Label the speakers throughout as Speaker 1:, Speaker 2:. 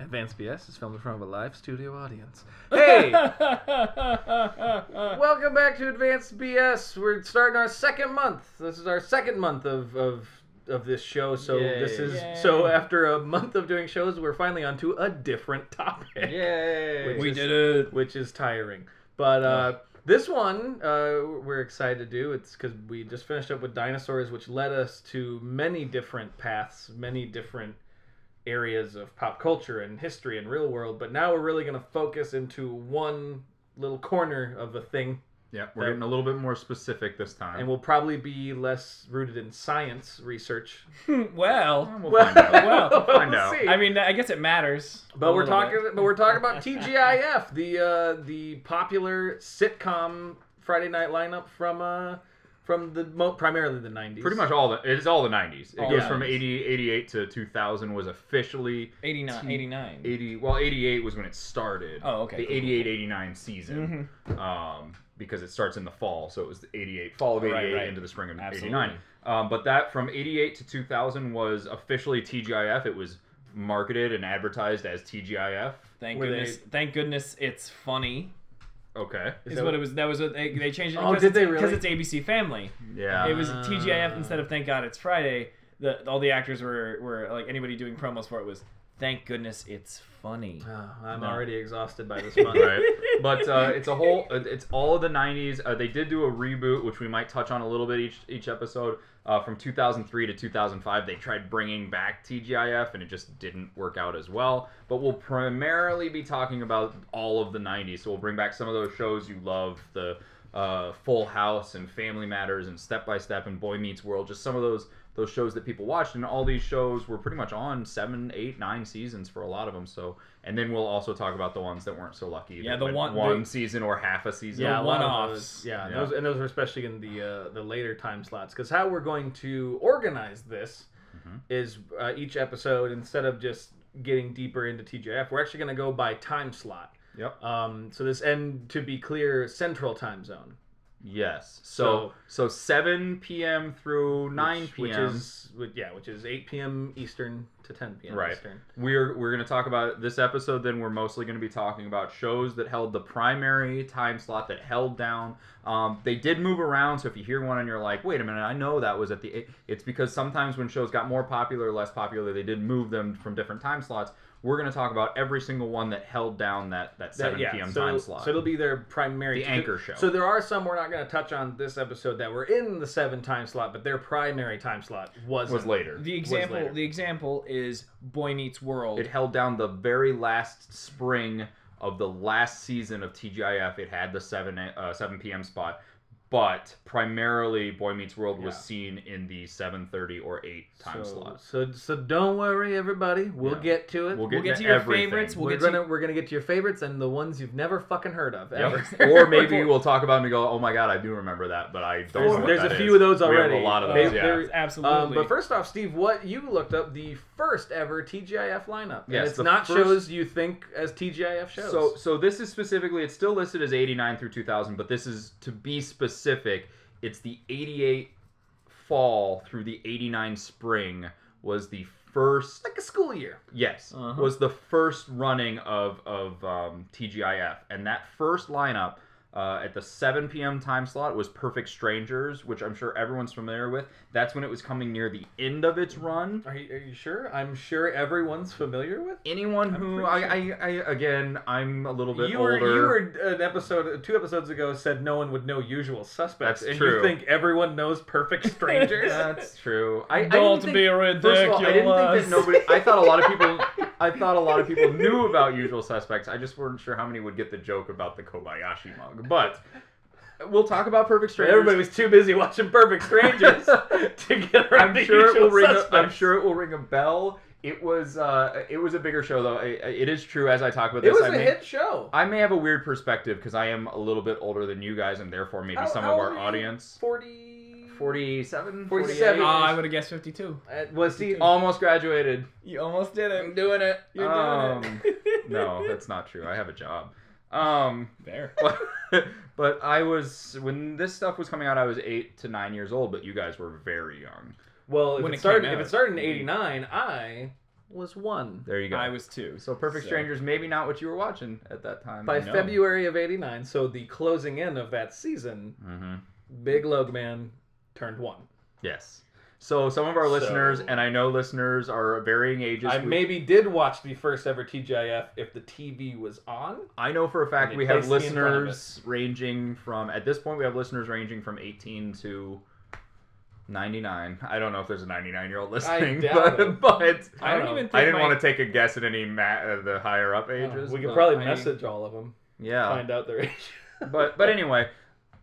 Speaker 1: Advanced BS is filmed in front of a live studio audience. Hey! Welcome back to Advanced BS. We're starting our second month. This is our second month of of, of this show. So
Speaker 2: Yay.
Speaker 1: this is
Speaker 3: Yay.
Speaker 1: so after a month of doing shows, we're finally onto a different topic.
Speaker 2: Yay!
Speaker 1: We
Speaker 2: We
Speaker 1: just-
Speaker 2: did it.
Speaker 1: Which is tiring. But uh, this one uh, we're excited to do. It's because we just finished up with dinosaurs, which led us to many different paths, many different areas of pop culture and history and real world. But now we're really going to focus into one little corner of a thing
Speaker 2: Yeah, we're getting a little bit more specific this time.
Speaker 1: and we'll probably be less rooted in science research.
Speaker 3: well,
Speaker 2: we'll find out.
Speaker 3: Well,
Speaker 1: We'll
Speaker 2: find out.
Speaker 1: see.
Speaker 3: I mean, I guess it matters.
Speaker 1: but
Speaker 3: a
Speaker 1: we're
Speaker 3: little
Speaker 1: talking,
Speaker 3: bit.
Speaker 1: but we're talking about TGIF, the uh, the popular sitcom Friday night lineup from uh, from the mo- primarily the '90s.
Speaker 2: Pretty much all the it's all the 90s. It
Speaker 3: All
Speaker 2: goes
Speaker 1: the
Speaker 2: from
Speaker 3: 90s.
Speaker 2: 80 88 to 2000 was officially
Speaker 3: 89. 89.
Speaker 2: 80 well 88 was when it started.
Speaker 3: Oh, okay,
Speaker 2: The
Speaker 3: cool, Mm-hmm.
Speaker 2: 88 89 season. Um because it starts in the fall, so it was the 88 fall of 88
Speaker 3: Right, right.
Speaker 2: into the spring of
Speaker 3: Absolutely.
Speaker 2: 89. Um, but that from 88 to 2000 was officially TGIF. It was marketed and advertised as TGIF.
Speaker 3: Thank
Speaker 1: Were they-
Speaker 3: goodness. Thank goodness it's funny.
Speaker 2: Okay.
Speaker 3: Is,
Speaker 1: that
Speaker 3: what
Speaker 1: what-
Speaker 3: it was. That was what they, they changed it.
Speaker 1: Oh,
Speaker 3: because
Speaker 1: did
Speaker 3: it's-
Speaker 1: they really?
Speaker 3: Because it's ABC Family.
Speaker 2: Yeah.
Speaker 3: it was
Speaker 1: Ah.
Speaker 3: TGIF instead of Thank God It's Friday. The all the actors were were like anybody doing promos for it was Thank goodness it's funny.
Speaker 1: Oh, I'm
Speaker 3: No.
Speaker 1: already exhausted by this month.
Speaker 2: right? But uh, it's a whole. uh, It's all of the '90s. Uh, they did do a reboot, which we might touch on a little bit each each episode. Uh, from 2003 to 2005, they tried bringing back TGIF, and it just didn't work out as well. But we'll primarily be talking about all of the '90s. So we'll bring back some of those shows you love, the uh, Full House and Family Matters and Step by Step and Boy Meets World, just some of those those shows that people watched and all these shows were pretty much on seven eight nine seasons for a lot of them so and then we'll also talk about the ones that weren't so lucky
Speaker 3: Yeah,
Speaker 2: that
Speaker 3: the
Speaker 2: went
Speaker 3: one-
Speaker 2: one
Speaker 3: the-
Speaker 2: season or half a season
Speaker 1: a
Speaker 3: Yeah,
Speaker 1: lot of
Speaker 3: one-offs.
Speaker 1: those- Yeah,
Speaker 2: Yeah.
Speaker 1: Those, and those are especially in the uh, the later time slots. Because how we're going to organize this
Speaker 3: Mm-hmm.
Speaker 2: Mhm.
Speaker 1: is uh, each episode instead of just getting deeper into TGF, we're actually going to go by time slot.
Speaker 2: Yep.
Speaker 1: Um, so this, and to be clear, Central Time Zone,
Speaker 2: yes so so 7 p.m through 9
Speaker 1: which-
Speaker 2: p.m
Speaker 1: which is which- yeah, which is 8 p.m. Eastern to 10 p.m.
Speaker 2: Right.
Speaker 1: Eastern.
Speaker 2: We're we're going to talk about this episode. Then we're mostly going to be talking about shows that held the primary time slot that held down. Um, they did move around, so if you hear one and you're like, "Wait a minute, I know that was at the," it- it's because sometimes when shows got more popular or less popular, they did move them from different time slots. We're going to talk about every single one that held down that that
Speaker 1: That-
Speaker 2: 7
Speaker 1: yeah,
Speaker 2: p.m.
Speaker 1: so,
Speaker 2: time slot.
Speaker 1: So it'll be their primary
Speaker 2: The anchor show.
Speaker 1: So there are some we're not going to touch on this episode that were in the seven time slot, but their primary time slot
Speaker 2: It
Speaker 1: wasn't.
Speaker 2: was later.
Speaker 3: The example
Speaker 1: later.
Speaker 3: the example is Boy Meets World.
Speaker 2: It held down the very last spring of the last season of TGIF. It had the 7 a- uh, 7 p.m. spot, but primarily Boy Meets World was
Speaker 1: Yeah.
Speaker 2: seen in the 7:30 or 8 time
Speaker 1: so,
Speaker 2: slot.
Speaker 1: So so don't worry, everybody. We'll
Speaker 2: Yeah.
Speaker 1: get to it.
Speaker 3: we'll
Speaker 2: We'll get
Speaker 3: get
Speaker 2: to
Speaker 3: to your
Speaker 2: everything.
Speaker 3: favorites. We'll
Speaker 1: are
Speaker 3: get
Speaker 1: gonna
Speaker 3: to
Speaker 1: we're gonna get to your favorites and the ones you've never fucking heard of ever.
Speaker 2: Yep. or maybe we'll talk about them and go, oh my god, I do remember that, but I don't know.
Speaker 1: There's,
Speaker 2: what
Speaker 1: there's
Speaker 2: that
Speaker 1: a
Speaker 2: is."
Speaker 1: few of those
Speaker 2: We have
Speaker 1: already.
Speaker 2: a lot of
Speaker 3: They-
Speaker 2: those, yeah.
Speaker 1: they're- Um,
Speaker 3: absolutely.
Speaker 1: but first off, Steve, what you looked up the first ever TGIF lineup? and
Speaker 2: Yes,
Speaker 1: it's
Speaker 2: the
Speaker 1: not
Speaker 2: first-
Speaker 1: shows you think as TGIF shows.
Speaker 2: So so this is specifically it's still listed as 89 through 2000, but this is to be specific, it's the 88 fall through the 89 spring was the first
Speaker 1: like a school year.
Speaker 2: yes
Speaker 3: Uh-huh.
Speaker 2: was the first running of of um, TGIF and that first lineup uh, at the 7 p.m. time slot was Perfect Strangers, which I'm sure everyone's familiar with. That's when it was coming near the end of its run
Speaker 1: Are you, are you sure? I'm sure everyone's familiar with.
Speaker 2: anyone
Speaker 1: I'm
Speaker 2: who
Speaker 1: pretty
Speaker 2: I, I,
Speaker 1: sure.
Speaker 2: I again I'm a little bit
Speaker 1: You were
Speaker 2: older.
Speaker 1: you were an episode two episodes ago said no one would know Usual Suspects,
Speaker 2: That's
Speaker 1: and
Speaker 2: true.
Speaker 1: you think everyone knows Perfect Strangers.
Speaker 2: That's true. I, I
Speaker 3: don't
Speaker 2: didn't think,
Speaker 3: be
Speaker 2: first of
Speaker 3: ridiculous.
Speaker 2: all, I didn't think that nobody. I thought a lot of people. I thought a lot of people knew about Usual Suspects. I just weren't sure how many would get the joke about the Kobayashi mug. But we'll talk about Perfect Strangers.
Speaker 1: Everybody was too busy watching Perfect Strangers to get around
Speaker 2: I'm sure it will ring. A, I'm
Speaker 1: Suspects.
Speaker 2: sure it will ring a bell. It was. Uh, it was a bigger show though. I, I- it is true. As I talk about
Speaker 1: it
Speaker 2: this,
Speaker 1: was
Speaker 2: I
Speaker 1: a
Speaker 2: may,
Speaker 1: hit show.
Speaker 2: I may have a weird perspective because I am a little bit older than you guys, and therefore maybe
Speaker 1: How-
Speaker 2: some
Speaker 1: how
Speaker 2: of
Speaker 1: old
Speaker 2: our
Speaker 1: are you?
Speaker 2: audience. Ah,
Speaker 1: 40,
Speaker 2: 47,
Speaker 1: 47.
Speaker 3: Oh,
Speaker 2: 48.
Speaker 3: I would have guessed 52.
Speaker 1: Uh, well, see,
Speaker 2: Almost graduated.
Speaker 3: You almost did it.
Speaker 1: doing it.
Speaker 3: You're
Speaker 2: Um,
Speaker 3: doing it.
Speaker 2: no, that's not true. I have a job. Um,
Speaker 3: Fair.
Speaker 2: but, but I was when this stuff was coming out, I was eight to nine years old. But you guys were very young.
Speaker 1: Well, if
Speaker 3: When
Speaker 1: it,
Speaker 3: it
Speaker 1: started,
Speaker 3: came
Speaker 1: if
Speaker 3: out.
Speaker 1: it started in '89, I was one.
Speaker 2: There you go.
Speaker 3: I was two.
Speaker 2: so Perfect
Speaker 3: so-
Speaker 2: Strangers, maybe not what you were watching at that time.
Speaker 1: By
Speaker 3: know.
Speaker 1: February of '89, so the closing in of that season,
Speaker 2: mm-hmm.
Speaker 1: Big Lug Man turned one.
Speaker 2: Yes. So some of our
Speaker 1: So-
Speaker 2: listeners, and I know listeners are varying ages.
Speaker 1: I
Speaker 2: who-
Speaker 1: maybe did watch the first ever TGIF if the TV was on.
Speaker 2: I know for a fact
Speaker 1: They
Speaker 2: we have
Speaker 1: place me in front of
Speaker 2: listeners ranging from at this point we have listeners ranging from 18 to 99. I don't know if there's a 99 year old listening,
Speaker 1: doubt
Speaker 2: but,
Speaker 1: it.
Speaker 2: but
Speaker 1: I don't even
Speaker 2: I didn't want to take a guess at any ma- uh, the higher up ages.
Speaker 1: Oh, we
Speaker 2: but
Speaker 1: could probably
Speaker 2: I-
Speaker 1: message all of them,
Speaker 2: Yeah,
Speaker 1: find out their age.
Speaker 2: but but anyway,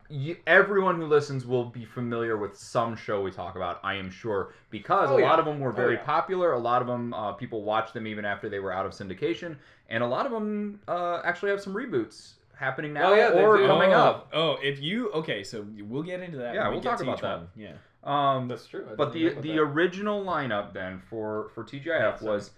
Speaker 2: you, everyone who listens will be familiar with some show we talk about. I am sure because
Speaker 1: Oh,
Speaker 2: a
Speaker 1: yeah.
Speaker 2: lot of them were very
Speaker 1: yeah.
Speaker 2: popular. A lot of them uh, people watched them even after they were out of syndication, and a lot of them uh, actually have some reboots happening now
Speaker 1: Oh, yeah, they
Speaker 2: or
Speaker 1: do.
Speaker 2: coming
Speaker 3: oh,
Speaker 2: up.
Speaker 3: Oh, if you okay, so we'll get into that.
Speaker 2: Yeah,
Speaker 3: when we
Speaker 2: we'll
Speaker 3: get
Speaker 2: talk
Speaker 3: to
Speaker 2: about
Speaker 3: each
Speaker 2: that.
Speaker 3: one. Yeah.
Speaker 2: Um,
Speaker 1: That's true. I
Speaker 2: But
Speaker 1: didn't
Speaker 2: the
Speaker 1: know about
Speaker 2: the
Speaker 1: that.
Speaker 2: original lineup then for for TGIF
Speaker 3: Yeah,
Speaker 2: was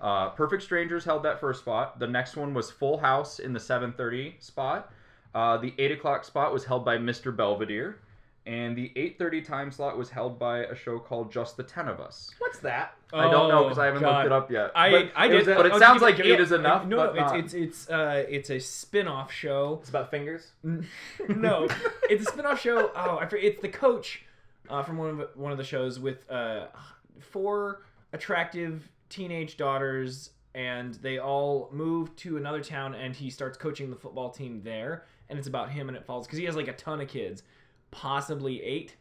Speaker 2: uh, Perfect Strangers held that first spot. The next one was Full House in the 7:30 spot. Uh, the eight o'clock spot was held by Mr. Belvedere, and the 8:30 time slot was held by a show called Just the Ten of Us.
Speaker 1: what's that?
Speaker 2: I don't know because
Speaker 3: Oh,
Speaker 2: I haven't
Speaker 3: God.
Speaker 2: looked it up yet.
Speaker 3: I,
Speaker 2: but
Speaker 3: I
Speaker 2: it
Speaker 3: did,
Speaker 2: was- but it
Speaker 3: I'll
Speaker 2: sounds
Speaker 3: give
Speaker 2: like
Speaker 3: give
Speaker 2: eight is
Speaker 3: uh,
Speaker 2: enough.
Speaker 3: No,
Speaker 2: but
Speaker 3: no,
Speaker 2: not.
Speaker 3: it's it's it's uh it's a spin-off show.
Speaker 1: It's about fingers.
Speaker 3: no, it's a spin-off show. Oh, I forget. It's the coach uh, from one of one of the shows with uh, four attractive teenage daughters, and they all move to another town, and he starts coaching the football team there, and it's about him, and it falls because he has like a ton of kids, possibly eight,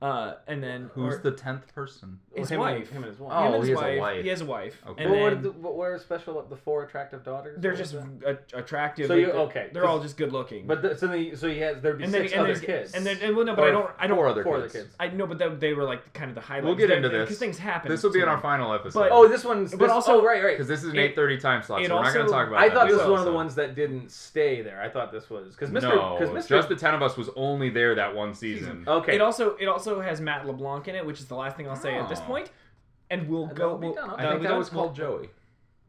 Speaker 3: uh, and then
Speaker 2: who's
Speaker 3: or-
Speaker 2: the tenth person?
Speaker 1: Well,
Speaker 3: His
Speaker 1: him and-
Speaker 3: wife.
Speaker 1: him and his wife.
Speaker 2: Oh,
Speaker 3: him and
Speaker 2: he
Speaker 3: his
Speaker 2: has a
Speaker 3: wife,
Speaker 2: wife.
Speaker 3: He has a wife.
Speaker 2: Okay.
Speaker 3: And
Speaker 1: what, were
Speaker 3: then
Speaker 1: the, what were special? The four attractive daughters.
Speaker 3: they're
Speaker 1: What
Speaker 3: just
Speaker 1: was that?
Speaker 3: a- attractive.
Speaker 1: So
Speaker 3: like,
Speaker 1: you-
Speaker 3: they're-
Speaker 1: okay,
Speaker 3: They're all
Speaker 1: 'cause-
Speaker 3: just good looking.
Speaker 1: But the, so, the, so he has there'd be
Speaker 3: and then,
Speaker 1: six
Speaker 3: and
Speaker 1: other
Speaker 3: there's-
Speaker 1: kids.
Speaker 3: and then and, well, no, but I
Speaker 2: Or
Speaker 3: don't I don't
Speaker 2: four other
Speaker 1: four
Speaker 2: kids.
Speaker 1: other kids.
Speaker 3: I know, but that, they were like kind of the highlights.
Speaker 2: We'll get
Speaker 3: They-
Speaker 2: into
Speaker 3: they-
Speaker 2: this.
Speaker 3: because things happen.
Speaker 2: This will be
Speaker 3: to
Speaker 2: on our
Speaker 3: them.
Speaker 2: final episode.
Speaker 3: But-
Speaker 1: Oh, this one's.
Speaker 3: But
Speaker 1: this,
Speaker 3: also-
Speaker 1: oh, right, right.
Speaker 2: because this is an
Speaker 3: it-
Speaker 2: eight thirty time slot, so
Speaker 3: it
Speaker 2: we're not going to
Speaker 3: also-
Speaker 2: talk about.
Speaker 1: I
Speaker 2: that
Speaker 1: thought this
Speaker 2: this
Speaker 1: was one of the
Speaker 2: episode.
Speaker 1: ones that didn't stay there. I thought this was because Mr.
Speaker 2: no,
Speaker 1: Because Mr.
Speaker 2: just the ten of us was only there that one season. Oh,
Speaker 1: okay.
Speaker 3: It also it also has Matt LeBlanc in it, which is the last thing I'll say at this
Speaker 2: Oh.
Speaker 3: point. And we'll
Speaker 1: And
Speaker 3: go.
Speaker 1: that'll be
Speaker 3: we'll-
Speaker 1: done, okay.
Speaker 2: I
Speaker 3: that'll
Speaker 2: think
Speaker 3: be
Speaker 2: that
Speaker 3: done.
Speaker 2: was called Joey.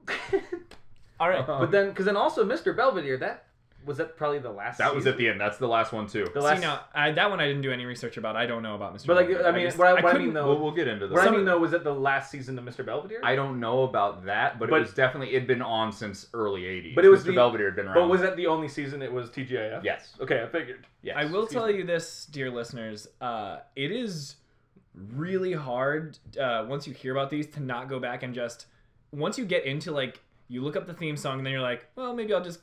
Speaker 3: All right.
Speaker 2: Oh.
Speaker 1: but then because then also Mr. Belvedere that was that probably the last.
Speaker 2: That was
Speaker 1: season?
Speaker 2: at the end. That's the last one too.
Speaker 1: The
Speaker 3: See
Speaker 1: last.
Speaker 3: now, I, that one I didn't do any research about. I don't know about Mr.
Speaker 1: But, like,
Speaker 3: Belvedere.
Speaker 1: I mean,
Speaker 3: just-
Speaker 1: what I- what I
Speaker 3: couldn't-
Speaker 1: mean, though-
Speaker 2: We'll, we'll get into
Speaker 1: what I
Speaker 2: that.
Speaker 1: mean though was that the last season of Mr. Belvedere.
Speaker 2: I don't know about that, but,
Speaker 1: But-
Speaker 2: it was definitely it'd been on since early '80s.
Speaker 1: But it was
Speaker 2: Mr.
Speaker 1: the-
Speaker 2: Belvedere had been around.
Speaker 1: but was that the only season it was TGIF?
Speaker 2: Yes.
Speaker 1: Okay, I figured.
Speaker 2: Yes.
Speaker 3: I will
Speaker 1: Excuse
Speaker 3: tell you this, dear listeners. Uh, it is really hard uh, once you hear about these to not go back and just once you get into like you look up the theme song and then you're like, well, maybe I'll just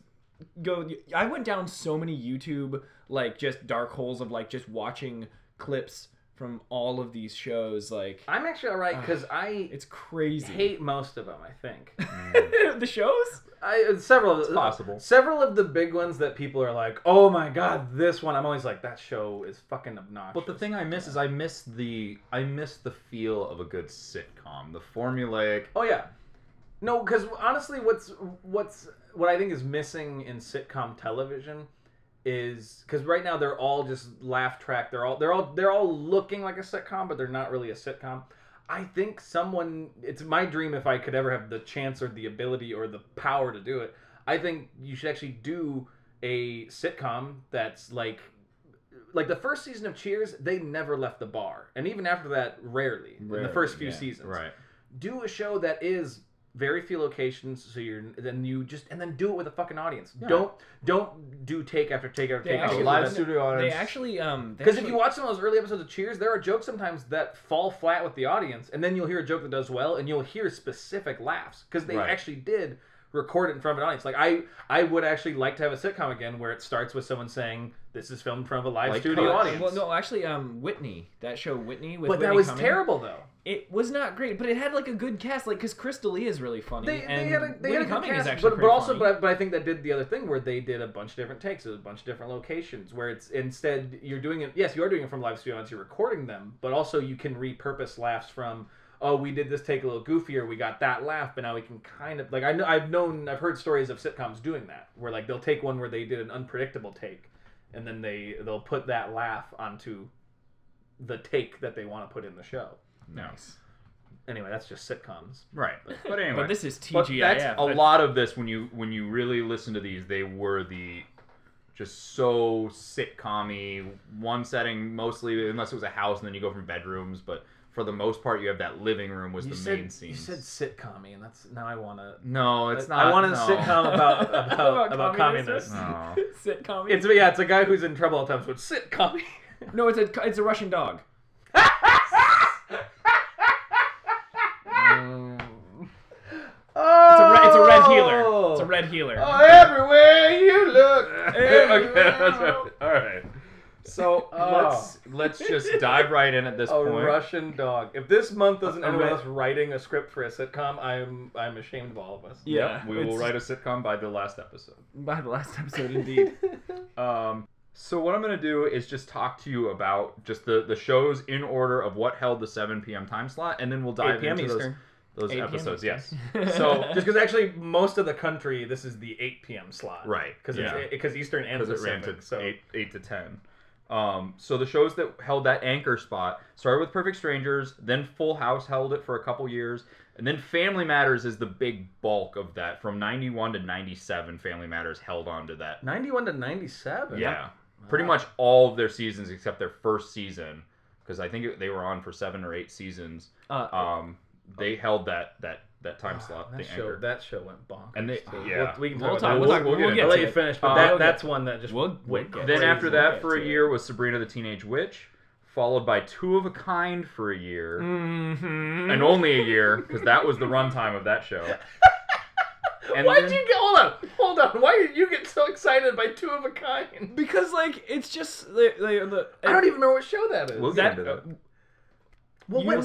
Speaker 3: go. I went down so many YouTube like just dark holes of like just watching clips from all of these shows. Like
Speaker 1: I'm actually all right because I
Speaker 3: it's crazy.
Speaker 1: hate most of them. I think.
Speaker 3: the shows.
Speaker 1: I uh, several of
Speaker 2: possible.
Speaker 1: Several of the big ones that people are like, "Oh my god, this one." I'm always like, "That show is fucking obnoxious."
Speaker 2: But the thing I miss is I miss the I miss the feel of a good sitcom, the formulaic.
Speaker 1: Oh yeah. No, because honestly, what's what's what I think is missing in sitcom television is because right now they're all just laugh track. They're all they're all they're all looking like a sitcom, but they're not really a sitcom. I think someone. It's my dream if I could ever have the chance or the ability or the power to do it. I think you should actually do a sitcom that's like like the first season of Cheers. They never left the bar, and even after that, rarely, in
Speaker 3: Rarely,
Speaker 1: the first few
Speaker 3: yeah.
Speaker 1: seasons
Speaker 2: Right.
Speaker 1: do a show that is very few locations so you're then you just and then do it with a fucking audience don't don't do take after take after
Speaker 3: They
Speaker 1: take
Speaker 2: A
Speaker 3: actually-
Speaker 2: live studio
Speaker 3: They
Speaker 2: audience.
Speaker 3: actually um they
Speaker 1: because if
Speaker 3: actually-
Speaker 1: you watch some of those early episodes of cheers there are jokes sometimes that fall flat with the audience and then you'll hear a joke that does well and you'll hear specific laughs because they
Speaker 2: Right.
Speaker 1: actually did record it in front of an audience like i i would actually like to have a sitcom again where it starts with someone saying this is filmed in front of a live
Speaker 2: Like
Speaker 1: studio
Speaker 2: Coach.
Speaker 1: audience
Speaker 3: Well, no, actually, um, Whitney, that show Whitney with
Speaker 1: but that
Speaker 3: Whitney
Speaker 1: was
Speaker 3: Cummings.
Speaker 1: terrible though
Speaker 3: It was not great, but it had like a good cast, like because Crystal Lee is really funny.
Speaker 1: They,
Speaker 3: and
Speaker 1: they had a, they
Speaker 3: Whitney
Speaker 1: had a good
Speaker 3: Cummings is
Speaker 1: cast, but,
Speaker 3: actually
Speaker 1: but
Speaker 3: pretty
Speaker 1: also,
Speaker 3: funny.
Speaker 1: but I, but I think that did the other thing where they did a bunch of different takes, it was a bunch of different locations. Where it's instead you're doing it. Yes, you are doing it from live studio audience, you're recording them, but also you can repurpose laughs from. Oh, we did this take a little goofier. We got that laugh, but now we can kind of like I know I've known I've heard stories of sitcoms doing that where like they'll take one where they did an unpredictable take, and then they they'll put that laugh onto the take that they want to put in the show.
Speaker 2: no.
Speaker 1: Anyway, that's just sitcoms.
Speaker 2: Right. But anyway.
Speaker 3: But this is TGIF.
Speaker 2: But that's a
Speaker 3: I-
Speaker 2: lot of this when you when you really listen to these, they were the just so sitcom-y, one setting mostly, unless it was a house and then you go from bedrooms, but for the most part, you have that living room was
Speaker 1: you
Speaker 2: the
Speaker 1: said
Speaker 2: main scene.
Speaker 1: you said sitcom, and that's now I want to.
Speaker 2: no, it's not.
Speaker 1: I want a
Speaker 2: no.
Speaker 1: sitcom about about, about, communists.
Speaker 3: communism?
Speaker 2: No.
Speaker 3: Sitcom.
Speaker 1: It's yeah, it's a guy who's in trouble all the time. So it's sitcom.
Speaker 3: no, it's a it's a Russian dog. It's a, re- it's a red healer. It's a red healer.
Speaker 1: Oh, everywhere you look.
Speaker 2: okay, that's right. All right.
Speaker 1: So uh,
Speaker 2: Let's let's just dive right in at this
Speaker 1: a
Speaker 2: point.
Speaker 1: Russian dog. If this month doesn't
Speaker 2: A
Speaker 1: end with
Speaker 2: Ru-
Speaker 1: us writing a script for a sitcom, I'm I'm ashamed of all of us.
Speaker 3: Yeah.
Speaker 2: Yep, we will
Speaker 3: it's-
Speaker 2: write a sitcom by the last episode.
Speaker 3: By the last episode, indeed.
Speaker 2: Um, so what I'm gonna do is just talk to you about just the the shows in order of what held the 7 p.m. time slot, and then we'll
Speaker 1: 8
Speaker 2: dive
Speaker 1: p.m.
Speaker 2: into
Speaker 1: Eastern.
Speaker 2: those,
Speaker 3: 8
Speaker 2: those
Speaker 3: p.m.
Speaker 2: episodes. Yes.
Speaker 1: So just because actually most of the country this is the 8 p.m. slot,
Speaker 2: Right,
Speaker 1: Because
Speaker 2: yeah.
Speaker 1: because Eastern and
Speaker 2: because it ran
Speaker 1: Pacific.
Speaker 2: to
Speaker 1: so
Speaker 2: eight, eight to ten. Um, so the shows that held that anchor spot started with Perfect Strangers, then Full House held it for a couple years, and then Family Matters is the big bulk of that. From ninety one to ninety seven, Family Matters held on to that.
Speaker 1: 91 to 97.
Speaker 2: Yeah, pretty much all of their seasons except their first season, because I think it- they were on for seven or eight seasons.
Speaker 3: Uh,
Speaker 2: Um, they held that that that time
Speaker 1: Wow,
Speaker 2: slot.
Speaker 1: that
Speaker 2: the
Speaker 1: show
Speaker 2: anchor.
Speaker 1: that show went bonkers.
Speaker 2: And they-
Speaker 1: too.
Speaker 2: yeah.
Speaker 1: We'll- we can
Speaker 3: We'll
Speaker 1: talk
Speaker 3: talk-
Speaker 1: about
Speaker 2: we'll
Speaker 1: that.
Speaker 2: talk- we'll get
Speaker 1: I'll let
Speaker 3: to
Speaker 1: you
Speaker 3: it.
Speaker 1: finish, but
Speaker 2: Uh,
Speaker 1: that,
Speaker 3: we'll get-
Speaker 1: that's one that just
Speaker 3: we'll- we'll
Speaker 1: went.
Speaker 3: get to
Speaker 2: Then
Speaker 3: That's
Speaker 2: after
Speaker 3: it.
Speaker 2: that,
Speaker 3: That's
Speaker 2: for a
Speaker 3: it.
Speaker 2: year was Sabrina the Teenage Witch, followed by Two of a Kind for a year,
Speaker 3: mm-hmm.
Speaker 2: and only a year because that was the runtime of that show. And
Speaker 1: Why
Speaker 2: then-
Speaker 1: did you get hold on? Hold on. Why did you get so excited by two of a kind?
Speaker 3: Because like it's just like, like, the,
Speaker 1: I don't even remember what show that is.
Speaker 2: We'll get
Speaker 3: that,
Speaker 2: into that.
Speaker 1: Well,
Speaker 3: You
Speaker 1: when, when,
Speaker 3: will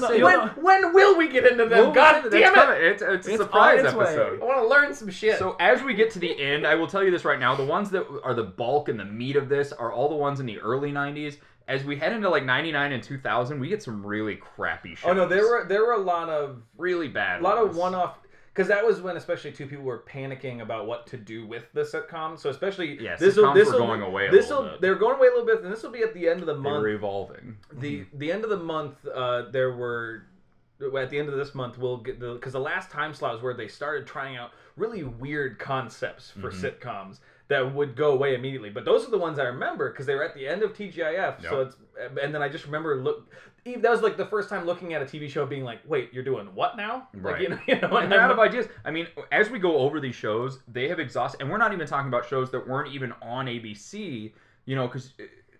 Speaker 3: say-
Speaker 1: when, will we get into them?
Speaker 2: We'll
Speaker 1: God
Speaker 2: get into that.
Speaker 1: damn
Speaker 2: That's
Speaker 1: it!
Speaker 2: coming. It's, it's a
Speaker 3: It's on
Speaker 2: surprise
Speaker 3: its way.
Speaker 2: episode.
Speaker 1: I want to learn some shit.
Speaker 2: So as we get to the end, I will tell you this right now: the ones that are the bulk and the meat of this are all the ones in the early '90s. As we head into like '99 and 2000, we get some really crappy shows.
Speaker 1: oh no, there were there were a lot of
Speaker 2: really bad.
Speaker 1: a lot
Speaker 2: ones.
Speaker 1: of one-off because that was when especially two people were panicking about what to do with the sitcom. So especially
Speaker 2: Yeah,
Speaker 1: this
Speaker 2: sitcoms
Speaker 1: will
Speaker 2: were
Speaker 1: this will
Speaker 2: going away a
Speaker 1: this
Speaker 2: little
Speaker 1: will
Speaker 2: bit.
Speaker 1: they're going away a little bit, and this will be at the end of the
Speaker 2: They
Speaker 1: month.
Speaker 2: were evolving.
Speaker 1: the
Speaker 2: Mm-hmm.
Speaker 1: the end of the month uh, there were at the end of this month we'll get the because the last time slot was where they started trying out really weird concepts for
Speaker 2: Mhm.
Speaker 1: sitcoms that would go away immediately but those are the ones i remember because they were at the end of tgif so
Speaker 2: Yep.
Speaker 1: it's and then i just remember look Eve, that was like the first time looking at a tv show being like wait you're doing what now like, you
Speaker 2: Right.
Speaker 1: know, you know
Speaker 2: and
Speaker 1: and
Speaker 2: they're
Speaker 1: I'm-
Speaker 2: out of ideas. I mean, as we go over these shows, they have exhausted, and we're not even talking about shows that weren't even on ABC. You know, because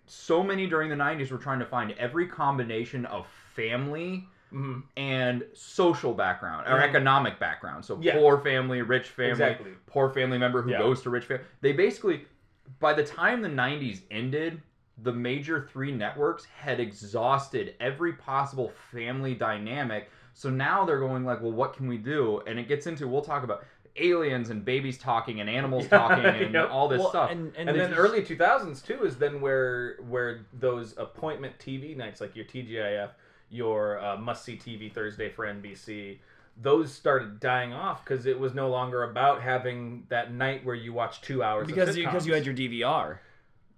Speaker 2: so many during the '90s were trying to find every combination of family
Speaker 1: Mhm.
Speaker 2: and social background or
Speaker 1: Mhm.
Speaker 2: economic background. So
Speaker 1: Yeah.
Speaker 2: poor family, rich family,
Speaker 1: Exactly.
Speaker 2: poor family member who
Speaker 1: Yeah.
Speaker 2: goes to rich family. They basically, by the time the '90s ended. The major three networks had exhausted every possible family dynamic so now they're going like, well, what can we do? And it gets into we'll talk about aliens and babies talking and animals
Speaker 1: Yeah,
Speaker 2: talking and
Speaker 1: yep.
Speaker 2: all this
Speaker 3: Well,
Speaker 2: stuff.
Speaker 3: and-
Speaker 1: and,
Speaker 3: they
Speaker 1: then
Speaker 3: just-
Speaker 1: early 2000s too is then where where those appointment tv nights like your tgif your uh, must see tv thursday for nbc those started dying off because it was no longer about having that night where you watch two hours
Speaker 3: because
Speaker 1: of
Speaker 3: you because you had your DVR.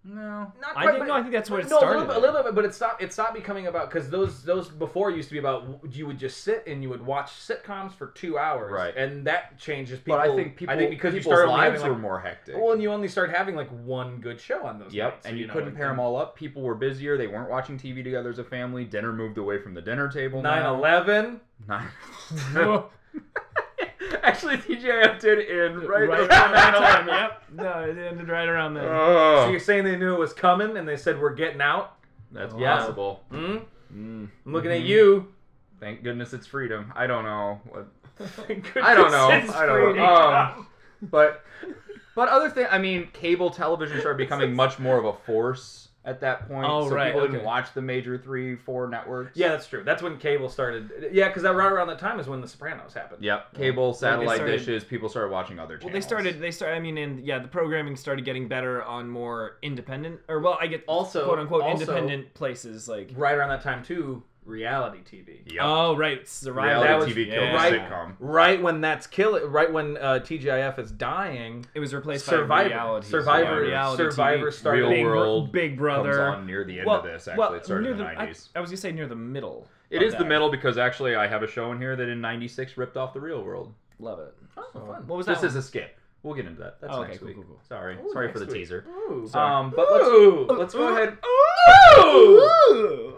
Speaker 2: no.
Speaker 1: not
Speaker 3: I
Speaker 1: quite,
Speaker 3: think-
Speaker 1: but-
Speaker 3: no, I think that's what it
Speaker 1: no, A
Speaker 3: started
Speaker 1: little, bit, a little bit, but it stopped. It stopped becoming about because those those before used to be about you would just sit and you would watch sitcoms for two hours,
Speaker 2: Right.
Speaker 1: And that changes people.
Speaker 2: But I think people,
Speaker 1: I think because you
Speaker 2: people's
Speaker 1: started only
Speaker 2: lives
Speaker 1: having like
Speaker 2: were more hectic.
Speaker 1: well, and you only start having like one good show on those.
Speaker 2: Yep,
Speaker 1: nights,
Speaker 2: and you,
Speaker 1: know,
Speaker 2: couldn't
Speaker 1: and-
Speaker 2: pair them all up. People were busier. They weren't watching TV together as a family. Dinner moved away from the dinner table.
Speaker 1: 9
Speaker 2: now.
Speaker 1: 11.
Speaker 2: Nine-
Speaker 3: right
Speaker 2: Actually, TJF did end right,
Speaker 3: around that time. Yep. No, it ended right around then.
Speaker 1: So
Speaker 2: Oh,
Speaker 1: you're saying they knew it was coming and they said, we're getting out?
Speaker 2: that's
Speaker 1: Yeah.
Speaker 2: possible.
Speaker 1: Hmm?
Speaker 3: Mm.
Speaker 1: I'm looking at you.
Speaker 2: Thank goodness it's freedom. I don't know what
Speaker 1: I
Speaker 2: I don't know. I don't know. Um, but but other thing, I mean, cable television started becoming much more of a force at that point.
Speaker 3: Oh,
Speaker 2: so
Speaker 3: right,
Speaker 2: people didn't
Speaker 3: okay.
Speaker 2: watch the major three, four networks.
Speaker 1: yeah, that's true. That's when cable started. Yeah, because right around that time is when The Sopranos happened.
Speaker 2: Yep. Cable, satellite
Speaker 3: started-
Speaker 2: dishes. People started watching other
Speaker 3: Well,
Speaker 2: channels.
Speaker 3: they started. They started. I mean, and yeah, the programming started getting better on more independent, or well, I get
Speaker 1: Also-
Speaker 3: quote unquote
Speaker 1: also-
Speaker 3: independent places like.
Speaker 1: Right around that time, too, reality TV.
Speaker 2: Yep.
Speaker 3: Oh right, it's the
Speaker 2: Reality
Speaker 1: that was-
Speaker 2: TV killed
Speaker 1: yeah.
Speaker 2: the sitcom.
Speaker 1: Right when that's kill right when uh, TGIF is dying,
Speaker 3: It was replaced
Speaker 1: Survivor,
Speaker 3: by reality.
Speaker 1: Survivor,
Speaker 3: reality
Speaker 1: Survivor
Speaker 3: TV.
Speaker 1: started.
Speaker 2: Real
Speaker 3: Big,
Speaker 2: World
Speaker 3: Big
Speaker 2: Comes
Speaker 3: Brother.
Speaker 2: on near the end
Speaker 3: well,
Speaker 2: of this. Actually,
Speaker 3: well,
Speaker 2: it started
Speaker 3: near
Speaker 2: in the
Speaker 3: I-
Speaker 2: nineties.
Speaker 3: I, was gonna say near the middle.
Speaker 2: It
Speaker 3: of
Speaker 2: is the
Speaker 3: that.
Speaker 2: middle because actually I have a show in here that in '96 ripped off the Real World.
Speaker 3: Love it.
Speaker 1: Oh, fun.
Speaker 3: What was
Speaker 2: This
Speaker 3: that?
Speaker 2: is a skip. We'll get into that. That's
Speaker 3: Oh, okay,
Speaker 2: next
Speaker 3: cool,
Speaker 2: week.
Speaker 3: cool, cool.
Speaker 2: Sorry,
Speaker 1: Ooh,
Speaker 2: sorry for the
Speaker 1: next week.
Speaker 2: teaser.
Speaker 1: Ooh.
Speaker 2: Um, but let's
Speaker 1: Ooh.
Speaker 2: let's go ahead.
Speaker 1: Ooh.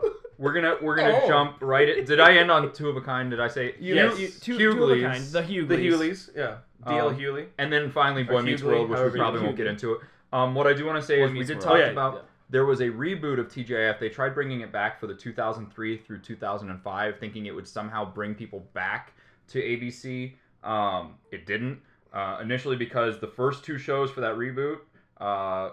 Speaker 3: one?
Speaker 2: We're gonna we're gonna
Speaker 1: Oh.
Speaker 2: jump right. At, did I end on two of a kind? Did I say
Speaker 1: You-
Speaker 3: yes,
Speaker 1: you-
Speaker 3: two, two of a
Speaker 2: Hughleys.
Speaker 3: kind. The Hughleys.
Speaker 1: The Huleys, yeah. D.L.
Speaker 2: Um,
Speaker 1: Hewley.
Speaker 2: And then finally,
Speaker 1: Or
Speaker 2: Boy Meets
Speaker 1: Hughley,
Speaker 2: World, which we
Speaker 1: however you-
Speaker 2: probably won't get into it. Um, what I do want to say
Speaker 3: Boy
Speaker 2: is we
Speaker 3: Meets
Speaker 2: did
Speaker 3: World.
Speaker 2: talk
Speaker 1: Oh, yeah,
Speaker 2: about
Speaker 1: yeah.
Speaker 2: there was a reboot of TGIF. They tried bringing it back for the 2003 through 2005, thinking it would somehow bring people back to ABC. Um, it didn't uh, initially because the first two shows for that reboot, uh,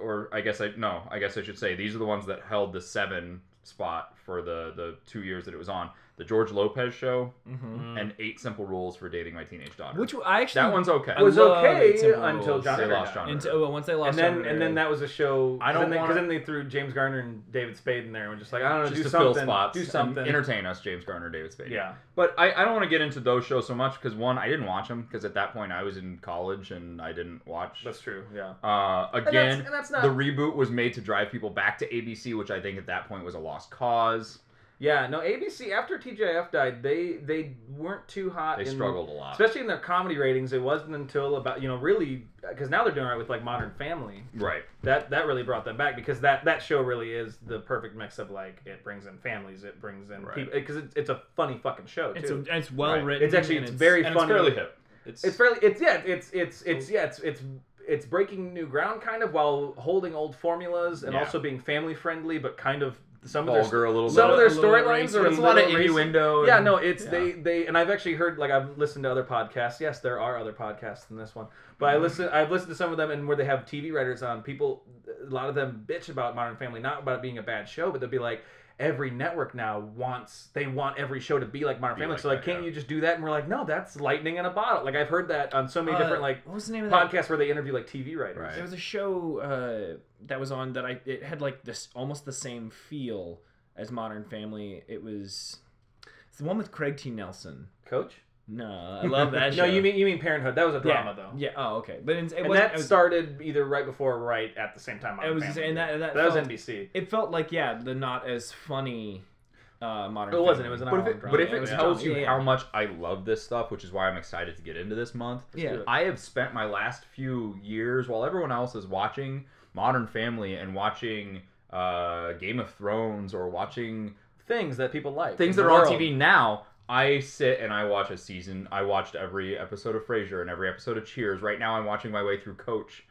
Speaker 2: or I guess I no, I guess I should say these are the ones that held the seven spot for the the two years that it was on. The George Lopez Show
Speaker 3: Mhm.
Speaker 1: Mm.
Speaker 2: and Eight Simple Rules for Dating My Teenage Daughter.
Speaker 3: Which I actually
Speaker 2: that one's okay.
Speaker 1: It was
Speaker 3: I love
Speaker 1: okay
Speaker 3: Eight Simple
Speaker 1: until
Speaker 3: Rules.
Speaker 1: John.
Speaker 2: They
Speaker 1: Ritter
Speaker 2: lost
Speaker 1: died.
Speaker 2: John
Speaker 3: until well, once they lost.
Speaker 1: And then
Speaker 3: John
Speaker 1: and then
Speaker 3: Ritter.
Speaker 1: that was a show.
Speaker 2: I don't wanna-
Speaker 1: because then they threw James Garner and David Spade in there and were just like, I don't know,
Speaker 2: just
Speaker 1: do
Speaker 2: to
Speaker 1: something,
Speaker 2: fill spots,
Speaker 1: do
Speaker 2: and
Speaker 1: something.
Speaker 2: entertain us, James Garner, David Spade.
Speaker 1: yeah,
Speaker 2: but I, I don't want to get into those shows so much because one, I didn't watch them because at that point I was in college and I didn't watch.
Speaker 1: that's true. Yeah.
Speaker 2: Uh,
Speaker 1: And that's,
Speaker 2: again,
Speaker 1: and that's not.
Speaker 2: the reboot was made to drive people back to ABC, which I think at that point was a lost cause.
Speaker 1: yeah, no. ABC after TJF died, they they weren't too hot.
Speaker 2: They
Speaker 1: in-
Speaker 2: struggled a lot,
Speaker 1: especially in their comedy ratings. It wasn't until about you know really because now they're doing all right with like Modern Family.
Speaker 2: right?
Speaker 1: that that really brought them back because that that show really is the perfect mix of like it brings in families, it brings in
Speaker 2: Right.
Speaker 1: people because it's, it's a funny fucking show
Speaker 3: it's
Speaker 1: too.
Speaker 3: a, it's well
Speaker 2: Right.
Speaker 3: written.
Speaker 1: It's actually-
Speaker 3: and
Speaker 1: it's very
Speaker 3: and
Speaker 1: funny.
Speaker 2: Fairly hip.
Speaker 3: It's,
Speaker 1: it's fairly it's yeah it's it's
Speaker 2: Oh.
Speaker 1: it's yeah it's it's it's breaking new ground kind of while holding old formulas and
Speaker 2: Yeah.
Speaker 1: also being family friendly but kind of some of their
Speaker 2: Vulgar a little
Speaker 1: some of
Speaker 2: bit.
Speaker 1: their
Speaker 3: A little
Speaker 1: storylines
Speaker 3: racist.
Speaker 1: are
Speaker 2: There's a lot of
Speaker 1: little racist.
Speaker 2: innuendo.
Speaker 3: Oh,
Speaker 1: Yeah,
Speaker 2: and-
Speaker 1: no, it's
Speaker 2: yeah.
Speaker 1: they they and I've actually heard like I've listened to other podcasts. Yes, there are other podcasts than this one, but
Speaker 3: Mm-hmm.
Speaker 1: I listen I've listened to some of them and where they have TV writers on. People, a lot of them bitch about Modern Family, not about it being a bad show, but they'll be like. Every network now wants they want every show to be like Modern
Speaker 2: Be
Speaker 1: Family.
Speaker 2: like
Speaker 1: so like,
Speaker 2: that,
Speaker 1: can't
Speaker 2: yeah.
Speaker 1: you just do that? And we're like, no, that's lightning in a bottle. Like I've heard that on so many
Speaker 3: uh,
Speaker 1: different like
Speaker 3: what was the name of that?
Speaker 1: podcasts where they interview like TV writers.
Speaker 2: Right.
Speaker 3: There was a show uh, that was on that I it had like this almost the same feel as Modern Family. It was it's the one with Craig T. Nelson.
Speaker 1: Coach?
Speaker 3: No, I love that
Speaker 1: No,
Speaker 3: show.
Speaker 1: you mean you mean Parenthood. That was a
Speaker 3: yeah,
Speaker 1: drama though.
Speaker 3: Yeah. Oh, okay. But it, it
Speaker 1: and
Speaker 3: wasn't.
Speaker 1: that
Speaker 3: It was,
Speaker 1: started either right before or right at the same time.
Speaker 3: it
Speaker 1: Modern
Speaker 3: was
Speaker 1: Family.
Speaker 3: and that and that,
Speaker 1: that was
Speaker 3: felt,
Speaker 1: NBC.
Speaker 3: It felt like yeah, the not as funny uh, Modern.
Speaker 1: It wasn't.
Speaker 3: Family.
Speaker 1: It was an
Speaker 2: But if
Speaker 1: hour-long
Speaker 2: it,
Speaker 1: drama.
Speaker 2: but if
Speaker 3: Yeah,
Speaker 2: it
Speaker 3: was a
Speaker 2: tells
Speaker 3: drama.
Speaker 2: you
Speaker 3: Yeah, yeah.
Speaker 2: how much I love this stuff, which is why I'm excited to get into this month,
Speaker 3: Yeah.
Speaker 2: I have spent my last few years while everyone else is watching Modern Family and watching uh, Game of Thrones or watching
Speaker 1: things that people like,
Speaker 2: things
Speaker 1: in
Speaker 2: that
Speaker 1: the
Speaker 2: are on
Speaker 1: world.
Speaker 2: TV now. I sit and I watch a season. I watched every episode of Frasier and every episode of Cheers. Right now, I'm watching my way through Coach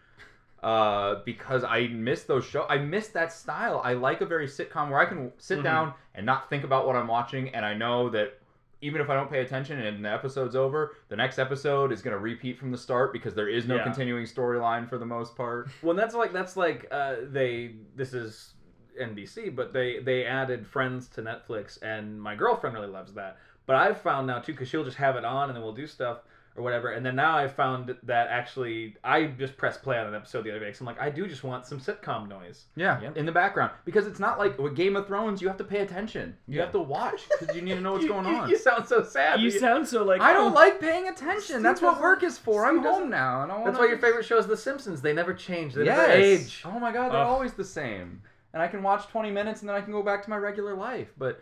Speaker 2: uh, because I miss those show. I miss that style. I like a very sitcom where I can sit
Speaker 1: Mhm.
Speaker 2: down and not think about what I'm watching, and I know that even if I don't pay attention and the episode's over, the next episode is going to repeat from the start because there is no
Speaker 1: Yeah.
Speaker 2: continuing storyline for the most part.
Speaker 1: Well, that's like that's like uh, they. This is NBC, but they they added Friends to Netflix, and my girlfriend really loves that. But I've found now too, because she'll just have it on, and then we'll do stuff or whatever. And then now I've found that actually, I just press play on an episode the other day. Cause I'm like, I do just want some sitcom noise.
Speaker 2: Yeah,
Speaker 3: Yep.
Speaker 2: in the background because it's not like with Game of Thrones. You have to pay attention. You
Speaker 3: Yeah.
Speaker 2: have to watch because you need to know what's
Speaker 1: You-
Speaker 2: going
Speaker 1: you-
Speaker 2: on.
Speaker 1: You sound so sad.
Speaker 3: You sound so like
Speaker 2: I don't
Speaker 3: oh,
Speaker 2: like paying attention.
Speaker 1: Steve
Speaker 2: That's what
Speaker 1: doesn't-
Speaker 2: work is for.
Speaker 1: Steve
Speaker 2: I'm home
Speaker 1: doesn't-
Speaker 2: now, and I want.
Speaker 1: that's why your favorite show is The Simpsons. They never change. They
Speaker 2: Yes.
Speaker 1: never age.
Speaker 2: Oh my god, they're
Speaker 3: Ugh.
Speaker 2: always the same. And I can watch 20 minutes, and then I can go back to my regular life. But,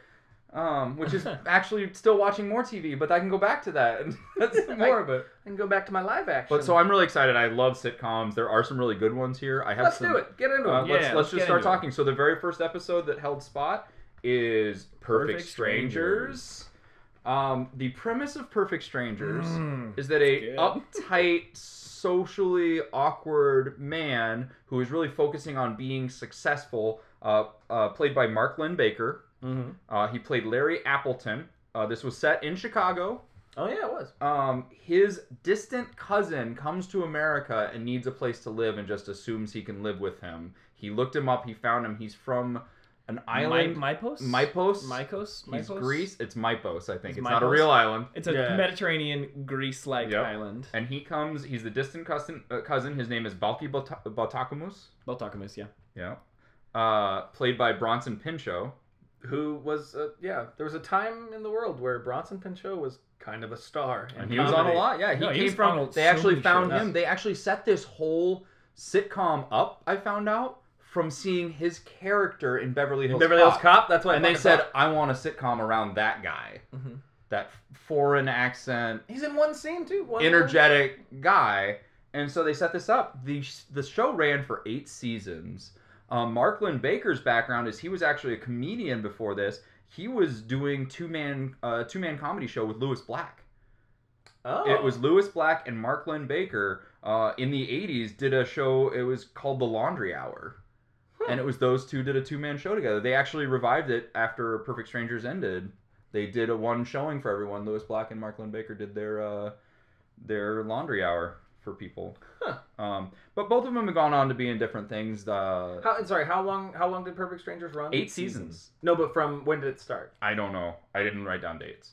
Speaker 2: um, which is actually still watching more TV. But I can go back to that, and that's more of it.
Speaker 1: And go back to my live action.
Speaker 2: But so I'm really excited. I love sitcoms. There are some really good ones here. I have
Speaker 1: let's
Speaker 2: some.
Speaker 1: do it. Get into
Speaker 2: Uh,
Speaker 1: it.
Speaker 3: Yeah,
Speaker 2: let's let's
Speaker 3: let's
Speaker 2: just
Speaker 3: get
Speaker 2: start
Speaker 3: into it.
Speaker 2: talking. So the very first episode that held spot is Perfect,
Speaker 3: Perfect
Speaker 2: Strangers. Um, the premise of Perfect Strangers
Speaker 3: Mm.
Speaker 2: is that a
Speaker 3: good.
Speaker 2: uptight, socially awkward man who is really focusing on being successful, uh, uh, played by Mark Lynn Baker.
Speaker 1: Mm-hmm.
Speaker 2: Uh, he played Larry Appleton. Uh, this was set in Chicago.
Speaker 1: Oh yeah, it was.
Speaker 2: Um, his distant cousin comes to America and needs a place to live and just assumes he can live with him. He looked him up. He found him. He's from an island,
Speaker 3: My, Mypos.
Speaker 2: Mypos.
Speaker 3: Mycos.
Speaker 2: He's
Speaker 3: Mypos?
Speaker 2: Greece. It's Mypos, I think. It's,
Speaker 3: It's
Speaker 2: not a
Speaker 3: Mypos?
Speaker 2: real island.
Speaker 3: It's a
Speaker 1: Yeah.
Speaker 3: Mediterranean Greece-like
Speaker 2: Yep.
Speaker 3: island.
Speaker 2: And he comes. He's the distant cousin. Uh, cousin. His name is Balki Bota- Botakumus.
Speaker 3: Baltakamus, yeah.
Speaker 2: Yeah. Uh, played by Bronson Pinchot.
Speaker 1: who was uh, yeah there was a time in the world where bronson pinchot was kind of a star in
Speaker 2: and he was on
Speaker 1: comedy.
Speaker 2: a lot. Yeah, he
Speaker 3: No, he
Speaker 2: came
Speaker 3: was
Speaker 2: from.
Speaker 3: on
Speaker 2: They
Speaker 3: so
Speaker 2: actually
Speaker 3: many
Speaker 2: found
Speaker 3: shows.
Speaker 2: him. They actually set this whole sitcom up. I found out from seeing his character in Beverly Hills.
Speaker 1: beverly hills
Speaker 2: Cop.
Speaker 1: cop that's why
Speaker 2: And they said, "I want a sitcom around that guy,
Speaker 3: Mhm.
Speaker 2: that foreign accent,
Speaker 1: he's in one scene too one
Speaker 2: energetic guy." And so they set this up. the The show ran for eight seasons. Uh, Marklin Baker's background is he was actually a comedian before this. He was doing two man uh, two man comedy show with Lewis Black.
Speaker 1: Oh,
Speaker 2: It was Lewis Black and Marklin Baker uh, in the '80s did a show. It was called The Laundry Hour, and it was those two did a two man show together. They actually revived it after Perfect Strangers ended. They did a one showing for everyone. Lewis Black and Marklin Baker did their uh, their laundry hour for people.
Speaker 1: Huh.
Speaker 2: Um, but both of them have gone on to be in different things. Uh,
Speaker 1: How, and sorry, how long? How long did Perfect Strangers run?
Speaker 2: eight seasons.
Speaker 1: No, but from when did it start?
Speaker 2: I don't know. I didn't write down dates.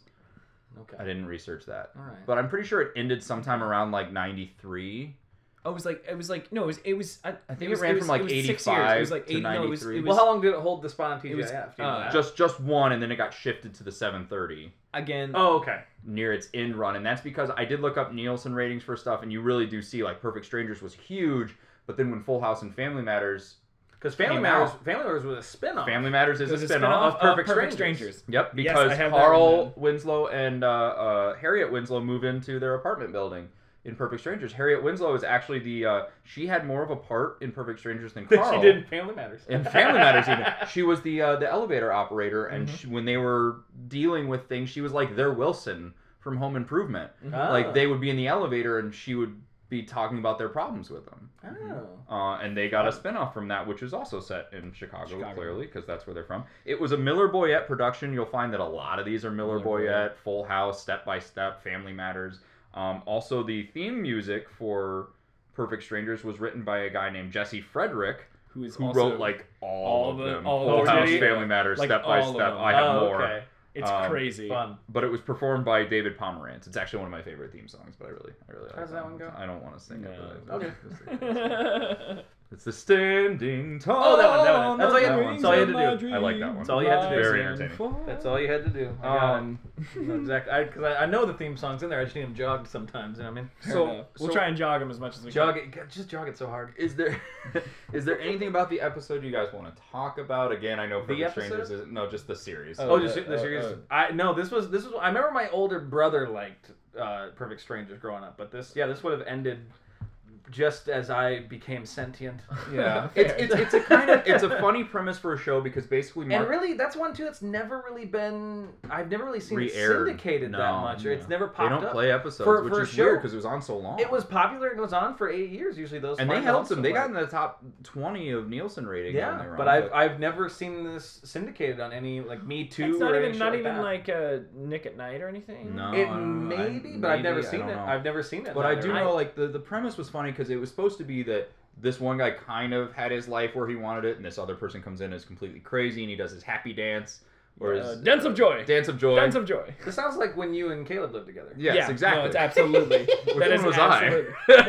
Speaker 1: Okay.
Speaker 2: I didn't research that.
Speaker 1: All right.
Speaker 2: But I'm pretty sure it ended sometime around like 93.
Speaker 3: Oh, it was like it was like no, it was it was. I,
Speaker 2: I think
Speaker 3: it
Speaker 2: it,
Speaker 3: was-
Speaker 2: ran
Speaker 3: it
Speaker 2: from
Speaker 3: was-
Speaker 2: like
Speaker 3: it was six
Speaker 2: 85
Speaker 3: years. It was like
Speaker 2: to
Speaker 3: eight- no, it was-
Speaker 2: 93.
Speaker 3: it was-
Speaker 1: well, how long did it hold the spot on TGIF?
Speaker 3: it was,
Speaker 1: Do you know
Speaker 3: uh,
Speaker 1: that?
Speaker 2: just just one and then it got shifted to the 730
Speaker 3: again.
Speaker 1: oh, okay.
Speaker 2: near its end run and that's because I did look up Nielsen ratings for stuff and you really do see like Perfect Strangers was huge, but then when Full House and Family Matters,
Speaker 1: Because Family
Speaker 2: Came
Speaker 1: Matters,
Speaker 2: out.
Speaker 1: Family Matters was a spin-off.
Speaker 2: Family Matters is
Speaker 3: It was
Speaker 2: a
Speaker 3: a
Speaker 2: spin-off.
Speaker 3: spin-off
Speaker 1: of
Speaker 3: of
Speaker 1: Perfect
Speaker 3: Perfect,
Speaker 1: Strangers.
Speaker 3: Strangers.
Speaker 2: Yep,
Speaker 3: Yes,
Speaker 2: because
Speaker 3: I have that one
Speaker 2: Carl
Speaker 3: then.
Speaker 2: Winslow and uh, uh, Harriet Winslow move into their apartment building in Perfect Strangers. Harriet Winslow is actually the uh, she had more of a part in Perfect Strangers than Carl.
Speaker 1: she did in Family Matters.
Speaker 2: In Family Matters, even she was the uh, the elevator operator, and she, when they were dealing with things, she was like their Wilson from Home Improvement.
Speaker 1: Ah.
Speaker 2: Like they would be in the elevator, and she would be talking about their problems with them.
Speaker 1: Oh.
Speaker 2: Uh, and they got a spinoff from that, which is also set in Chicago,
Speaker 3: Chicago.
Speaker 2: clearly, because that's where they're from. It was a Miller Boyette production. You'll find that a lot of these are Miller,
Speaker 3: Miller
Speaker 2: Boyette, Full House, Step by Step, Family Matters. Um, also, the theme music for Perfect Strangers was written by a guy named Jesse Frederick,
Speaker 3: who is
Speaker 2: who
Speaker 3: also,
Speaker 2: wrote like all,
Speaker 3: all
Speaker 2: of
Speaker 3: the-
Speaker 2: them.
Speaker 3: all
Speaker 2: Full
Speaker 1: of
Speaker 2: House,
Speaker 1: them.
Speaker 2: Family Matters,
Speaker 3: Like,
Speaker 2: Step by
Speaker 3: all of
Speaker 2: Step.
Speaker 3: them.
Speaker 2: I have
Speaker 1: Oh,
Speaker 2: more.
Speaker 1: okay.
Speaker 3: it's
Speaker 2: um,
Speaker 3: crazy.
Speaker 1: Fun.
Speaker 2: But it was performed by David Pomerantz. It's actually one of my favorite theme songs, but I really, I really like
Speaker 1: How's that one go?
Speaker 2: I don't want to sing it.
Speaker 3: No.
Speaker 2: But I-
Speaker 1: Okay.
Speaker 2: It's the standing tall.
Speaker 1: Oh, that one, that one.
Speaker 3: Oh,
Speaker 1: That's all you
Speaker 2: on
Speaker 1: had-
Speaker 2: the
Speaker 1: that's all you had to
Speaker 2: wings
Speaker 1: do.
Speaker 2: of my I like that one.
Speaker 1: That's all you had to do.
Speaker 2: Very entertaining.
Speaker 1: That's all you had to do. I got
Speaker 2: Um,
Speaker 1: it. No, exactly. Because I, I, know the theme song's in there. I just need them jogged sometimes. You know what I mean?
Speaker 2: So-
Speaker 3: so we'll
Speaker 2: so-
Speaker 3: try and jog him as much as we
Speaker 1: Jog it. God, Just jog it so hard.
Speaker 2: is there is there anything about the episode you guys want to talk about? Again, I know
Speaker 1: The
Speaker 2: Perfect
Speaker 1: episode?
Speaker 2: Strangers isn't. No, just the series.
Speaker 1: Oh,
Speaker 3: Oh,
Speaker 1: just
Speaker 3: uh,
Speaker 1: the
Speaker 3: uh,
Speaker 1: series.
Speaker 3: uh.
Speaker 1: I no, this was this was. I remember my older brother liked uh, Perfect Strangers growing up, but this yeah, this would have ended just as I became sentient.
Speaker 2: yeah,
Speaker 3: Fair.
Speaker 2: it's, it's it's a kind of it's a funny premise for a show because basically Mark
Speaker 1: And really, that's one too. It's never really been. I've never really seen it
Speaker 2: re-aired.
Speaker 1: syndicated that
Speaker 2: No,
Speaker 1: much, or
Speaker 2: no.
Speaker 1: it's never
Speaker 2: They
Speaker 1: popped
Speaker 2: don't
Speaker 1: up.
Speaker 2: play episodes,
Speaker 1: For-
Speaker 2: which
Speaker 1: for a
Speaker 2: is
Speaker 1: show.
Speaker 2: weird because it was on so long.
Speaker 1: It was popular and was on for eight years. Usually those
Speaker 2: and they
Speaker 1: find
Speaker 2: held
Speaker 1: out
Speaker 2: some. They got in
Speaker 1: somewhere.
Speaker 2: the top twenty of Nielsen ratings. on
Speaker 1: yeah,
Speaker 2: their
Speaker 1: but
Speaker 2: own,
Speaker 1: I've I've never seen this syndicated on any like Me Too
Speaker 3: It's
Speaker 1: or
Speaker 3: not
Speaker 1: any
Speaker 3: even
Speaker 1: shit
Speaker 3: not
Speaker 1: like
Speaker 3: even
Speaker 1: that.
Speaker 3: like uh, Nick at Night or anything.
Speaker 2: No.
Speaker 1: it
Speaker 2: I don't know. Um, I-
Speaker 1: maybe, but I've never
Speaker 2: maybe, I
Speaker 1: seen it.
Speaker 2: don't know.
Speaker 1: I've never seen it.
Speaker 2: But I do
Speaker 1: either.
Speaker 2: know, like the, the premise was funny because it was supposed to be that this one guy kind of had his life where he wanted it, and this other person comes in and is completely crazy, and he does his happy dance or
Speaker 3: Uh,
Speaker 2: his
Speaker 3: Dance of Joy.
Speaker 2: dance of joy.
Speaker 3: Dance of Joy.
Speaker 1: This sounds like when you and Caleb lived together.
Speaker 2: yes,
Speaker 3: yeah,
Speaker 2: exactly.
Speaker 3: No, it's absolutely.
Speaker 2: Which
Speaker 3: that
Speaker 2: one
Speaker 3: is
Speaker 2: was
Speaker 3: absolutely.
Speaker 2: I?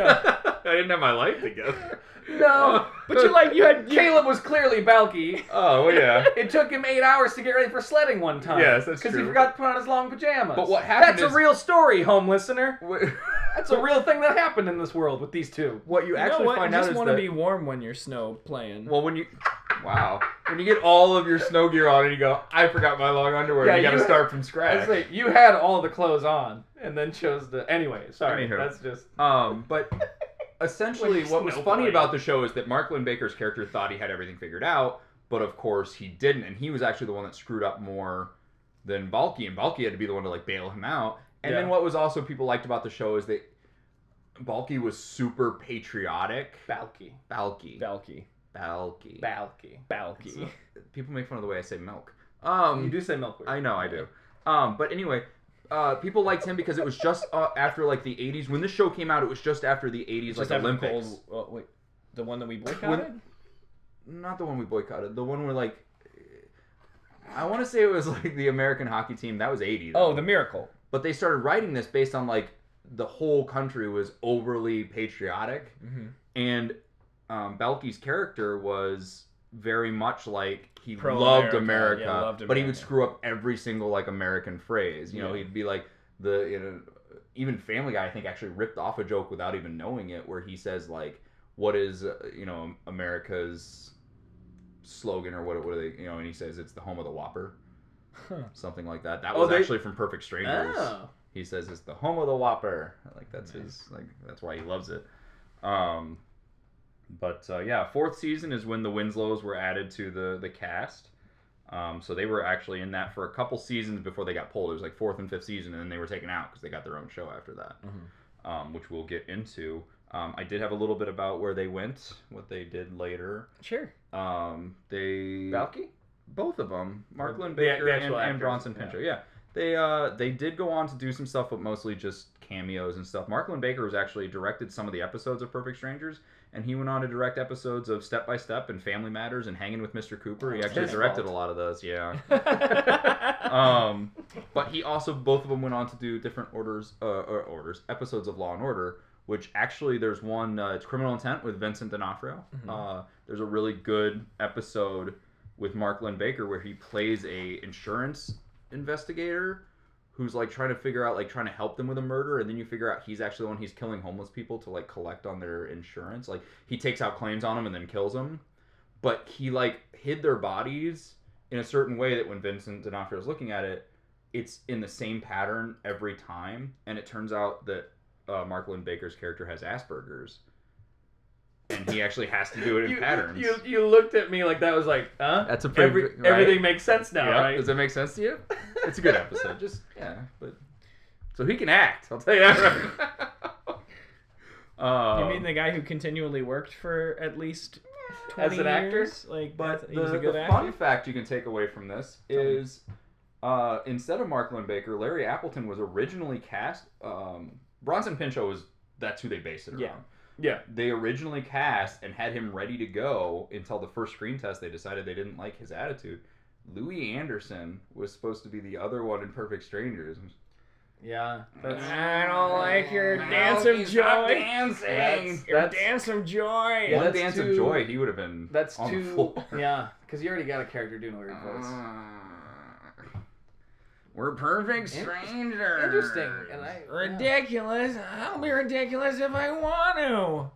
Speaker 3: No,
Speaker 2: I didn't have my life together.
Speaker 1: No,
Speaker 3: but you like you had you,
Speaker 1: Caleb was clearly Balky.
Speaker 2: Oh well, yeah.
Speaker 1: It took him eight hours to get ready for sledding one time.
Speaker 2: Yes, that's
Speaker 1: Because he
Speaker 2: true.
Speaker 1: forgot to put on his long pajamas.
Speaker 2: But what happened
Speaker 1: That's
Speaker 2: is-
Speaker 1: a real story, home listener.
Speaker 2: What-
Speaker 1: That's a real thing that happened in this world with these two.
Speaker 2: What you
Speaker 3: you know
Speaker 2: actually
Speaker 3: what? You
Speaker 2: find out
Speaker 3: just
Speaker 2: is
Speaker 3: want to
Speaker 2: that
Speaker 3: be warm when you're snow playing.
Speaker 2: well when you wow when you get all of your snow gear on and you go I forgot my long underwear.
Speaker 1: Yeah,
Speaker 2: you got to
Speaker 1: you-
Speaker 2: start from
Speaker 1: I
Speaker 2: scratch.
Speaker 1: was like, you had all the clothes on and then chose the. Anyway, sorry.
Speaker 2: Anywho.
Speaker 1: That's just.
Speaker 2: Um, but essentially,
Speaker 1: Like
Speaker 2: what was
Speaker 1: snow
Speaker 2: funny
Speaker 1: blade.
Speaker 2: about the show is that Marklin Baker's character thought he had everything figured out, but of course he didn't, and he was actually the one that screwed up more than Balky, and Balky had to be the one to like bail him out. And
Speaker 1: Yeah.
Speaker 2: then what was also people liked about the show is that Balky was super patriotic.
Speaker 1: Balky.
Speaker 2: Balky,
Speaker 3: Balky.
Speaker 2: Balky.
Speaker 1: Balky.
Speaker 3: Balky.
Speaker 2: People make fun of the way I say milk.
Speaker 1: You
Speaker 2: Um,
Speaker 1: do say milk.
Speaker 2: I know I do. Um, but anyway, uh, people liked him because it was just uh, after like the '80s. When this show came out, it was just after the '80s, like
Speaker 3: after the
Speaker 2: Olympics.
Speaker 3: Cold- oh, wait, the one that we boycotted.
Speaker 2: Not the one we boycotted. The one where like, eh, I want to say it was like the American hockey team. That was '80.
Speaker 3: Oh, the miracle.
Speaker 2: But they started writing this based on like the whole country was overly patriotic,
Speaker 3: Mm-hmm.
Speaker 2: and um, Belky's character was very much like he loved
Speaker 3: Pro-America,
Speaker 2: America,
Speaker 3: yeah, loved
Speaker 2: but he would
Speaker 3: America.
Speaker 2: screw up every single like American phrase. You know,
Speaker 3: Yeah.
Speaker 2: he'd be like the you know, even Family Guy I think actually ripped off a joke without even knowing it, where he says like, "What is uh, you know America's slogan or what? What are they? You know?" And he says it's the home of the Whopper,
Speaker 3: Huh.
Speaker 2: something like that. That
Speaker 1: Oh,
Speaker 2: was
Speaker 1: they-
Speaker 2: actually from Perfect Strangers
Speaker 1: Oh.
Speaker 2: he says it's the home of the whopper like that's
Speaker 3: Nice.
Speaker 2: his like that's why he loves it um But uh, yeah, fourth season is when the Winslows were added to the the cast. Um, so they were actually in that for a couple seasons before they got pulled. It was like fourth and fifth season, and then they were taken out because they got their own show after that, um, which we'll get into. Um, I did have a little bit about where they went, what they did later.
Speaker 3: Sure.
Speaker 2: Um, they
Speaker 1: Balky?
Speaker 2: both of them, Marklin
Speaker 1: The- the
Speaker 2: Baker and,
Speaker 1: actual
Speaker 2: and
Speaker 1: actors,
Speaker 2: Bronson
Speaker 1: yeah.
Speaker 2: Pinchot. Yeah. they uh they did go on to do some stuff, but mostly just cameos and stuff. Marklin Baker was actually directed some of the episodes of Perfect Strangers, and he went on to direct episodes of Step by Step and Family Matters and Hanging with Mr. Cooper. He
Speaker 3: It's
Speaker 2: actually
Speaker 1: his
Speaker 2: directed
Speaker 1: fault.
Speaker 2: a lot of those. Yeah.
Speaker 3: oh,
Speaker 2: Um, but he also both of them went on to do different orders, uh, or orders episodes of Law and Order, which actually there's one. Uh, it's Criminal Intent with Vincent D'Onofrio. Uh, there's a really good episode with Mark Lynn Baker where he plays a insurance investigator who's like trying to figure out like trying to help them with a murder and then you figure out he's actually the one he's killing homeless people to like collect on their insurance like he takes out claims on them and then kills them but he like hid their bodies in a certain way that when Vincent D'Onofrio is looking at it, it's in the same pattern every time. And it turns out that uh, Mark Lynn Baker's character has Asperger's, and he actually has to do it in
Speaker 1: you,
Speaker 2: patterns.
Speaker 1: You, you looked at me like that was like, huh?
Speaker 2: That's a pretty
Speaker 1: Every-
Speaker 2: good- right?
Speaker 1: Everything makes sense now,
Speaker 2: Yeah.
Speaker 1: right?
Speaker 2: Does that make sense to you? It's a good episode. Just yeah, but so he can act. I'll tell you that. Right now.
Speaker 3: you
Speaker 2: Um,
Speaker 3: mean the guy who continually worked for at least twenty
Speaker 1: As an actor?
Speaker 3: years? Like,
Speaker 2: But
Speaker 3: that's-
Speaker 2: the,
Speaker 3: he was a good
Speaker 2: the
Speaker 3: actor.
Speaker 2: fun fact you can take away from this is uh, instead of Mark Lynn Baker, Larry Appleton was originally cast. Um, Bronson Pinchot was that's who they based it around.
Speaker 3: Yeah.
Speaker 1: Yeah.
Speaker 2: They originally cast and had him ready to go until the first screen test. They decided they didn't like his attitude. Louis Anderson was supposed to be the other one in Perfect Strangers.
Speaker 1: Yeah. That's,
Speaker 3: I don't like your
Speaker 2: No,
Speaker 3: dancing
Speaker 2: Oh, he's not
Speaker 3: joy.
Speaker 2: Dancing.
Speaker 1: That's-
Speaker 3: Your dancing joy.
Speaker 1: Yeah,
Speaker 2: One
Speaker 1: that's
Speaker 2: dance
Speaker 1: too-
Speaker 2: of joy, he would have been.
Speaker 1: that's
Speaker 2: on The
Speaker 1: too.
Speaker 2: floor. Uh,
Speaker 1: Yeah, because you already got a character doing a weird voice.
Speaker 3: Ah.
Speaker 2: We're perfect
Speaker 1: Inter-
Speaker 2: strangers.
Speaker 1: Interesting. And I. yeah.
Speaker 3: Ridiculous. I'll be ridiculous if I want to.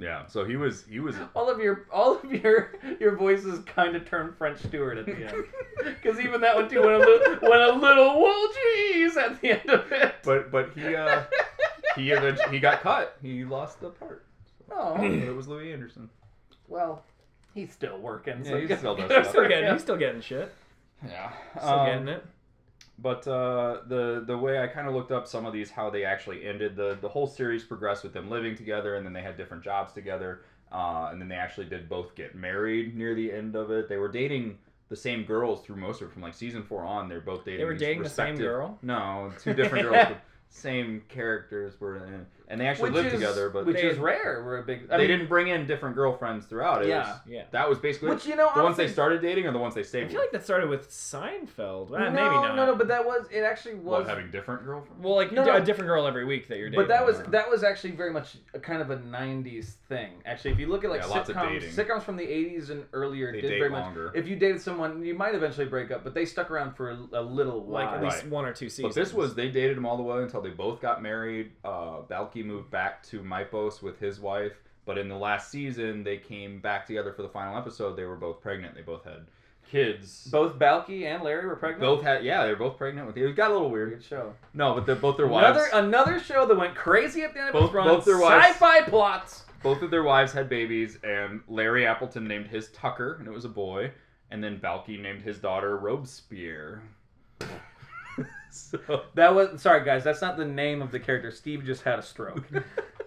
Speaker 2: Yeah. So he was. He was.
Speaker 1: All of your, all of your, your voices kind of turned French Stewart at the end, because even that one too went a little, went a little. Well, geez, at the end of it.
Speaker 2: But but he uh he event- he got cut. He lost the part. But
Speaker 1: Oh
Speaker 2: it was Louis Anderson.
Speaker 1: well, he's still working.
Speaker 2: Yeah,
Speaker 1: so
Speaker 2: he still does
Speaker 1: good
Speaker 2: stuff.
Speaker 1: for
Speaker 3: Still getting,
Speaker 1: him.
Speaker 3: he's still getting shit.
Speaker 2: Yeah.
Speaker 3: Still
Speaker 1: Um,
Speaker 3: getting it.
Speaker 2: But uh, the the way I kind of looked up some of these, how they actually ended the the whole series progressed with them living together, and then they had different jobs together, uh, and then they actually did both get married near the end of it. They were dating the same girls through most of it, from like season four on. They're both dating.
Speaker 3: They were
Speaker 2: these
Speaker 3: dating the same
Speaker 2: respective-
Speaker 3: girl?
Speaker 2: No, two different girls, but same characters were in, it. and they actually
Speaker 1: Which
Speaker 2: lived
Speaker 1: is-
Speaker 2: together, but
Speaker 1: which
Speaker 2: they,
Speaker 1: is rare. We're a big. I
Speaker 2: they
Speaker 1: mean,
Speaker 2: didn't bring in different girlfriends throughout. It
Speaker 1: Yeah.
Speaker 2: was,
Speaker 3: Yeah.
Speaker 2: that was basically
Speaker 1: Which, you know,
Speaker 2: the ones they
Speaker 1: honestly-
Speaker 2: started dating or the ones they stayed
Speaker 3: I feel like
Speaker 2: with.
Speaker 3: that started with Seinfeld. Well,
Speaker 1: no,
Speaker 3: Eh, maybe not.
Speaker 1: no, no. But that was. It actually
Speaker 2: What,
Speaker 1: was.
Speaker 2: having different girlfriends.
Speaker 3: well, like
Speaker 1: No,
Speaker 3: you do
Speaker 1: no.
Speaker 3: a different girl every week that you're dating.
Speaker 1: But that was
Speaker 2: Dave.
Speaker 1: that was actually very much a kind of a '90s thing. Actually, if you look at like
Speaker 2: Yeah, lots of
Speaker 1: sitcoms,
Speaker 2: dating.
Speaker 1: sitcoms from the '80s and earlier
Speaker 2: They
Speaker 1: did
Speaker 2: date
Speaker 1: very much.
Speaker 2: longer.
Speaker 1: If you dated someone, you might eventually break up, but they stuck around for a, a little while.
Speaker 3: like at least
Speaker 2: Right.
Speaker 3: one or two seasons.
Speaker 2: But this was they dated him all the way until they both got married. Uh, Balky moved back to Mypos with his wife, but in the last season they came back together for the final episode. They were both pregnant. They both had kids.
Speaker 1: both Balky and Larry were pregnant.
Speaker 2: Both had yeah, they were both pregnant with. It got a little weird.
Speaker 1: Good show.
Speaker 2: No, but they're both their wives.
Speaker 1: Another another show that went crazy at the end of
Speaker 2: Both-
Speaker 1: its run.
Speaker 2: both their wives-
Speaker 1: Sci-fi plots.
Speaker 2: both of their wives had babies, and Larry Appleton named his Tucker, and it was a boy, and then Balky named his daughter Robespierre. so
Speaker 1: That was sorry guys. That's not the name of the character. Steve just had a stroke.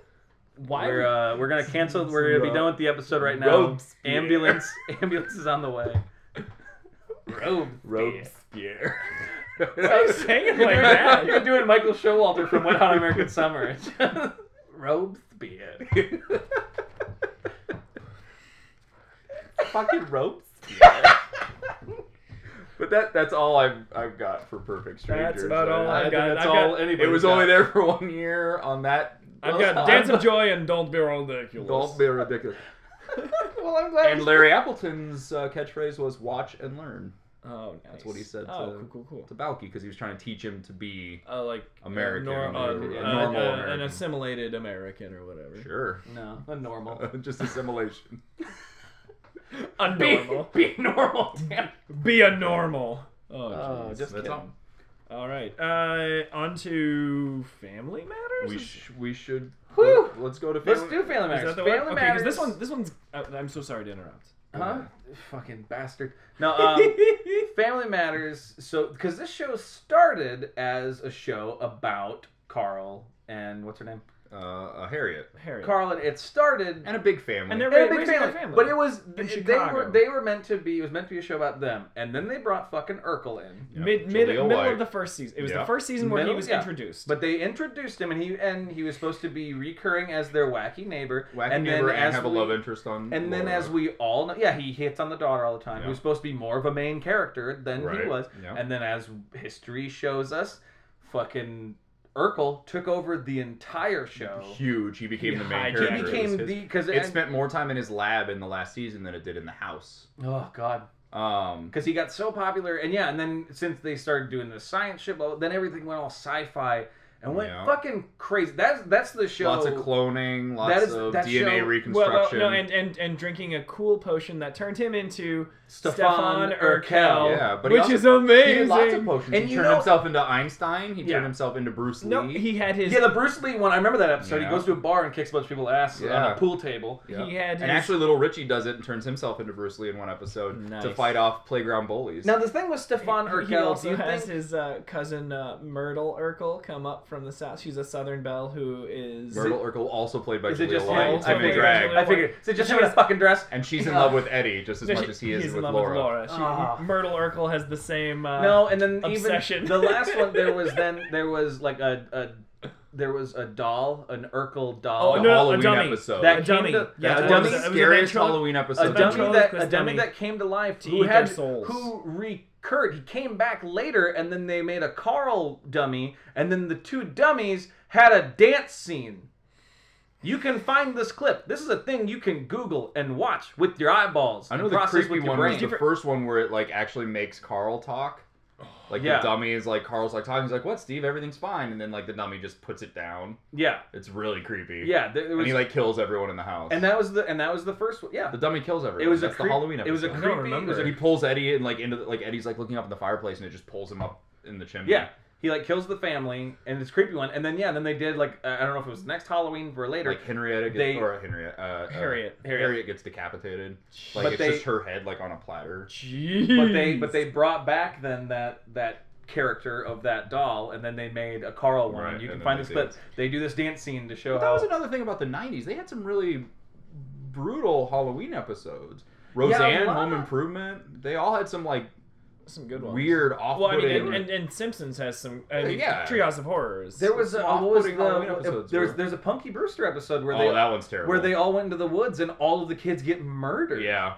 Speaker 3: why
Speaker 1: we're
Speaker 3: would-
Speaker 1: uh, we're gonna cancel. We're gonna be done with the episode right now.
Speaker 2: Robespierre.
Speaker 1: Ambulance ambulance is on the way. Robes.
Speaker 2: Robespierre.
Speaker 3: why are you saying it
Speaker 1: You're
Speaker 3: like
Speaker 1: doing,
Speaker 3: that?
Speaker 1: you're doing Michael Showalter from Wet Hot American Summer. Robespierre.
Speaker 2: fucking ropes. but that that's all I've I've got for Perfect Strangers.
Speaker 3: That's about all
Speaker 2: I-
Speaker 3: I've
Speaker 1: think
Speaker 3: got.
Speaker 1: that's
Speaker 3: I've
Speaker 1: all
Speaker 3: got-
Speaker 1: anybody.
Speaker 2: It was only there for one year on that.
Speaker 3: I've
Speaker 1: Well,
Speaker 3: got
Speaker 1: I'm-
Speaker 3: Dance of Joy and Don't Be Ridiculous.
Speaker 2: Don't be ridiculous.
Speaker 1: well, I'm glad.
Speaker 2: And Larry Appleton's uh, catchphrase was "Watch and learn"
Speaker 3: Oh, nice.
Speaker 2: what he said
Speaker 3: Oh,
Speaker 2: to-
Speaker 3: cool, cool,
Speaker 2: to
Speaker 3: cool.
Speaker 2: Balky because he was trying to teach him to be
Speaker 3: Uh, like
Speaker 2: American
Speaker 3: uh, nor-
Speaker 2: or
Speaker 3: uh,
Speaker 2: whatever,
Speaker 3: uh,
Speaker 2: a normal
Speaker 3: uh, an
Speaker 2: American.
Speaker 3: assimilated American or whatever.
Speaker 2: sure,
Speaker 1: no, a normal.
Speaker 2: just assimilation.
Speaker 3: A normal.
Speaker 1: Be, be normal. Damn.
Speaker 3: Be a normal. Oh,
Speaker 1: Oh,
Speaker 3: jeez.
Speaker 1: just
Speaker 2: That's
Speaker 1: kidding.
Speaker 2: all.
Speaker 3: All right. Uh, on to family matters.
Speaker 2: We
Speaker 3: Is-
Speaker 2: sh- we should
Speaker 1: Whew.
Speaker 2: Let, us go to
Speaker 1: Let's
Speaker 2: Family-
Speaker 1: do Family
Speaker 3: Is
Speaker 1: Matters.
Speaker 3: that the
Speaker 1: Family
Speaker 3: one? Okay,
Speaker 1: Matters.
Speaker 3: because this one, this one's. Uh, I'm so sorry to interrupt.
Speaker 1: Huh? Fucking bastard. No, um, Family Matters. So, because this show started as a show about Carl and what's her name?
Speaker 2: uh, uh, Harriet
Speaker 3: Harry.
Speaker 1: Carl and it started.
Speaker 2: and a big family.
Speaker 3: And they're
Speaker 1: They're a
Speaker 3: ra-
Speaker 1: big
Speaker 3: raising their
Speaker 1: family,
Speaker 3: family.
Speaker 1: but it was
Speaker 3: In
Speaker 1: they, they
Speaker 3: Chicago.
Speaker 1: were they were meant to be. It was meant to be a show about them, and then they brought fucking Urkel in.
Speaker 2: Yep,
Speaker 3: mid, mid
Speaker 2: Jaleel
Speaker 3: middle
Speaker 2: White.
Speaker 3: of the first season. It was
Speaker 2: Yeah.
Speaker 3: the first season where
Speaker 1: Middle-
Speaker 3: he was
Speaker 1: yeah.
Speaker 3: introduced.
Speaker 1: But they introduced him, and he and he was supposed to be recurring as their wacky neighbor.
Speaker 2: Wacky
Speaker 1: and
Speaker 2: neighbor
Speaker 1: then
Speaker 2: and
Speaker 1: as
Speaker 2: have
Speaker 1: we,
Speaker 2: a love interest on.
Speaker 1: And then,
Speaker 2: Laura.
Speaker 1: as we all know, yeah, he hits on the daughter all the time.
Speaker 2: Yeah.
Speaker 1: Who's supposed to be more of a main character than he
Speaker 2: Right.
Speaker 1: was.
Speaker 2: Yeah.
Speaker 1: And then, as history shows us, fucking Urkel took over the entire show.
Speaker 2: huge, he became
Speaker 3: He
Speaker 2: the main
Speaker 3: hijacked
Speaker 1: He
Speaker 2: character. It was
Speaker 1: became
Speaker 2: his-
Speaker 1: the because
Speaker 2: It spent more time in his lab in the last season than it did in the house.
Speaker 1: oh god
Speaker 2: Um,
Speaker 1: because he got so popular and yeah and then since they started doing the science shit blah, blah, then everything went all sci-fi and went
Speaker 2: Yeah.
Speaker 1: fucking crazy. That's that's the show.
Speaker 2: lots of cloning, lots
Speaker 1: That is-
Speaker 2: of
Speaker 1: that
Speaker 2: DNA
Speaker 1: show-
Speaker 3: well, well,
Speaker 2: reconstruction.
Speaker 3: no, and, and and drinking a cool potion that turned him into
Speaker 1: Stefan
Speaker 3: Stefan
Speaker 1: Urkel.
Speaker 3: Urkel,
Speaker 2: Yeah, but he
Speaker 3: which
Speaker 2: also-
Speaker 3: is
Speaker 2: he
Speaker 3: amazing.
Speaker 2: did lots of potions.
Speaker 1: And
Speaker 2: he
Speaker 1: you
Speaker 2: turned
Speaker 1: know-
Speaker 2: himself into Einstein. He
Speaker 1: Yeah.
Speaker 2: turned himself into Bruce Lee.
Speaker 3: no, he had his.
Speaker 1: yeah, the Bruce Lee one. I remember that episode.
Speaker 2: Yeah.
Speaker 1: He goes to a bar and kicks a bunch of people's ass on
Speaker 2: Yeah.
Speaker 1: a pool table.
Speaker 2: Yeah.
Speaker 3: He had
Speaker 2: and
Speaker 3: his-
Speaker 2: actually, Little Richie does it and turns himself into Bruce Lee in one episode to
Speaker 3: Nice.
Speaker 2: fight off playground bullies.
Speaker 1: Now the thing with Stefan
Speaker 3: he-
Speaker 1: Urkel,
Speaker 3: He also
Speaker 1: do you
Speaker 3: has
Speaker 1: think-
Speaker 3: his uh, cousin uh, Myrtle Urkel come up from the south. She's a Southern belle who is.
Speaker 2: Myrtle Urkel, also played by
Speaker 1: Is it
Speaker 2: Julia
Speaker 1: just him?
Speaker 2: White,
Speaker 3: Lyons,
Speaker 1: I
Speaker 2: in
Speaker 3: Timothy
Speaker 1: figured.
Speaker 2: drag,
Speaker 3: Drag.
Speaker 1: I figured. Is it just him in a fucking dress?
Speaker 2: and she's in love with Eddie just as
Speaker 3: No,
Speaker 2: much
Speaker 3: she-
Speaker 2: as he is,
Speaker 3: he's in
Speaker 2: with,
Speaker 3: love
Speaker 2: Laura.
Speaker 3: with Laura. She,
Speaker 1: Ah.
Speaker 3: Myrtle Urkel has the same. Uh,
Speaker 1: No, and then
Speaker 3: obsession.
Speaker 1: even the last one, there was then there was like a, a there was a doll, an Urkel doll.
Speaker 3: Oh,
Speaker 2: The
Speaker 3: no, no, a
Speaker 2: Halloween
Speaker 3: dummy.
Speaker 2: episode.
Speaker 1: That
Speaker 3: a
Speaker 1: came
Speaker 3: dummy.
Speaker 1: to-
Speaker 3: yeah,
Speaker 1: a
Speaker 3: it
Speaker 2: That's one
Speaker 1: dummy.
Speaker 2: of
Speaker 3: was-
Speaker 2: the
Speaker 3: it was a
Speaker 2: scariest
Speaker 3: ventrilo-
Speaker 2: Halloween
Speaker 1: a
Speaker 2: episode.
Speaker 1: dummy
Speaker 3: ventriloquist
Speaker 1: that a dummy,
Speaker 3: dummy.
Speaker 1: that came to life
Speaker 3: To
Speaker 1: who
Speaker 3: eat
Speaker 1: had
Speaker 3: their souls.
Speaker 1: who recurred. He came back later, and then they made a Carl dummy, and then the two dummies had a dance scene. You can find this clip. This is a thing you can Google and watch with your eyeballs.
Speaker 2: I know
Speaker 1: and
Speaker 2: the
Speaker 1: process
Speaker 2: creepy
Speaker 1: with your
Speaker 2: one was
Speaker 1: brain.
Speaker 2: the first one where it like actually makes Carl talk. Like
Speaker 1: Oh, Yeah.
Speaker 2: the dummy is like Carl's like talking. He's like, "What, Steve? Everything's fine." And then like the dummy just puts it down.
Speaker 1: Yeah,
Speaker 2: It's really creepy.
Speaker 1: yeah. There, there was,
Speaker 2: and he like kills everyone in the house.
Speaker 1: and that was the and that was the first one. Yeah,
Speaker 2: the dummy kills everyone.
Speaker 1: It was a
Speaker 2: That's
Speaker 1: creep-
Speaker 2: the Halloween
Speaker 1: it was
Speaker 2: episode.
Speaker 1: a creepy-
Speaker 3: remember
Speaker 1: it was a
Speaker 2: he pulls Eddie and like into the, like Eddie's like looking up at the fireplace and it just pulls him up in the chimney.
Speaker 1: Yeah, he like kills the family, and it's a creepy one. And then yeah, then they did like uh, I don't know if it was next Halloween or later.
Speaker 2: Like Henrietta gets,
Speaker 1: They-
Speaker 2: or Henrietta, uh,
Speaker 3: Harriet.
Speaker 2: uh, Harriet gets decapitated. Like
Speaker 1: But
Speaker 2: it's
Speaker 1: they-
Speaker 2: just her head like on a platter.
Speaker 3: Jeez.
Speaker 1: but they but they brought back then that that character of that doll, and then they made a Carl one.
Speaker 2: Right,
Speaker 1: you can
Speaker 2: and
Speaker 1: find
Speaker 2: then
Speaker 1: this
Speaker 2: they
Speaker 1: clip.
Speaker 2: did.
Speaker 1: They do this dance scene to show
Speaker 2: But that
Speaker 1: how
Speaker 2: was another thing about the '90s. They had some really brutal Halloween episodes.
Speaker 1: a
Speaker 2: Roseanne,
Speaker 1: lot.
Speaker 2: Home Improvement. They all had some like
Speaker 3: some good ones.
Speaker 2: weird, off
Speaker 3: Well, I mean,
Speaker 2: putting.
Speaker 3: and, and, and Simpsons has some. I mean,
Speaker 2: Yeah.
Speaker 3: Treehouse of Horrors.
Speaker 1: there was a,
Speaker 2: some
Speaker 1: what was the,
Speaker 2: off-putting Halloween episodes
Speaker 1: there's
Speaker 2: were.
Speaker 1: there's a Punky Brewster episode where
Speaker 2: oh,
Speaker 1: they
Speaker 2: that one's terrible.
Speaker 1: where they all went into the woods and all of the kids get murdered.
Speaker 2: yeah.
Speaker 1: Like-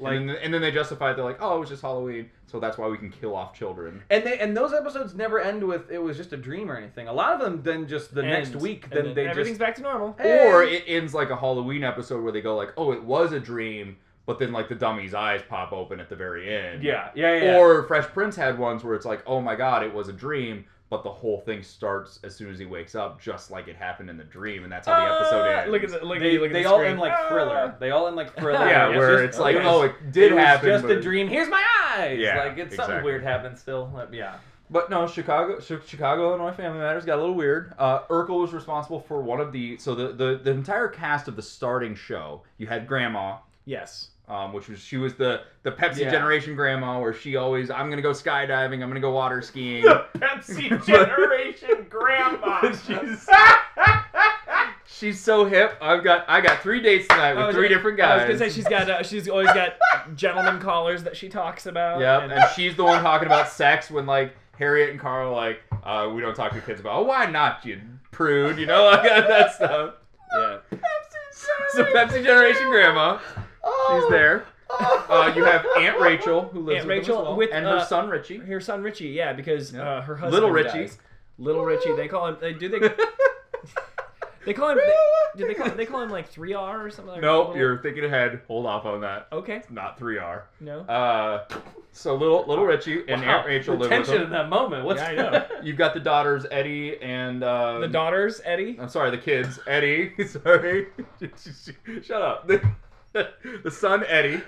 Speaker 2: Like, and, then, and then they justify it. They're like, "Oh, it was just Halloween, so that's why we can kill off children."
Speaker 1: And they and those episodes never end with it was just a dream or anything. A lot of them then just the
Speaker 3: And-
Speaker 1: next week
Speaker 3: and
Speaker 1: then, they
Speaker 3: everything's
Speaker 1: just
Speaker 3: back to normal.
Speaker 1: Hey!
Speaker 2: Or it ends like a Halloween episode where they go like, "Oh, it was a dream," but then like the dummy's eyes pop open at the very end.
Speaker 1: yeah yeah yeah.
Speaker 2: Or Fresh Prince had ones where it's like, "Oh my God, it was a dream," but the whole thing starts as soon as he wakes up, just like it happened in the dream, and that's how the episode
Speaker 3: Ah,
Speaker 2: ends.
Speaker 3: Look at the, look at
Speaker 1: they
Speaker 3: you, look at
Speaker 1: they
Speaker 3: the
Speaker 1: all
Speaker 3: screen.
Speaker 1: end like
Speaker 3: Ah.
Speaker 1: thriller. They all end like thriller.
Speaker 2: yeah,
Speaker 1: It's
Speaker 2: where
Speaker 1: just-
Speaker 2: it's like,
Speaker 1: it was-
Speaker 2: "Oh, it did
Speaker 1: it was
Speaker 2: happen."
Speaker 1: just
Speaker 2: but
Speaker 1: a dream. Here's my eyes.
Speaker 2: Yeah,
Speaker 1: like it's something
Speaker 2: exactly.
Speaker 1: weird happened still. Like, Yeah.
Speaker 2: But no, Chicago, Chi- Chicago, Illinois Family Matters got a little weird. Uh, Urkel was responsible for one of the so the, the the entire cast of the starting show. You had Grandma,
Speaker 3: Yes.
Speaker 2: um, which was she was the the Pepsi
Speaker 1: Yeah.
Speaker 2: generation Grandma, where she always I'm gonna go skydiving, I'm gonna go water skiing.
Speaker 1: Pepsi generation grandma.
Speaker 2: she's she's so hip. I've got I got three dates tonight
Speaker 3: I
Speaker 2: with
Speaker 3: was
Speaker 2: three
Speaker 3: gonna-
Speaker 2: different
Speaker 3: I
Speaker 2: guys.
Speaker 3: was gonna say she's got uh, she's always got gentleman callers that she talks about.
Speaker 2: Yep,
Speaker 3: and-
Speaker 2: and she's the one talking about sex when like Harriet and Carl are like, uh, we don't talk to kids about. Oh, why not, you prude? You know, like that stuff.
Speaker 3: yeah.
Speaker 2: So Pepsi Generation Grandma,
Speaker 1: Oh.
Speaker 2: she's there. Uh, you have Aunt Rachel who lives
Speaker 3: Aunt
Speaker 2: with, them as
Speaker 3: Rachel
Speaker 2: well,
Speaker 3: with,
Speaker 2: and
Speaker 3: uh,
Speaker 2: her son Richie.
Speaker 3: Her son Richie, yeah, because
Speaker 2: Yeah.
Speaker 3: uh, her husband
Speaker 2: Little Richie.
Speaker 3: dies. Little Richie, they call him. They do they. They call him. They, did they call? They call him like three R or something. like
Speaker 2: nope,
Speaker 3: little-
Speaker 2: you're thinking ahead. Hold off on that.
Speaker 3: okay.
Speaker 2: Not three R.
Speaker 3: No.
Speaker 2: Uh, so little little Richie and
Speaker 1: Wow,
Speaker 2: Aunt Rachel
Speaker 1: the
Speaker 2: live with
Speaker 1: tension in
Speaker 2: them.
Speaker 1: that moment. What's
Speaker 3: Yeah, I know.
Speaker 2: You've got the daughters Eddie and uh,
Speaker 3: the daughters, Eddie.
Speaker 2: I'm sorry, the kids. Eddie, sorry. Shut up. The, the son, Eddie,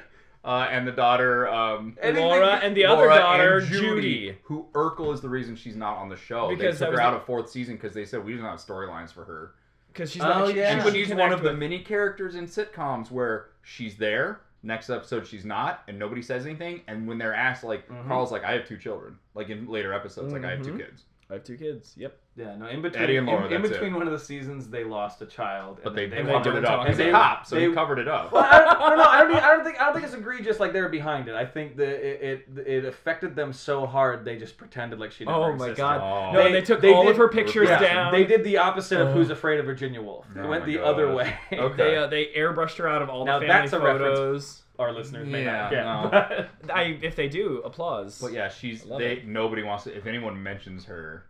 Speaker 2: uh, and the daughter, um,
Speaker 1: Eddie Anything-
Speaker 3: Laura and the other
Speaker 2: Laura
Speaker 3: daughter,
Speaker 2: and
Speaker 3: Judy.
Speaker 2: Who Urkel is the reason she's not on the show.
Speaker 3: Because that
Speaker 2: they took
Speaker 3: was
Speaker 2: her out
Speaker 3: the-
Speaker 2: of fourth season because they said we didn't have storylines for her.
Speaker 3: because she's
Speaker 1: Oh,
Speaker 3: not. she-
Speaker 1: yeah.
Speaker 2: And
Speaker 3: she
Speaker 2: when
Speaker 1: she's
Speaker 2: he's
Speaker 3: can
Speaker 2: one
Speaker 3: act
Speaker 2: of the
Speaker 3: with-
Speaker 2: many characters in sitcoms where she's there, next episode she's not, and nobody says anything. And when they're asked, like
Speaker 3: Mm-hmm.
Speaker 1: Mhm.
Speaker 2: Carl's like, "I have two children." Like in later episodes, like I have two
Speaker 1: Mhm.
Speaker 2: kids,
Speaker 3: I have two kids. Yep.
Speaker 1: Yeah, no. In between,
Speaker 2: Eddie and Laura,
Speaker 1: in, in
Speaker 2: that's it.
Speaker 1: between one of the seasons, they lost a child,
Speaker 2: but they,
Speaker 1: then
Speaker 2: they,
Speaker 3: and
Speaker 1: they
Speaker 3: they
Speaker 2: covered
Speaker 1: wanted
Speaker 3: don't
Speaker 2: it up.
Speaker 3: talk
Speaker 2: He's
Speaker 1: about
Speaker 2: a
Speaker 1: it.
Speaker 2: cop, so
Speaker 1: They-
Speaker 2: he covered it up.
Speaker 1: Well, I don't, I don't know. I don't, e, I don't think. I don't think it's egregious. Like they were behind it. I think that it it, it affected them so hard they just pretended like she. Never
Speaker 3: Oh my
Speaker 1: existed.
Speaker 3: god.
Speaker 2: Oh.
Speaker 3: No,
Speaker 1: They-
Speaker 3: they, took
Speaker 1: they
Speaker 3: all
Speaker 1: did-
Speaker 3: of her pictures
Speaker 1: Yeah,
Speaker 3: down.
Speaker 1: They did the opposite of
Speaker 3: Oh.
Speaker 1: Who's Afraid of Virginia Wolf. They
Speaker 2: Oh
Speaker 1: went
Speaker 2: my
Speaker 1: the
Speaker 2: gosh.
Speaker 1: other way.
Speaker 2: Okay.
Speaker 3: They uh, they airbrushed her out of all
Speaker 1: Now
Speaker 3: the family
Speaker 1: that's a reference.
Speaker 3: photos.
Speaker 1: Our listeners may not
Speaker 2: Yeah,
Speaker 1: get.
Speaker 2: no.
Speaker 1: but-
Speaker 3: I if they do, applause.
Speaker 2: But yeah, she's
Speaker 3: I love
Speaker 2: they. Nobody wants to. If anyone mentions her,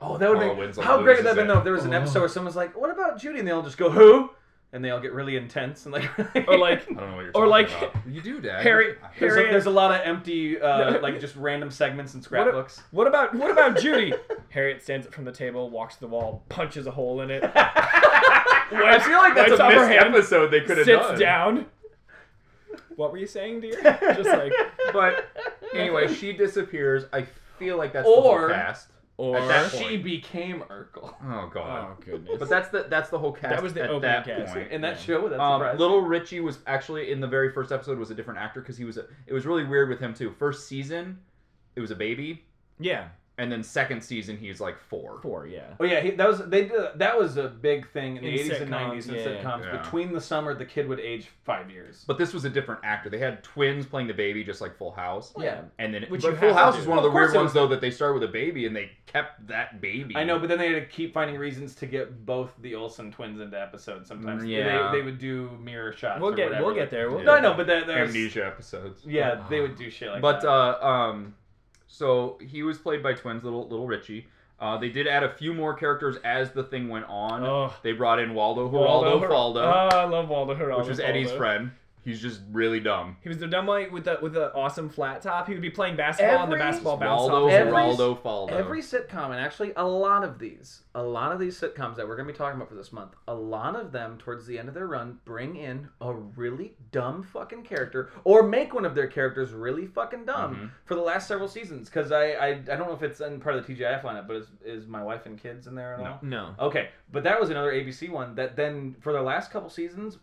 Speaker 1: Oh, that would
Speaker 2: Laura
Speaker 1: be
Speaker 2: Winslow
Speaker 1: how great would that
Speaker 2: loses
Speaker 1: been
Speaker 2: it.
Speaker 1: though if there was
Speaker 3: Oh,
Speaker 1: an episode where someone's like, "What about Judy?" and they all just go, "Who?" and they all get really intense and like.
Speaker 3: Or like
Speaker 2: I don't know what you're.
Speaker 3: Or
Speaker 2: talking
Speaker 3: like-
Speaker 2: about. you do, Dad.
Speaker 3: Harry-
Speaker 2: I-
Speaker 1: There's,
Speaker 3: Harriet-
Speaker 1: a, there's a lot of empty, uh,
Speaker 3: No.
Speaker 1: like just random segments and
Speaker 3: What a-
Speaker 1: scrapbooks.
Speaker 3: What about what about Judy? Harriet stands up from the table, walks to the wall, punches a hole in it,
Speaker 2: I feel like that's
Speaker 3: wipes
Speaker 2: a
Speaker 3: up her
Speaker 2: missed
Speaker 3: hand,
Speaker 2: episode they could have
Speaker 3: sits
Speaker 2: done.
Speaker 3: down. What were you saying, dear? Just like
Speaker 2: But anyway, she disappears. I feel like that's
Speaker 1: Or-
Speaker 2: the whole cast.
Speaker 3: or
Speaker 2: At that point.
Speaker 1: she became Urkel.
Speaker 2: Oh god.
Speaker 3: oh goodness.
Speaker 2: But that's the that's the whole cast.
Speaker 3: That was the
Speaker 2: at
Speaker 3: opening
Speaker 2: that
Speaker 3: cast.
Speaker 2: point.
Speaker 1: In that
Speaker 2: Yeah.
Speaker 1: show, that's
Speaker 2: Um,
Speaker 1: surprising.
Speaker 2: Little Richie was actually in the very first episode was a different actor because he was a, it was really weird with him too. First season, it was a baby,
Speaker 3: yeah,
Speaker 2: and then second season he's like four.
Speaker 3: four. Yeah,
Speaker 1: Oh yeah, he, that was they. did- That was a big thing in the
Speaker 3: In
Speaker 1: eighties and
Speaker 3: sitcoms,
Speaker 1: nineties in
Speaker 3: yeah, yeah.
Speaker 1: sitcoms.
Speaker 2: Yeah.
Speaker 1: Between the summer, the kid would age five years.
Speaker 2: But this was a different actor. They had twins playing the baby, just like Full House.
Speaker 1: Oh, Yeah.
Speaker 2: And then
Speaker 3: Which
Speaker 2: but
Speaker 3: you have
Speaker 2: Full
Speaker 3: to
Speaker 2: House
Speaker 3: do.
Speaker 2: is one of the
Speaker 1: Of course
Speaker 2: weird
Speaker 1: it
Speaker 2: ones
Speaker 1: was-
Speaker 2: though that they started with a baby and they kept that baby.
Speaker 1: I know, but then they had to keep finding reasons to get both the Olsen twins into episodes. Sometimes
Speaker 2: Mm, yeah.
Speaker 1: they, they would do mirror shots.
Speaker 3: we'll
Speaker 1: or
Speaker 3: get
Speaker 1: whatever.
Speaker 3: we'll get there. We'll
Speaker 1: No,
Speaker 2: Yeah.
Speaker 1: I know, but that, that was-
Speaker 2: amnesia episodes.
Speaker 1: Yeah, they would do shit like
Speaker 2: but
Speaker 1: that.
Speaker 2: uh, um, so he was played by twins, little little Richie. Uh, they did add a few more characters as the thing went on.
Speaker 1: Oh.
Speaker 3: Ugh.
Speaker 2: They brought in Waldo Geraldo
Speaker 3: Oh, Her-
Speaker 2: Faldo,
Speaker 3: Oh, I love Waldo Geraldo.
Speaker 2: which was Eddie's
Speaker 3: Faldo.
Speaker 2: friend. He's just really dumb.
Speaker 3: He was the dumb like with the with the awesome flat top. He would be playing basketball and the
Speaker 1: Every-
Speaker 3: basketball bounced
Speaker 2: Waldo
Speaker 3: off.
Speaker 1: Every-
Speaker 2: Geraldo Faldo.
Speaker 1: Every sitcom, and actually a lot of these, a lot of these sitcoms that we're going to be talking about for this month, a lot of them towards the end of their run bring in a really dumb fucking character or make one of their characters really fucking dumb
Speaker 2: Mhm.
Speaker 1: for the last several seasons. Because I, I, I don't know if it's in part of the TGIF lineup, but is, is my wife and kids in there at
Speaker 2: No.
Speaker 1: all?
Speaker 3: no.
Speaker 1: Okay, but that was another ABC one that then for the last couple seasons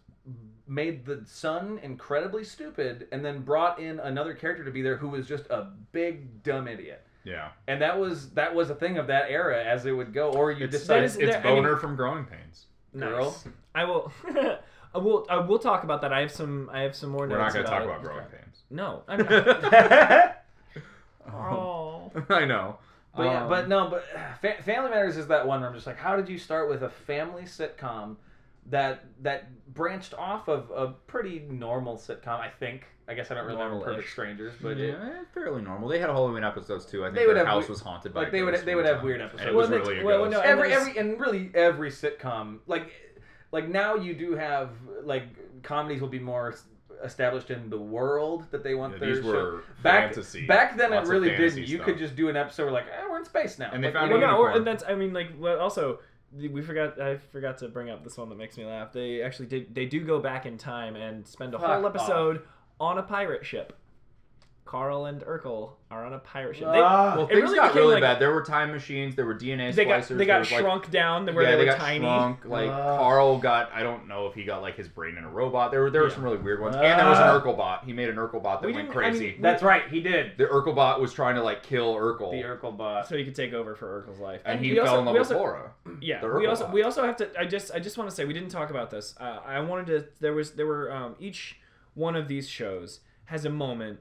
Speaker 1: made the son incredibly stupid and then brought in another character to be there who was just a big dumb idiot
Speaker 2: yeah,
Speaker 1: and that was that was a thing of that era as it would go or you
Speaker 2: it's,
Speaker 1: decide
Speaker 3: is-
Speaker 2: it's
Speaker 3: that- I mean-
Speaker 2: Boner from Growing Pains.
Speaker 1: Girl.
Speaker 3: Nice. I will. I will. I will talk about that. I have some. I have some more.
Speaker 2: We're not
Speaker 3: notes
Speaker 2: going to talk
Speaker 3: it.
Speaker 2: about Growing Pains.
Speaker 3: No, I'm not. oh.
Speaker 2: I know.
Speaker 1: but yeah
Speaker 2: Um,
Speaker 1: but no but uh, fa- family matters is that one where i'm just like how did you start with a family sitcom that that branched off of a pretty normal sitcom i think i guess i don't really remember
Speaker 2: Normal-ish.
Speaker 1: perfect strangers but
Speaker 2: yeah,
Speaker 1: it,
Speaker 2: eh, fairly normal. They had Halloween episodes too. I think
Speaker 1: They would
Speaker 2: their
Speaker 1: have
Speaker 2: house
Speaker 1: we-
Speaker 2: was haunted by.
Speaker 1: like
Speaker 2: a
Speaker 1: they would
Speaker 2: ghost
Speaker 1: they
Speaker 2: one
Speaker 1: would have
Speaker 2: time.
Speaker 1: weird
Speaker 2: And
Speaker 1: episodes
Speaker 2: It was
Speaker 3: Well,
Speaker 2: really a
Speaker 3: well,
Speaker 2: ghost.
Speaker 3: no, I-
Speaker 1: every
Speaker 3: there's-
Speaker 1: every and really every sitcom like like now you do have like comedies will be more s- established in the world that they want
Speaker 2: Yeah,
Speaker 1: their
Speaker 2: these
Speaker 1: show-
Speaker 2: were
Speaker 1: back
Speaker 2: fantasy.
Speaker 1: back then
Speaker 2: Lots
Speaker 1: it
Speaker 2: of
Speaker 1: really
Speaker 2: fantasy
Speaker 1: didn't you
Speaker 2: stuff.
Speaker 1: could just do an episode where like eh, we're in space now
Speaker 2: And they
Speaker 1: Like,
Speaker 2: found
Speaker 1: you
Speaker 2: a
Speaker 1: know,
Speaker 3: Well, no, or,
Speaker 2: unicorn.
Speaker 3: and that's. I mean, like, well, also the- we forgot. I forgot to bring up this one that makes me laugh. They actually did. They do go back in time and spend a
Speaker 1: Fuck
Speaker 3: whole episode on a pirate ship. Carl and Urkel are on a pirate ship. They,
Speaker 1: Ah.
Speaker 2: Well,
Speaker 3: it
Speaker 2: things
Speaker 3: really
Speaker 2: got
Speaker 3: became,
Speaker 2: really
Speaker 3: like-
Speaker 2: bad. There were time machines. There were DNA
Speaker 3: they got
Speaker 2: splicers.
Speaker 3: they
Speaker 2: there
Speaker 3: got
Speaker 2: was, like-
Speaker 3: shrunk down to where
Speaker 2: yeah,
Speaker 3: they,
Speaker 2: they,
Speaker 3: were
Speaker 2: got
Speaker 3: tiny.
Speaker 2: shrunk. Like
Speaker 1: Ah.
Speaker 2: Carl got. I don't know if he got like his brain in a robot. There were there were
Speaker 3: Yeah.
Speaker 2: some really weird ones. and there was an
Speaker 1: Ah.
Speaker 2: Urkel bot. He made an Urkel bot that
Speaker 3: We
Speaker 2: went
Speaker 3: didn't- I
Speaker 2: crazy.
Speaker 3: mean-
Speaker 1: that's right he did
Speaker 2: the Urkel bot was trying to like kill Urkel,
Speaker 1: the Urkel bot
Speaker 3: So he could take over for Urkel's life.
Speaker 2: and
Speaker 3: And
Speaker 2: he
Speaker 3: we
Speaker 2: fell
Speaker 3: also-
Speaker 2: in love
Speaker 3: we
Speaker 2: with
Speaker 3: also-
Speaker 2: Laura.
Speaker 3: Yeah,
Speaker 2: The
Speaker 3: we
Speaker 2: Urkel
Speaker 3: also
Speaker 2: bot.
Speaker 3: we also have to. I just I just want to say we didn't talk about this. Uh, I wanted to. There was there were um, each one of these shows has a moment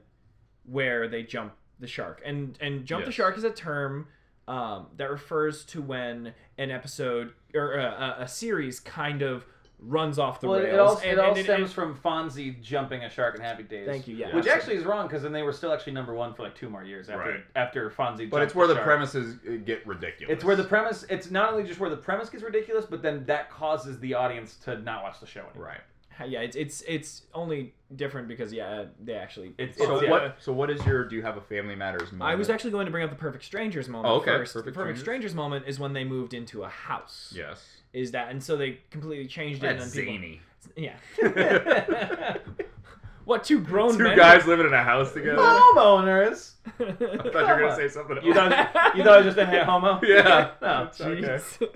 Speaker 3: where they jump the shark, and and jump the
Speaker 2: Yes.
Speaker 3: shark is a term um, that refers to when an episode or uh, a, a series kind of runs off the
Speaker 1: well,
Speaker 3: rails.
Speaker 1: it all,
Speaker 3: and-
Speaker 1: it all
Speaker 3: and- and-
Speaker 1: stems from Fonzie jumping a shark in Happy Days.
Speaker 3: Thank you, yeah.
Speaker 1: Which
Speaker 3: So-
Speaker 1: actually is wrong because then they were still actually number one for like two more years after
Speaker 2: Right.
Speaker 1: after Fonzie.
Speaker 2: But
Speaker 1: jumped
Speaker 2: it's where the
Speaker 1: shark.
Speaker 2: premises uh, get ridiculous.
Speaker 1: It's where the premise. It's not only just where the premise gets ridiculous, but then that causes the audience to not watch the show anymore.
Speaker 2: right.
Speaker 3: yeah, it's it's it's only different because yeah, they actually.
Speaker 1: It's-
Speaker 2: So
Speaker 1: yeah.
Speaker 2: what? So what is your? Do you have a Family Matters moment?
Speaker 3: I was actually going to bring up the Perfect Strangers moment
Speaker 2: Oh, okay.
Speaker 3: first.
Speaker 2: Perfect
Speaker 3: the Perfect
Speaker 2: Strangers.
Speaker 3: Strangers moment is when they moved into a house.
Speaker 2: yes.
Speaker 3: is that and so they completely changed it
Speaker 2: That's
Speaker 3: and then people,
Speaker 2: zany.
Speaker 3: yeah what two Oh, grown
Speaker 2: Two
Speaker 3: men
Speaker 2: guys living in a house together. I
Speaker 1: Homeowners.
Speaker 2: thought you were gonna say something.
Speaker 1: You
Speaker 2: else.
Speaker 1: thought you thought I was just in homo?
Speaker 2: Yeah.
Speaker 1: No.
Speaker 2: okay.
Speaker 3: Jeez.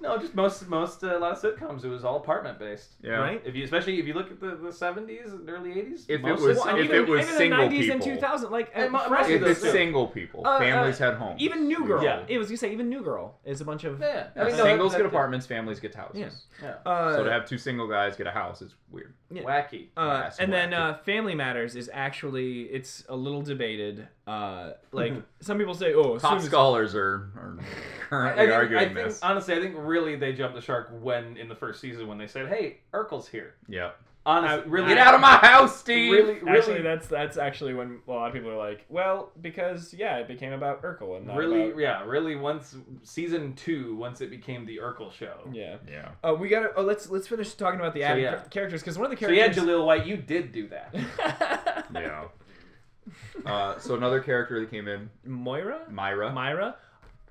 Speaker 1: No, just most most uh, a lot of sitcoms. It was all apartment based.
Speaker 2: Yeah.
Speaker 3: Right?
Speaker 1: If you especially if you look at the the seventies and early eighties,
Speaker 2: If it was-
Speaker 3: Well, and
Speaker 2: if
Speaker 3: even,
Speaker 2: it was
Speaker 3: even
Speaker 2: single
Speaker 3: the 90s and
Speaker 2: people.
Speaker 3: 2000, like
Speaker 1: And mo-
Speaker 3: uh,
Speaker 1: most
Speaker 3: Fresh
Speaker 1: of
Speaker 2: If
Speaker 1: those
Speaker 2: it's
Speaker 1: too.
Speaker 2: single people,
Speaker 3: Uh, uh,
Speaker 2: families had homes.
Speaker 3: even New Girl.
Speaker 1: Yeah.
Speaker 3: It was you say even New Girl is a bunch of
Speaker 1: yeah,
Speaker 2: Yeah,
Speaker 1: I mean, no,
Speaker 2: singles
Speaker 1: that-
Speaker 2: get
Speaker 1: that-
Speaker 2: apartments, families get houses.
Speaker 3: Yeah.
Speaker 1: Yeah.
Speaker 3: uh,
Speaker 2: so to have two single guys get a house is weird.
Speaker 3: Yeah.
Speaker 1: Wacky.
Speaker 3: Uh,
Speaker 2: That's
Speaker 3: and then
Speaker 2: wacky.
Speaker 3: uh, Family Matters is actually it's a little debated. Uh, like some people say, oh, as soon
Speaker 2: Top
Speaker 3: as-
Speaker 2: scholars are, are
Speaker 1: I
Speaker 2: currently
Speaker 1: think,
Speaker 2: arguing
Speaker 1: I think-
Speaker 2: this.
Speaker 1: honestly, I think really they jumped the shark when in the first season when they said, "Hey, Urkel's here."
Speaker 2: Yep.
Speaker 1: Honestly,
Speaker 3: I-
Speaker 1: really,
Speaker 2: Get out of my house, Steve.
Speaker 1: Really, really,
Speaker 3: Actually, that's that's actually when a lot of people are like, well, because yeah, it became about Urkel and not
Speaker 1: really,
Speaker 3: about-
Speaker 1: yeah, really. Once season two, once it became the Urkel show.
Speaker 3: yeah.
Speaker 2: Yeah.
Speaker 3: Oh, we gotta. Oh, let's let's finish talking about the
Speaker 1: So,
Speaker 3: added
Speaker 1: yeah.
Speaker 3: ca- characters because one of the
Speaker 1: So yeah,
Speaker 3: characters.
Speaker 1: Jaleel White, you did do that.
Speaker 2: Yeah. Uh, so another character that came in,
Speaker 3: Moira,
Speaker 2: Myra,
Speaker 3: Myra,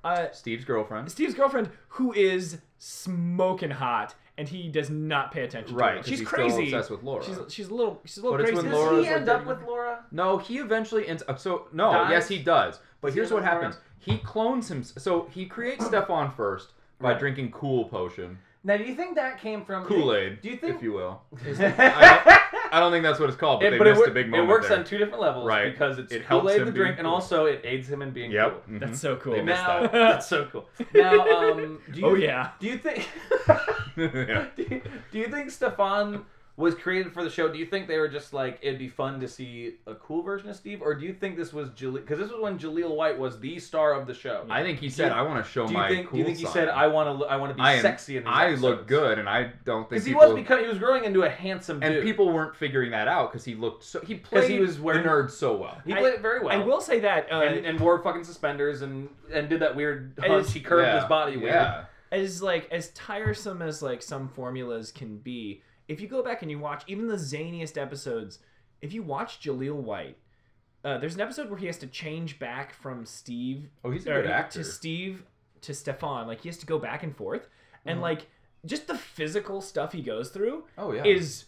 Speaker 3: uh,
Speaker 2: Steve's girlfriend.
Speaker 3: Steve's girlfriend, who is smoking hot, and he does not pay attention.
Speaker 2: Right,
Speaker 3: to her.
Speaker 2: 'cause
Speaker 3: she's
Speaker 2: he's still
Speaker 3: crazy.
Speaker 2: obsessed with Laura.
Speaker 3: She's she's a little she's a little
Speaker 2: But it's
Speaker 3: crazy.
Speaker 2: when
Speaker 1: Does
Speaker 2: Laura's
Speaker 1: he end
Speaker 2: like
Speaker 1: up with Laura?
Speaker 2: No, he eventually ends up. So no,
Speaker 1: Dies?
Speaker 2: yes, he does. But
Speaker 1: Does he
Speaker 2: here's
Speaker 1: end
Speaker 2: what
Speaker 1: up with
Speaker 2: happens: he clones him. So he creates Stefan first by
Speaker 1: Right.
Speaker 2: drinking Cool Potion,
Speaker 1: Now, do you think that came from
Speaker 2: Kool Aid,
Speaker 1: Do you think?
Speaker 2: if you will.
Speaker 1: I
Speaker 2: I don't think that's what it's called, but
Speaker 1: it,
Speaker 2: they
Speaker 1: but it,
Speaker 2: missed
Speaker 1: wor-
Speaker 2: a big
Speaker 1: it
Speaker 2: moment.
Speaker 1: works
Speaker 2: there.
Speaker 1: on two different levels
Speaker 2: Right.
Speaker 1: because it's
Speaker 2: It helps
Speaker 1: Kool-Aid
Speaker 2: him
Speaker 1: the
Speaker 2: being
Speaker 1: drink and
Speaker 2: cool.
Speaker 1: also it aids him in being
Speaker 2: Yep.
Speaker 1: cool.
Speaker 2: mhm.
Speaker 3: That's so cool.
Speaker 2: They missed
Speaker 1: Now,
Speaker 2: that.
Speaker 1: that's so cool. Now, um, do you,
Speaker 3: oh yeah.
Speaker 1: do you think
Speaker 2: Yeah.
Speaker 1: do, you, do you think Stefan was created for the show? Do you think they were just like it'd be fun to see a cool version of Steve, or do you think this was Jaleel? Because this was when Jaleel White was the star of the show.
Speaker 2: I think he said,
Speaker 1: Do you-
Speaker 2: "I want to show
Speaker 1: do you
Speaker 2: my
Speaker 1: think?
Speaker 2: cool
Speaker 1: do you think he
Speaker 2: side."
Speaker 1: said, "I want to? I want to be
Speaker 2: I am-
Speaker 1: sexy"? In these
Speaker 2: I look
Speaker 1: episodes"?
Speaker 2: good, and I don't think
Speaker 1: Because he
Speaker 2: people-
Speaker 1: was becoming, he was growing into a handsome
Speaker 2: and
Speaker 1: dude.
Speaker 2: people weren't figuring that out because he looked so he played
Speaker 1: he was wearing-
Speaker 2: the nerd so well.
Speaker 1: he
Speaker 3: I-
Speaker 1: played it very well.
Speaker 3: I will say that uh,
Speaker 1: and, and wore fucking suspenders and and did that weird
Speaker 3: And
Speaker 1: hunch.
Speaker 3: it's-
Speaker 1: He curved
Speaker 2: Yeah,
Speaker 1: his body weird.
Speaker 2: Yeah,
Speaker 3: as like as tiresome as like some formulas can be, if you go back and you watch even the zaniest episodes, if you watch Jaleel White, uh, there's an episode where he has to change back from Steve
Speaker 2: oh, he's a
Speaker 3: or
Speaker 2: good actor.
Speaker 3: to Steve to Stefan. Like he has to go back and forth, and
Speaker 2: Mm-hmm.
Speaker 1: Mhm.
Speaker 3: like just the physical stuff he goes through
Speaker 2: Oh yeah,
Speaker 3: is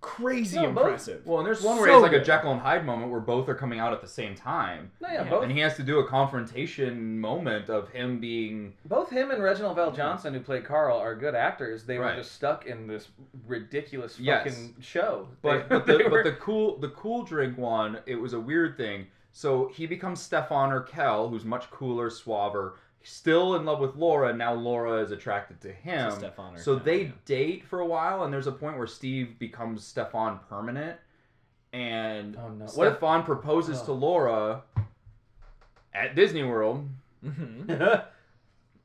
Speaker 3: crazy
Speaker 1: No, both-
Speaker 3: impressive.
Speaker 2: Well, and there's one where
Speaker 3: So
Speaker 2: it's like a
Speaker 3: good.
Speaker 2: Jekyll and Hyde moment where both are coming out at the same time.
Speaker 1: No, yeah,
Speaker 3: Yeah.
Speaker 1: both
Speaker 2: And he has to do a confrontation moment of him being.
Speaker 1: both him and Reginald Val Johnson, who played Carl, are good actors. They
Speaker 2: Right.
Speaker 1: were just stuck in this ridiculous fucking
Speaker 2: Yes.
Speaker 1: show.
Speaker 2: But,
Speaker 1: They-
Speaker 2: but, the,
Speaker 1: they were-
Speaker 2: but the cool the cool drink one, it was a weird thing. So he becomes Stefan Urkel, who's much cooler, suaver, still in love with Laura. and Now Laura is attracted to him.
Speaker 3: To Stefan
Speaker 2: so
Speaker 3: Urkel,
Speaker 2: they
Speaker 3: yeah.
Speaker 2: date for a while, and there's a point where Steve becomes Stefan permanent, and
Speaker 1: Oh, no. What if-
Speaker 2: Stefan proposes
Speaker 1: Oh.
Speaker 2: to Laura at Disney World.
Speaker 3: Mhm.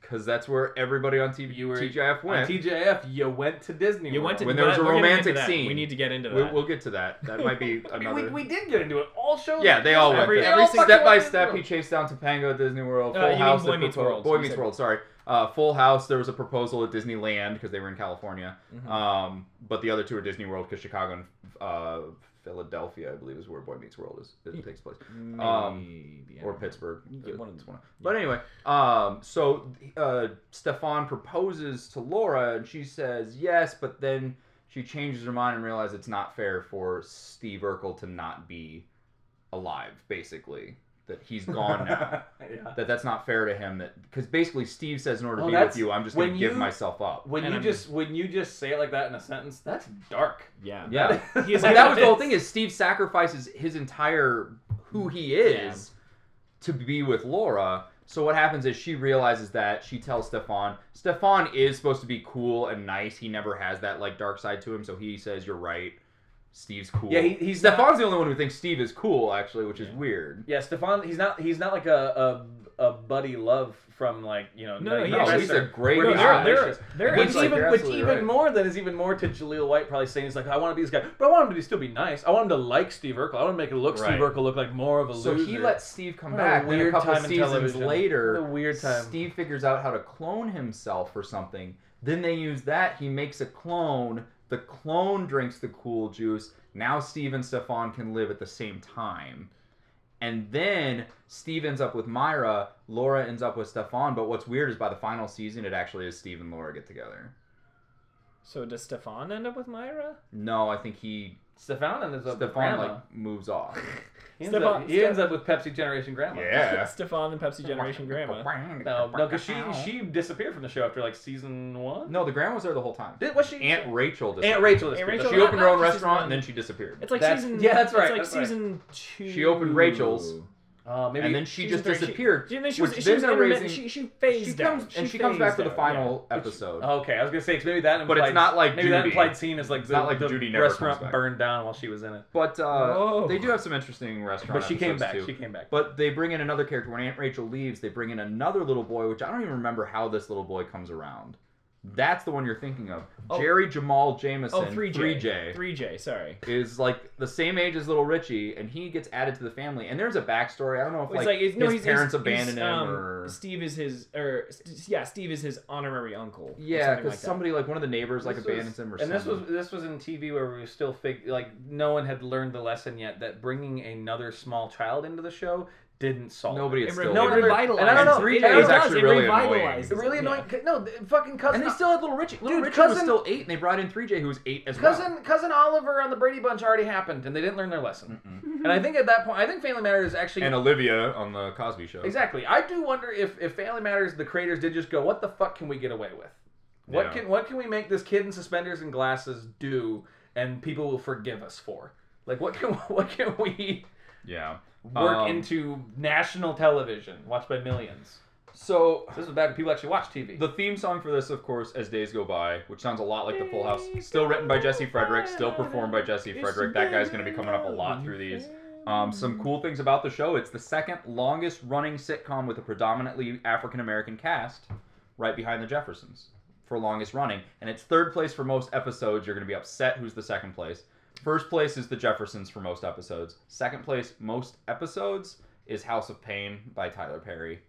Speaker 2: because that's where everybody on TV
Speaker 1: You were-
Speaker 2: TGIF
Speaker 1: on
Speaker 2: went.
Speaker 1: TGIF, you went to Disney.
Speaker 3: You went to
Speaker 2: When there was a
Speaker 3: we're gonna get
Speaker 2: romantic
Speaker 3: into that.
Speaker 2: scene.
Speaker 3: We need to get into
Speaker 2: we'll,
Speaker 3: that.
Speaker 2: we'll get to that. That might be
Speaker 1: I mean,
Speaker 2: another.
Speaker 1: we, we did get into it. All shows.
Speaker 2: yeah, they all went.
Speaker 3: Every-
Speaker 2: there.
Speaker 3: every single-
Speaker 2: step by step, he chased down Topanga at Disney World.
Speaker 3: Uh,
Speaker 2: Full
Speaker 3: you mean
Speaker 2: House,
Speaker 3: Boy
Speaker 2: the
Speaker 3: Meets
Speaker 2: propo-
Speaker 3: World,
Speaker 2: Boy
Speaker 3: you
Speaker 2: Meets
Speaker 3: said.
Speaker 2: World. Sorry, uh, Full House. There was a proposal at Disneyland because they were in California.
Speaker 3: Mhm.
Speaker 2: Um, but the other two are Disney World because Chicago and uh, Philadelphia, I believe, is where Boy Meets World is. It takes place. um,
Speaker 3: Maybe, I
Speaker 2: or
Speaker 3: don't know.
Speaker 2: Pittsburgh.
Speaker 3: Yeah, one of
Speaker 2: It's
Speaker 3: the-
Speaker 2: But anyway, um, so uh, Stefan proposes to Laura, and she says yes, but then she changes her mind and realizes it's not fair for Steve Urkel to not be alive, basically. That he's gone now.
Speaker 1: yeah.
Speaker 2: that that's not fair to him. That because basically Steve says in order to
Speaker 1: Oh,
Speaker 2: be with
Speaker 1: that's-
Speaker 2: you, I'm just gonna
Speaker 1: when
Speaker 2: give
Speaker 1: you-
Speaker 2: myself up.
Speaker 1: When
Speaker 3: And
Speaker 1: you
Speaker 3: I'm-
Speaker 1: just when you just say it like that in a sentence, that's dark.
Speaker 3: Yeah.
Speaker 2: Yeah.
Speaker 3: He is like-
Speaker 2: Like, that was the whole thing is Steve sacrifices his entire who he is to be with Laura. So what happens is she realizes that she tells Stefan. Stefan is supposed to be cool and nice. He never has that like dark side to him. So he says, "You're right. Steve's cool."
Speaker 1: Yeah, he- he's
Speaker 2: Stefan's the only one who thinks Steve is cool actually, which is
Speaker 3: Yeah.
Speaker 2: weird.
Speaker 1: Yeah, Stefan, he's not he's not like a a, a buddy love from like you know.
Speaker 3: No,
Speaker 1: like,
Speaker 3: he
Speaker 2: No,
Speaker 3: actually-
Speaker 2: he's a great
Speaker 1: Where
Speaker 3: No,
Speaker 1: he's
Speaker 3: there,
Speaker 1: not.
Speaker 3: there,
Speaker 1: It's
Speaker 3: there
Speaker 2: Which
Speaker 1: Which
Speaker 3: is
Speaker 2: like,
Speaker 1: even
Speaker 2: you're
Speaker 1: which
Speaker 2: absolutely
Speaker 1: even
Speaker 2: right.
Speaker 1: more than is even more to Jaleel White probably saying he's like I want to be this guy, but I want him to be, still be nice. I want him to like Steve Urkel. I want to make it look
Speaker 2: Right.
Speaker 1: Steve Urkel look like more of a
Speaker 2: So
Speaker 1: loser.
Speaker 2: he lets Steve come
Speaker 1: What a
Speaker 2: back. Then a
Speaker 1: weird
Speaker 2: couple
Speaker 1: time in
Speaker 2: seasons
Speaker 1: television.
Speaker 2: later,
Speaker 1: What a weird time.
Speaker 2: Steve figures out how to clone himself or something. Then they use that. He makes a clone. The clone drinks the cool juice. Now Steve and Stefan can live at the same time. And then Steve ends up with Myra. Laura ends up with Stefan. But what's weird is by the final season, it actually is Steve and Laura get together.
Speaker 3: So does Stefan end up with Myra?
Speaker 2: No, I think he
Speaker 1: Stefan and his
Speaker 2: Stefan
Speaker 1: grandma.
Speaker 2: like moves off.
Speaker 1: he He, ends,
Speaker 3: Step
Speaker 1: up,
Speaker 3: on-
Speaker 1: he
Speaker 3: step-
Speaker 1: ends up with Pepsi Generation Grandma.
Speaker 2: Yeah.
Speaker 3: Stefan and Pepsi Generation Grandma.
Speaker 1: No, no, because she she disappeared from the show after like season one.
Speaker 2: No, the grandma was there the whole time.
Speaker 1: Did, was she
Speaker 2: Aunt Rachel disappeared.
Speaker 1: Aunt Rachel? Disappeared.
Speaker 3: Aunt Rachel-
Speaker 2: She opened her own
Speaker 3: Not just
Speaker 2: restaurant
Speaker 3: one.
Speaker 2: and then she disappeared.
Speaker 3: It's like
Speaker 1: That's-
Speaker 3: season.
Speaker 1: yeah, that's right,
Speaker 3: It's like
Speaker 1: that's right.
Speaker 3: season two.
Speaker 2: She opened Rachel's,
Speaker 1: Uh, maybe
Speaker 2: and then she
Speaker 3: Season
Speaker 2: just
Speaker 3: three, she-
Speaker 2: disappeared.
Speaker 3: She, and then she
Speaker 2: which
Speaker 3: was, she
Speaker 2: then
Speaker 3: was
Speaker 2: they're
Speaker 3: intermittent-
Speaker 2: raising-
Speaker 3: she, she phased
Speaker 2: she
Speaker 3: out.
Speaker 2: comes and she comes back for
Speaker 3: phased
Speaker 2: the
Speaker 3: out,
Speaker 2: final
Speaker 1: Which-
Speaker 2: episode.
Speaker 1: Okay, I was gonna say 'cause maybe that implied,
Speaker 2: But it's not like
Speaker 1: maybe that
Speaker 2: Judy.
Speaker 1: implied scene is like
Speaker 2: It's
Speaker 1: the,
Speaker 2: not like
Speaker 1: the
Speaker 2: Judy never
Speaker 1: restaurant
Speaker 2: comes back.
Speaker 1: burned down while she was in it.
Speaker 2: But uh,
Speaker 3: Whoa.
Speaker 2: they do have some interesting restaurant.
Speaker 1: But she came
Speaker 2: episodes,
Speaker 1: back.
Speaker 2: Too.
Speaker 1: She came back.
Speaker 2: But they bring in another character. When Aunt Rachel leaves, they bring in another little boy, which I don't even remember how this little boy comes around. That's the one you're thinking of.
Speaker 3: Oh.
Speaker 2: Jerry Jamal Jameson,
Speaker 3: Oh, 3J.
Speaker 2: 3J,
Speaker 3: 3J, sorry.
Speaker 2: is like the same age as little Richie, and he gets added to the family. And there's a backstory. I don't know if
Speaker 3: It's like,
Speaker 2: like,
Speaker 3: it's, no,
Speaker 2: his
Speaker 3: he's,
Speaker 2: parents
Speaker 3: he's,
Speaker 2: abandoned
Speaker 3: he's,
Speaker 2: him
Speaker 3: um,
Speaker 2: or
Speaker 3: Steve is his, or st- yeah, Steve is his honorary uncle. or
Speaker 2: yeah,
Speaker 3: something
Speaker 2: because
Speaker 3: like that.
Speaker 2: somebody like one of the neighbors like
Speaker 1: This was-
Speaker 2: abandons him or
Speaker 1: and
Speaker 2: something.
Speaker 1: this was this was in TV where we were still fig- like no one had learned the lesson yet that bringing another small child into the show didn't solve
Speaker 2: nobody.
Speaker 3: It
Speaker 2: It's
Speaker 3: re-
Speaker 2: still
Speaker 1: no,
Speaker 3: it
Speaker 1: it
Speaker 2: there.
Speaker 1: revitalized-
Speaker 3: revitalized.
Speaker 1: and I don't know,
Speaker 2: Three
Speaker 3: it
Speaker 2: J
Speaker 1: is
Speaker 3: does,
Speaker 2: actually
Speaker 3: it
Speaker 2: really
Speaker 3: revitalizes
Speaker 1: It really
Speaker 3: it,
Speaker 1: annoying. No, the fucking cousin.
Speaker 2: and they still had little Richie. Little
Speaker 1: Dude,
Speaker 2: Richie was
Speaker 1: cousin-
Speaker 2: still eight, and they brought in 3J, who was eight as well.
Speaker 1: cousin cousin Oliver on the Brady Bunch already happened, and they didn't learn their lesson. And I think at that point, I think Family Matters is actually
Speaker 2: and Olivia on the Cosby Show.
Speaker 1: Exactly. I do wonder if if Family Matters, the creators did just go, what the fuck can we get away with? What
Speaker 2: Yeah.
Speaker 1: can what can we make this kid in suspenders and glasses do, and people will forgive us for? Like what can what can we
Speaker 2: Yeah.
Speaker 1: work
Speaker 2: Um,
Speaker 1: into national television watched by millions?
Speaker 2: So
Speaker 1: This is back when people actually watch TV.
Speaker 2: the theme song for this, of course, as days go by, which sounds a lot like the Full House, still written by Jesse Frederick, still performed by Jesse Frederick. That guy's going to be coming up a lot through these. Um,
Speaker 1: Hmm.
Speaker 2: some cool things about the show: it's the second longest running sitcom with a predominantly African American cast, right behind The Jeffersons for longest running, and it's third place for most episodes. You're going to be upset who's the second place. First place is The Jeffersons for most episodes. Second place most episodes is House of Pain by Tyler Perry.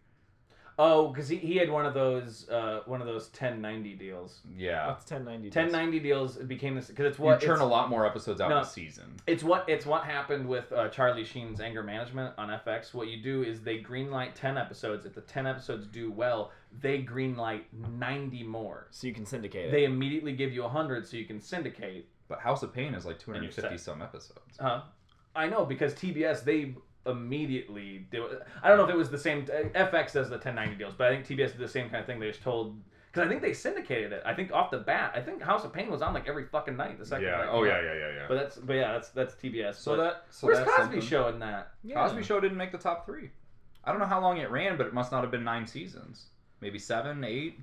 Speaker 1: oh, because he, he had one of those uh, one of those ten ninety deals.
Speaker 2: Yeah.
Speaker 3: That's 1090.
Speaker 1: Ten ninety deals it became this because it's what
Speaker 2: you churn
Speaker 1: it's-
Speaker 2: a lot more episodes out
Speaker 1: No.
Speaker 2: in a season.
Speaker 1: It's what it's what happened with uh, Charlie Sheen's anger management on FX. What you do is they greenlight ten episodes. If the ten episodes do well, they greenlight ninety more.
Speaker 3: So you can syndicate it.
Speaker 1: They immediately give you hundred so you can syndicate.
Speaker 2: But House of Pain is like
Speaker 1: you're
Speaker 2: 250
Speaker 1: set.
Speaker 2: some episodes.
Speaker 1: Huh? I know because TBS they immediately do. I don't know if it was the same. FX does the ten ninety deals, but I think TBS did the same kind of thing. They just told because I think they syndicated it. I think off the bat, I think House of Pain was on like every fucking night. The second night.
Speaker 2: yeah, yeah, yeah.
Speaker 1: But that's but yeah, that's that's TBS.
Speaker 2: so
Speaker 1: but
Speaker 2: that so
Speaker 1: where's
Speaker 2: that's
Speaker 1: Cosby
Speaker 2: something.
Speaker 1: Show in that?
Speaker 3: yeah.
Speaker 2: Cosby Show didn't make the top three. I don't know how long it ran, but it must not have been nine seasons. Maybe seven, eight.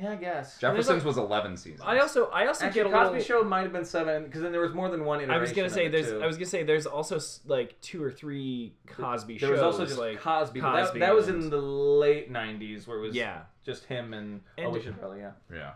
Speaker 1: Yeah, I guess.
Speaker 3: there's,
Speaker 2: Jefferson's
Speaker 3: like-
Speaker 2: was 11 seasons.
Speaker 3: I also, I also
Speaker 1: Actually,
Speaker 3: get a
Speaker 1: Cosby
Speaker 3: little.
Speaker 1: Show might have been seven because then there was more than one iteration.
Speaker 3: I was gonna say
Speaker 1: of it,
Speaker 3: there's.
Speaker 1: too.
Speaker 3: I was gonna say there's also s- like two or three Cosby
Speaker 1: there
Speaker 3: shows.
Speaker 1: was also just
Speaker 3: like
Speaker 1: Cosby. but that-
Speaker 3: Cosby
Speaker 1: that, was
Speaker 3: and-
Speaker 1: in the late '90s where it was
Speaker 3: Yeah.
Speaker 1: just him and, oh
Speaker 3: And-
Speaker 1: we should probably yeah.
Speaker 2: Yeah.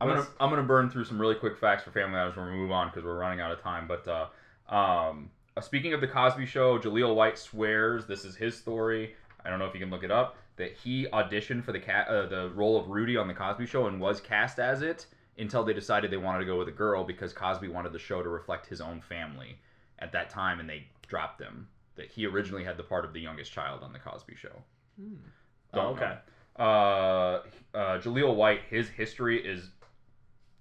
Speaker 2: I'm gonna I'm gonna burn through some really quick facts for Family Matters when we move on because we're running out of time. But uh, um, uh, speaking of the Cosby Show, Jaleel White swears this is his story. I don't know if you can look it up that he auditioned for the ca- uh, the role of Rudy on the Cosby Show and was cast as it until they decided they wanted to go with a girl because Cosby wanted the show to reflect his own family at that time, and they dropped him. That he originally had the part of the youngest child on the Cosby Show.
Speaker 3: Hmm.
Speaker 2: Don't
Speaker 1: Oh,
Speaker 2: know
Speaker 1: okay.
Speaker 2: uh, uh, Jaleel White, his history is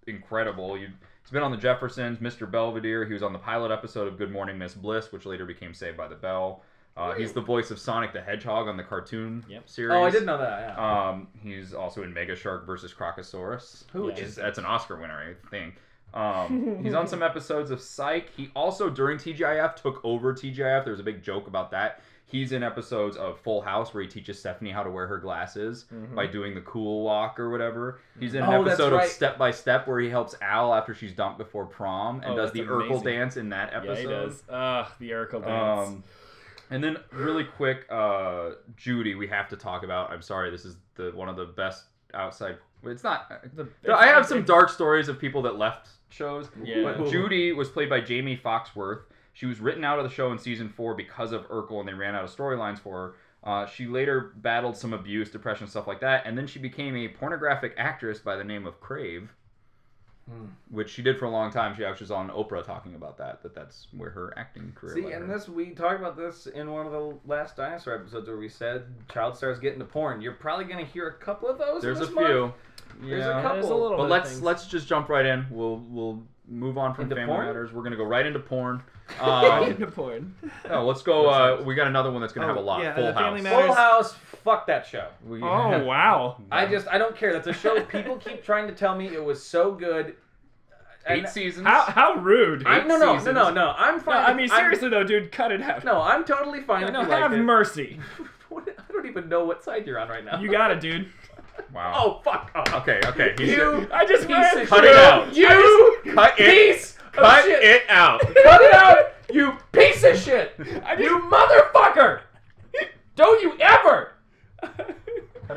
Speaker 2: incredible. You, he's been on The Jeffersons, Mr. Belvedere. He was on the pilot episode of Good Morning Miss Bliss, which later became Saved by the Bell. Uh, he's the voice of Sonic the Hedgehog on the cartoon
Speaker 3: Yep.
Speaker 2: series.
Speaker 1: Oh, I did know that. Yeah.
Speaker 2: Um, he's also in Mega Shark versus Crocosaurus,
Speaker 1: Who
Speaker 2: which
Speaker 1: is
Speaker 2: is that's an Oscar winner, I think. Um, he's on some episodes of Psych. He also during TGIF took over TGIF. There was a big joke about that. He's in episodes of Full House where he teaches Stephanie how to wear her glasses
Speaker 3: Mhm.
Speaker 2: by doing the cool walk or whatever. He's in an
Speaker 1: Oh, that's
Speaker 2: episode
Speaker 1: right.
Speaker 2: of Step by Step where he helps Al after she's dumped before prom and
Speaker 3: Oh,
Speaker 2: does
Speaker 3: that's
Speaker 2: the Urkel
Speaker 3: amazing.
Speaker 2: dance in that
Speaker 3: Yeah,
Speaker 2: episode.
Speaker 3: he does. Ugh, the Urkel dance.
Speaker 2: Um, and then really quick, uh, Judy, we have to talk about. I'm sorry, this is the one of the best outside. It's not. uh, I have some dark stories of people that left shows.
Speaker 1: Um,
Speaker 3: Yeah.
Speaker 2: But Judy was played by Jamie Foxworth. She was written out of the show in season four because of Urkel, and they ran out of storylines for her. Uh, she later battled some abuse, depression, stuff like that, and then she became a pornographic actress by the name of Crave,
Speaker 1: Hmm.
Speaker 2: which she did for a long time. She actually was on Oprah talking about that, that that's where her acting career.
Speaker 1: See,
Speaker 2: led her.
Speaker 1: and this we talked about this in one of the last dinosaur episodes where we said child stars get into porn. You're probably gonna hear a couple of those. in
Speaker 2: There's a
Speaker 1: this month.
Speaker 2: few.
Speaker 1: There's a couple.
Speaker 3: There's a little
Speaker 2: But
Speaker 3: bit
Speaker 2: let's
Speaker 3: of things.
Speaker 2: let's just jump right in. We'll we'll move on from
Speaker 1: Into
Speaker 2: Family
Speaker 1: porn?
Speaker 2: Matters. We're gonna go right into porn. Um,
Speaker 3: Into porn.
Speaker 2: no, let's go. Uh, we got another one that's gonna
Speaker 4: Oh,
Speaker 2: have a lot.
Speaker 3: yeah,
Speaker 2: Full
Speaker 3: the Family
Speaker 2: House.
Speaker 3: Matters.
Speaker 1: Full House, fuck that show.
Speaker 2: We-
Speaker 3: Oh wow.
Speaker 1: I just I don't care. That's a show people keep trying to tell me it was so good.
Speaker 2: eight
Speaker 1: And-
Speaker 2: seasons.
Speaker 3: How how rude.
Speaker 1: I, no, no, no,
Speaker 2: seasons.
Speaker 1: no, no. I'm
Speaker 3: No,
Speaker 1: fine.
Speaker 3: I mean
Speaker 1: I'm-
Speaker 3: seriously though, dude, cut it out.
Speaker 1: no, I'm totally fine.
Speaker 3: No,
Speaker 1: if you
Speaker 3: have
Speaker 1: like it.
Speaker 3: mercy.
Speaker 1: What- I don't even know what side you're on right now.
Speaker 3: You got it, dude.
Speaker 2: Wow.
Speaker 1: Oh fuck off.
Speaker 2: Okay. Okay. He's
Speaker 1: You
Speaker 3: I just
Speaker 1: piece
Speaker 3: ran
Speaker 1: of
Speaker 2: Cut
Speaker 3: through-
Speaker 2: it out.
Speaker 1: You
Speaker 2: Cut it.
Speaker 1: piece
Speaker 3: oh,
Speaker 1: of
Speaker 2: Cut
Speaker 1: shit.
Speaker 2: it out.
Speaker 1: Cut it out, you piece of shit. You motherfucker. Don't you ever.
Speaker 2: Cut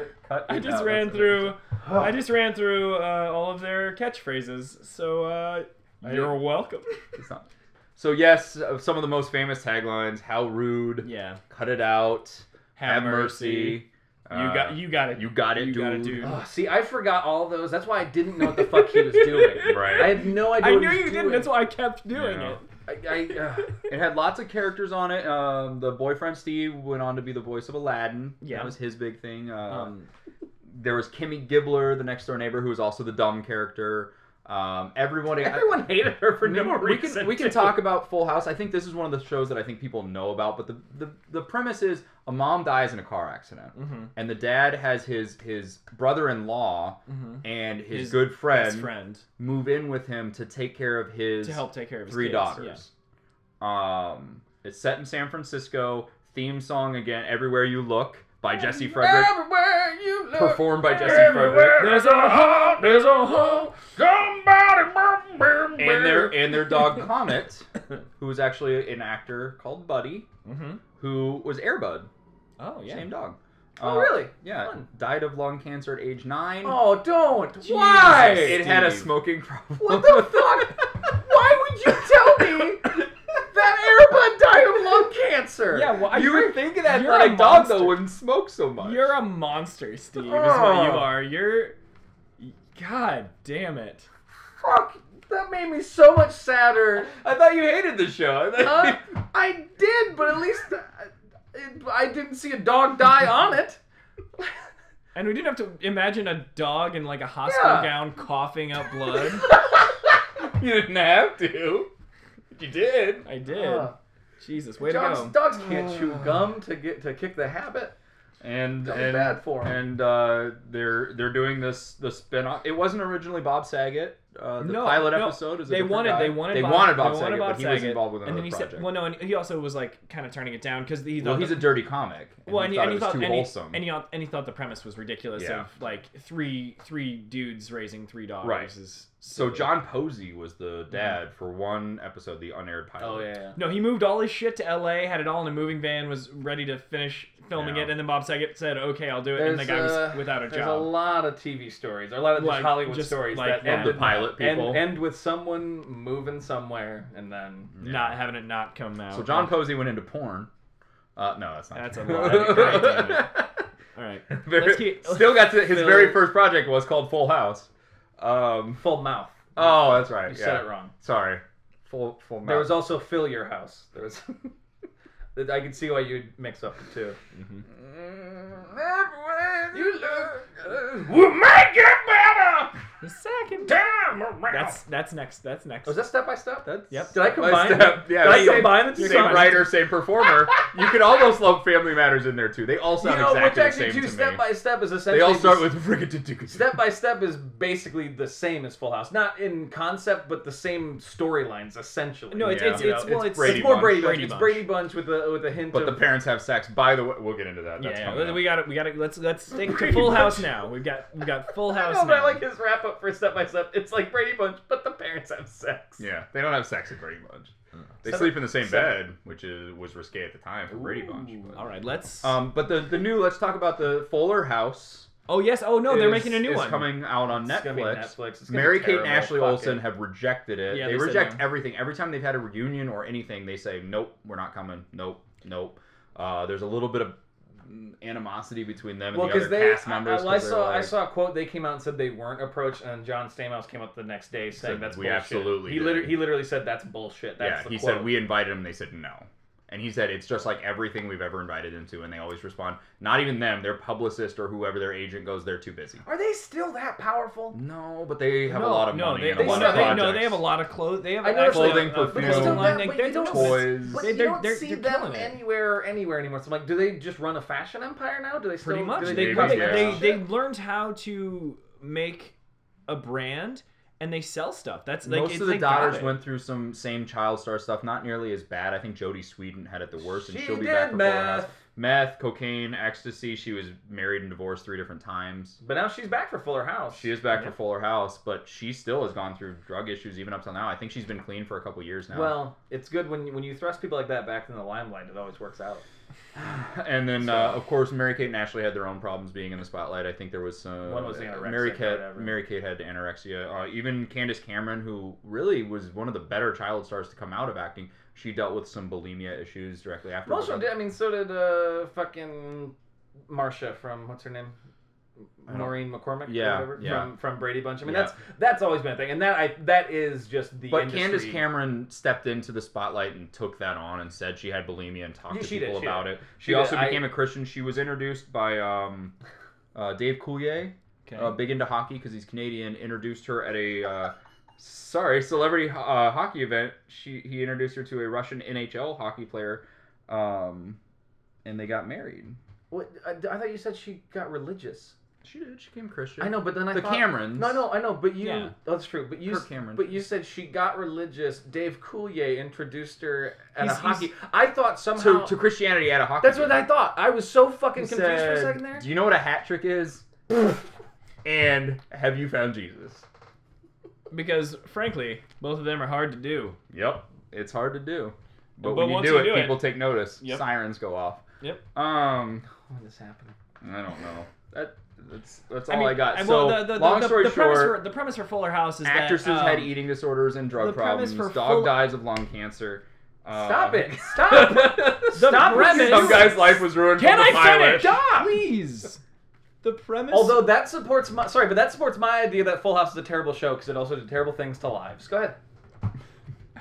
Speaker 2: it. Cut
Speaker 3: I
Speaker 2: it
Speaker 3: just
Speaker 2: out.
Speaker 3: ran
Speaker 2: That's-
Speaker 3: through. I just ran through uh, all of their catchphrases. So uh, you're welcome.
Speaker 2: It's not- So yes, uh, some of the most famous taglines: "How rude,"
Speaker 3: Yeah.
Speaker 2: "Cut it out," "Have, mercy."
Speaker 3: You got. You got it.
Speaker 2: You got it,
Speaker 3: You
Speaker 2: dude. Oh,
Speaker 3: got it, dude.
Speaker 1: Ugh, see, I forgot all those. That's why I didn't know what the fuck he was doing.
Speaker 2: Right.
Speaker 1: I had no idea.
Speaker 3: I
Speaker 1: what
Speaker 3: knew
Speaker 1: he
Speaker 3: you
Speaker 1: was
Speaker 3: didn't.
Speaker 1: doing.
Speaker 3: That's why I kept doing
Speaker 2: Yeah.
Speaker 1: I, uh, I, ugh.
Speaker 3: it.
Speaker 2: It had lots of characters on it. Um, the boyfriend Steve went on to be the voice of Aladdin.
Speaker 3: Yeah.
Speaker 2: that was his big thing. Um,
Speaker 3: Um,
Speaker 2: there was Kimmy Gibbler, the next door neighbor, who was also the dumb character. Um, everybody,
Speaker 1: Everyone hated her for
Speaker 2: we,
Speaker 1: no
Speaker 2: we
Speaker 1: reason.
Speaker 2: can we can
Speaker 1: too.
Speaker 2: talk about Full House. I think this is one of the shows that I think people know about. But the the, the premise is a mom dies in a car accident,
Speaker 4: Mm-hmm.
Speaker 2: and the dad has his his brother in law
Speaker 4: Mm-hmm.
Speaker 2: and his,
Speaker 3: His
Speaker 2: good
Speaker 3: Best
Speaker 2: friend,
Speaker 3: friend
Speaker 2: move in with him to take care of his
Speaker 3: to help take care of his
Speaker 2: three
Speaker 3: kids.
Speaker 2: daughters. Um, it's set in San Francisco. Theme song again, "Everywhere You Look" by Jesse Frederick,
Speaker 1: Everywhere you look.
Speaker 2: performed by Jesse
Speaker 1: Everywhere.
Speaker 2: Frederick,
Speaker 3: Yeah. There's a home. There's a home.
Speaker 2: and their and their dog Comet, who was actually an actor called Buddy,
Speaker 4: Mm-hmm.
Speaker 2: who was Airbud,
Speaker 4: Oh yeah.
Speaker 2: same dog.
Speaker 1: Oh
Speaker 2: Uh,
Speaker 1: really?
Speaker 2: Yeah,
Speaker 1: Fun.
Speaker 2: died of lung cancer at age nine.
Speaker 1: Oh don't. Why?
Speaker 2: It had a
Speaker 3: Steve.
Speaker 2: smoking problem.
Speaker 1: What the fuck? Why would you tell me that Airbud died of lung cancer?
Speaker 3: Yeah, well, I-
Speaker 2: you would think of that
Speaker 3: you're
Speaker 2: but
Speaker 3: a
Speaker 2: a dog though
Speaker 3: monster.
Speaker 2: wouldn't smoke so much.
Speaker 3: You're a monster, Steve. Is what you
Speaker 1: Oh.
Speaker 3: are. You're. God damn it.
Speaker 1: Fuck. That made me so much sadder.
Speaker 2: I thought you hated the show. I thought
Speaker 1: Uh, I did, but at least I, it, I didn't see a dog die on it.
Speaker 3: And we didn't have to imagine a dog in like a hospital
Speaker 1: Yeah.
Speaker 3: gown coughing up blood.
Speaker 2: you didn't have to. You did.
Speaker 3: I did.
Speaker 1: Uh,
Speaker 3: Jesus, way
Speaker 1: dogs,
Speaker 3: to go.
Speaker 1: dogs can't chew gum to get to kick the habit.
Speaker 2: And
Speaker 1: That was
Speaker 2: and,
Speaker 1: bad for 'em.
Speaker 2: and uh, they're they're doing this the spin-off. It wasn't originally Bob Saget. Uh, the
Speaker 3: No,
Speaker 2: pilot
Speaker 3: no.
Speaker 2: episode is a
Speaker 3: They
Speaker 2: different
Speaker 3: wanted,
Speaker 2: guy.
Speaker 3: they wanted,
Speaker 2: they
Speaker 3: Bob,
Speaker 2: wanted Bob
Speaker 3: they
Speaker 2: Saget,
Speaker 3: wanted Bob
Speaker 2: but he was
Speaker 3: Saget,
Speaker 2: involved with another
Speaker 3: and then he
Speaker 2: project.
Speaker 3: Said, well, no, and he also was like kind of turning it down because he
Speaker 2: well,
Speaker 3: thought
Speaker 2: he's
Speaker 3: the-
Speaker 2: a dirty comic. And
Speaker 3: well, and,
Speaker 2: he thought
Speaker 3: and
Speaker 2: it
Speaker 3: he
Speaker 2: was
Speaker 3: thought,
Speaker 2: too
Speaker 3: and, he,
Speaker 2: wholesome.
Speaker 3: and he thought- and he thought the premise was ridiculous
Speaker 2: Yeah.
Speaker 3: of like three three dudes raising three dogs.
Speaker 2: Right.
Speaker 3: Is
Speaker 2: so
Speaker 3: silly.
Speaker 2: John Posey was the dad for one episode, the unaired pilot.
Speaker 1: Oh,
Speaker 3: Oh,
Speaker 1: yeah.
Speaker 3: No, he moved all his shit to L.A. Had it all in a moving van. Was ready to finish filming
Speaker 2: Yeah.
Speaker 3: it, and then Bob Saget said, "Okay, I'll do it." and the
Speaker 1: There's,
Speaker 3: guy
Speaker 1: uh,
Speaker 3: was without a
Speaker 1: There's a
Speaker 3: job.
Speaker 1: lot of TV stories, or a lot of just
Speaker 3: Like,
Speaker 1: Hollywood
Speaker 3: just
Speaker 1: stories
Speaker 3: like
Speaker 1: that
Speaker 3: that.
Speaker 2: And
Speaker 1: end,
Speaker 2: the pilot
Speaker 1: end,
Speaker 2: people.
Speaker 1: end with someone moving somewhere, and then
Speaker 2: Yeah.
Speaker 3: Not having it not come out.
Speaker 2: So John Posey went into porn. Uh, no, that's not.
Speaker 3: That's a
Speaker 2: true.
Speaker 3: lie. God damn All right. Let's keep-
Speaker 2: Still got to, his
Speaker 1: Phil-
Speaker 2: very first project was called Full House. Um,
Speaker 1: full mouth.
Speaker 2: oh, that's right.
Speaker 1: you
Speaker 2: yeah.
Speaker 1: said it wrong.
Speaker 2: Sorry. Full Full Mouth.
Speaker 1: There was also fill your house. There was. I could see why you'd mix up the two. You look.
Speaker 2: We'll make it better.
Speaker 3: The second.
Speaker 2: Damn Oh, around.
Speaker 3: That's that's next. That's next.
Speaker 1: Was that step by step? That's
Speaker 3: Yep.
Speaker 1: Did I combine?
Speaker 2: Step, yeah,
Speaker 1: did I
Speaker 2: same-
Speaker 1: combine the two
Speaker 2: Same
Speaker 1: songs?
Speaker 2: writer, same performer. you could almost lump Family Matters in there too. They all
Speaker 1: You
Speaker 2: sound
Speaker 1: know, which
Speaker 2: exactly the
Speaker 1: actually
Speaker 2: same
Speaker 1: two
Speaker 2: to
Speaker 1: step
Speaker 2: me.
Speaker 1: by step is essentially.
Speaker 2: they all start
Speaker 1: the-
Speaker 2: with "Rigadudu."
Speaker 1: Step by Step is basically the same as Full House, not in concept, but the same storylines essentially.
Speaker 3: No, it's
Speaker 2: Yeah.
Speaker 3: it's,
Speaker 1: You know,
Speaker 3: it's well, it's,
Speaker 2: Brady
Speaker 1: it's more
Speaker 2: Bunch.
Speaker 1: Brady Bunch.
Speaker 3: Brady
Speaker 1: It's
Speaker 3: Bunch.
Speaker 1: Brady Bunch with a with a hint
Speaker 2: But the
Speaker 1: of
Speaker 2: parents have sex. By the way, we'll get into that. That's
Speaker 3: Yeah,
Speaker 2: coming up.
Speaker 3: we got it. We got it. Let's let's stick to
Speaker 2: Brady
Speaker 3: Full
Speaker 2: Bunch.
Speaker 3: House now. We've got we've got Full
Speaker 1: I
Speaker 3: House
Speaker 1: know, but I
Speaker 3: now.
Speaker 1: like his wrap up for Step by Step. It's like Brady Bunch, but the parents have sex.
Speaker 2: Yeah, they don't have sex at Brady Bunch. They
Speaker 1: Seven-
Speaker 2: sleep in the same
Speaker 1: seven.
Speaker 2: bed, which is, was risque at the time for Brady Bunch.
Speaker 1: Ooh.
Speaker 2: but-
Speaker 3: All right, let's.
Speaker 2: Um, but the the new let's talk about the Fuller House.
Speaker 3: oh yes. Oh no, they're
Speaker 2: is-
Speaker 3: making a new
Speaker 2: is
Speaker 3: one.
Speaker 2: coming out on
Speaker 1: It's
Speaker 2: Netflix.
Speaker 1: gonna be Netflix. It's gonna
Speaker 2: Mary
Speaker 1: be
Speaker 2: Kate and
Speaker 1: terrible.
Speaker 2: Ashley
Speaker 1: Fuck
Speaker 2: Olsen
Speaker 1: it.
Speaker 2: have rejected it.
Speaker 3: Yeah,
Speaker 2: they,
Speaker 3: they said
Speaker 2: reject
Speaker 3: no.
Speaker 2: everything. Every time they've had a reunion or anything, they say nope, we're not coming. Nope, nope. Uh, there's a little bit of mm, animosity between them and
Speaker 1: Well,
Speaker 2: the other
Speaker 1: because they,
Speaker 2: cast members.
Speaker 1: I, I, I
Speaker 2: 'cause they
Speaker 1: saw
Speaker 2: were
Speaker 1: I
Speaker 2: like-
Speaker 1: saw a quote. They came out and said they weren't approached, and John Stamos came up the next day saying
Speaker 2: Said,
Speaker 1: that's
Speaker 2: "We
Speaker 1: bullshit."
Speaker 2: absolutely
Speaker 1: He
Speaker 2: did.
Speaker 1: literally he literally said that's bullshit. That's
Speaker 2: yeah,
Speaker 1: the
Speaker 2: he
Speaker 1: quote.
Speaker 2: said we invited him. They said no. And he said it's just like everything we've ever invited them to, and they always respond. Not even them, their publicist or whoever their agent goes, they're too busy.
Speaker 1: Are they still that powerful?
Speaker 2: No, but they have
Speaker 3: no,
Speaker 2: a lot of
Speaker 3: no,
Speaker 2: money
Speaker 3: They,
Speaker 2: and
Speaker 3: they,
Speaker 2: a lot
Speaker 3: still-
Speaker 2: of
Speaker 3: they,
Speaker 2: projects.
Speaker 3: no, they have a lot of clothes. They have
Speaker 1: I
Speaker 3: actually
Speaker 2: Clothing,
Speaker 3: a- a-
Speaker 2: perfume,
Speaker 1: But they still
Speaker 3: line,
Speaker 1: have,
Speaker 3: like,
Speaker 1: but
Speaker 3: they're
Speaker 1: you don't,
Speaker 3: doing this.
Speaker 2: toys.
Speaker 1: But
Speaker 3: They-
Speaker 1: you
Speaker 3: they're-
Speaker 1: don't
Speaker 3: they're-
Speaker 1: see
Speaker 3: they're
Speaker 1: them
Speaker 3: killing it.
Speaker 1: anywhere or anywhere anymore. So I'm like, do they just run a fashion empire now? Do they still
Speaker 3: pretty much.
Speaker 1: Do
Speaker 3: They,
Speaker 2: do
Speaker 1: do
Speaker 3: they,
Speaker 2: that
Speaker 1: cosmetic
Speaker 3: they,
Speaker 2: shit?
Speaker 3: they
Speaker 1: shit?
Speaker 3: learned how to make a brand and they sell stuff. That's like
Speaker 2: Most
Speaker 3: it's
Speaker 2: of the
Speaker 3: like, got
Speaker 2: daughters
Speaker 3: it.
Speaker 2: went through some same child star stuff, not nearly as bad. I think Jodie Sweden had it the worst, and
Speaker 1: She
Speaker 2: she'll be
Speaker 1: did
Speaker 2: back for Fuller
Speaker 1: meth.
Speaker 2: House. Meth, cocaine, ecstasy. She was married and divorced three different times.
Speaker 1: But now she's back for Fuller House.
Speaker 2: She is back for Fuller House, but she still has gone through drug issues even up till now. I think she's been clean for a couple years now.
Speaker 1: Well, it's good when you- when you thrust people like that back in the limelight. It always works out.
Speaker 2: and then uh, of course Mary Kate and Ashley had their own problems being in the spotlight. I think there was some
Speaker 1: One was anorexic
Speaker 2: Mary
Speaker 1: or
Speaker 2: Kate
Speaker 1: whatever.
Speaker 2: Mary Kate had anorexia. Uh, even Candace Cameron, who really was one of the better child stars to come out of acting, she dealt with some bulimia issues directly after.
Speaker 1: Most of them did. I mean, so did uh, fucking Marsha from what's her name,
Speaker 2: I don't-
Speaker 1: Maureen McCormick. or
Speaker 2: Yeah,
Speaker 1: whatever,
Speaker 2: yeah.
Speaker 1: From, from Brady Bunch. I mean,
Speaker 2: Yeah.
Speaker 1: that's that's always been a thing, and that I that is just the.
Speaker 2: But
Speaker 1: industry.
Speaker 2: Candace Cameron stepped into the spotlight and took that on and said she had bulimia and talked
Speaker 1: Yeah,
Speaker 2: to
Speaker 1: she
Speaker 2: people
Speaker 1: did, she
Speaker 2: about
Speaker 1: did.
Speaker 2: it. She,
Speaker 1: She did.
Speaker 2: also
Speaker 1: I-
Speaker 2: became a Christian. She was introduced by um, uh, Dave Coulier,
Speaker 3: Okay.
Speaker 2: uh, big into hockey because he's Canadian. Introduced her at a uh, sorry celebrity ho- uh, hockey event. She he introduced her to a Russian NHL hockey player, um, and they got married.
Speaker 1: What, I, I thought you said she got religious.
Speaker 2: She did. She became Christian.
Speaker 1: I know, but then I
Speaker 2: The
Speaker 1: thought,
Speaker 2: Camerons.
Speaker 1: No, no, I know, but you.
Speaker 3: Yeah.
Speaker 1: That's true. But you.
Speaker 2: Kirk Cameron.
Speaker 1: But you said she got religious. Dave Coulier introduced her at
Speaker 3: He's-
Speaker 1: a
Speaker 3: he's-
Speaker 1: hockey. I thought
Speaker 2: To,
Speaker 1: somehow.
Speaker 2: to Christianity at a hockey.
Speaker 1: that's what
Speaker 2: game.
Speaker 1: I thought. I was so fucking confused for a
Speaker 2: said,
Speaker 1: second there.
Speaker 2: Do you know what a hat trick is? and have you found Jesus?
Speaker 5: Because frankly, both of them are hard to do.
Speaker 2: Yep. It's hard to do. But,
Speaker 5: But
Speaker 2: when you
Speaker 5: once
Speaker 2: do
Speaker 5: you
Speaker 2: it,
Speaker 5: do it-
Speaker 2: people take notice.
Speaker 5: Yep.
Speaker 2: Sirens go off.
Speaker 5: Yep.
Speaker 2: Um,
Speaker 1: When this happened.
Speaker 2: I don't know. That that's that's all
Speaker 3: I
Speaker 2: I,
Speaker 3: mean,
Speaker 2: got.
Speaker 3: I-
Speaker 2: so
Speaker 3: well, the, the,
Speaker 2: long
Speaker 3: the,
Speaker 2: story
Speaker 3: the premise
Speaker 2: short,
Speaker 3: for, the premise for Fuller House is
Speaker 2: actresses
Speaker 3: that, um,
Speaker 2: had eating disorders and drug
Speaker 3: the premise
Speaker 2: problems.
Speaker 3: for
Speaker 2: Dog
Speaker 3: full-
Speaker 2: dies of lung cancer. Uh,
Speaker 1: Stop it! Stop! Stop
Speaker 3: premise-
Speaker 2: Some guy's life was ruined.
Speaker 3: Can
Speaker 2: from the
Speaker 3: I
Speaker 2: pilot.
Speaker 3: finish? Stop! Please. The premise.
Speaker 1: Although that supports my sorry, but that supports my idea that Full House is a terrible show because it also did terrible things to lives. Go ahead.
Speaker 3: I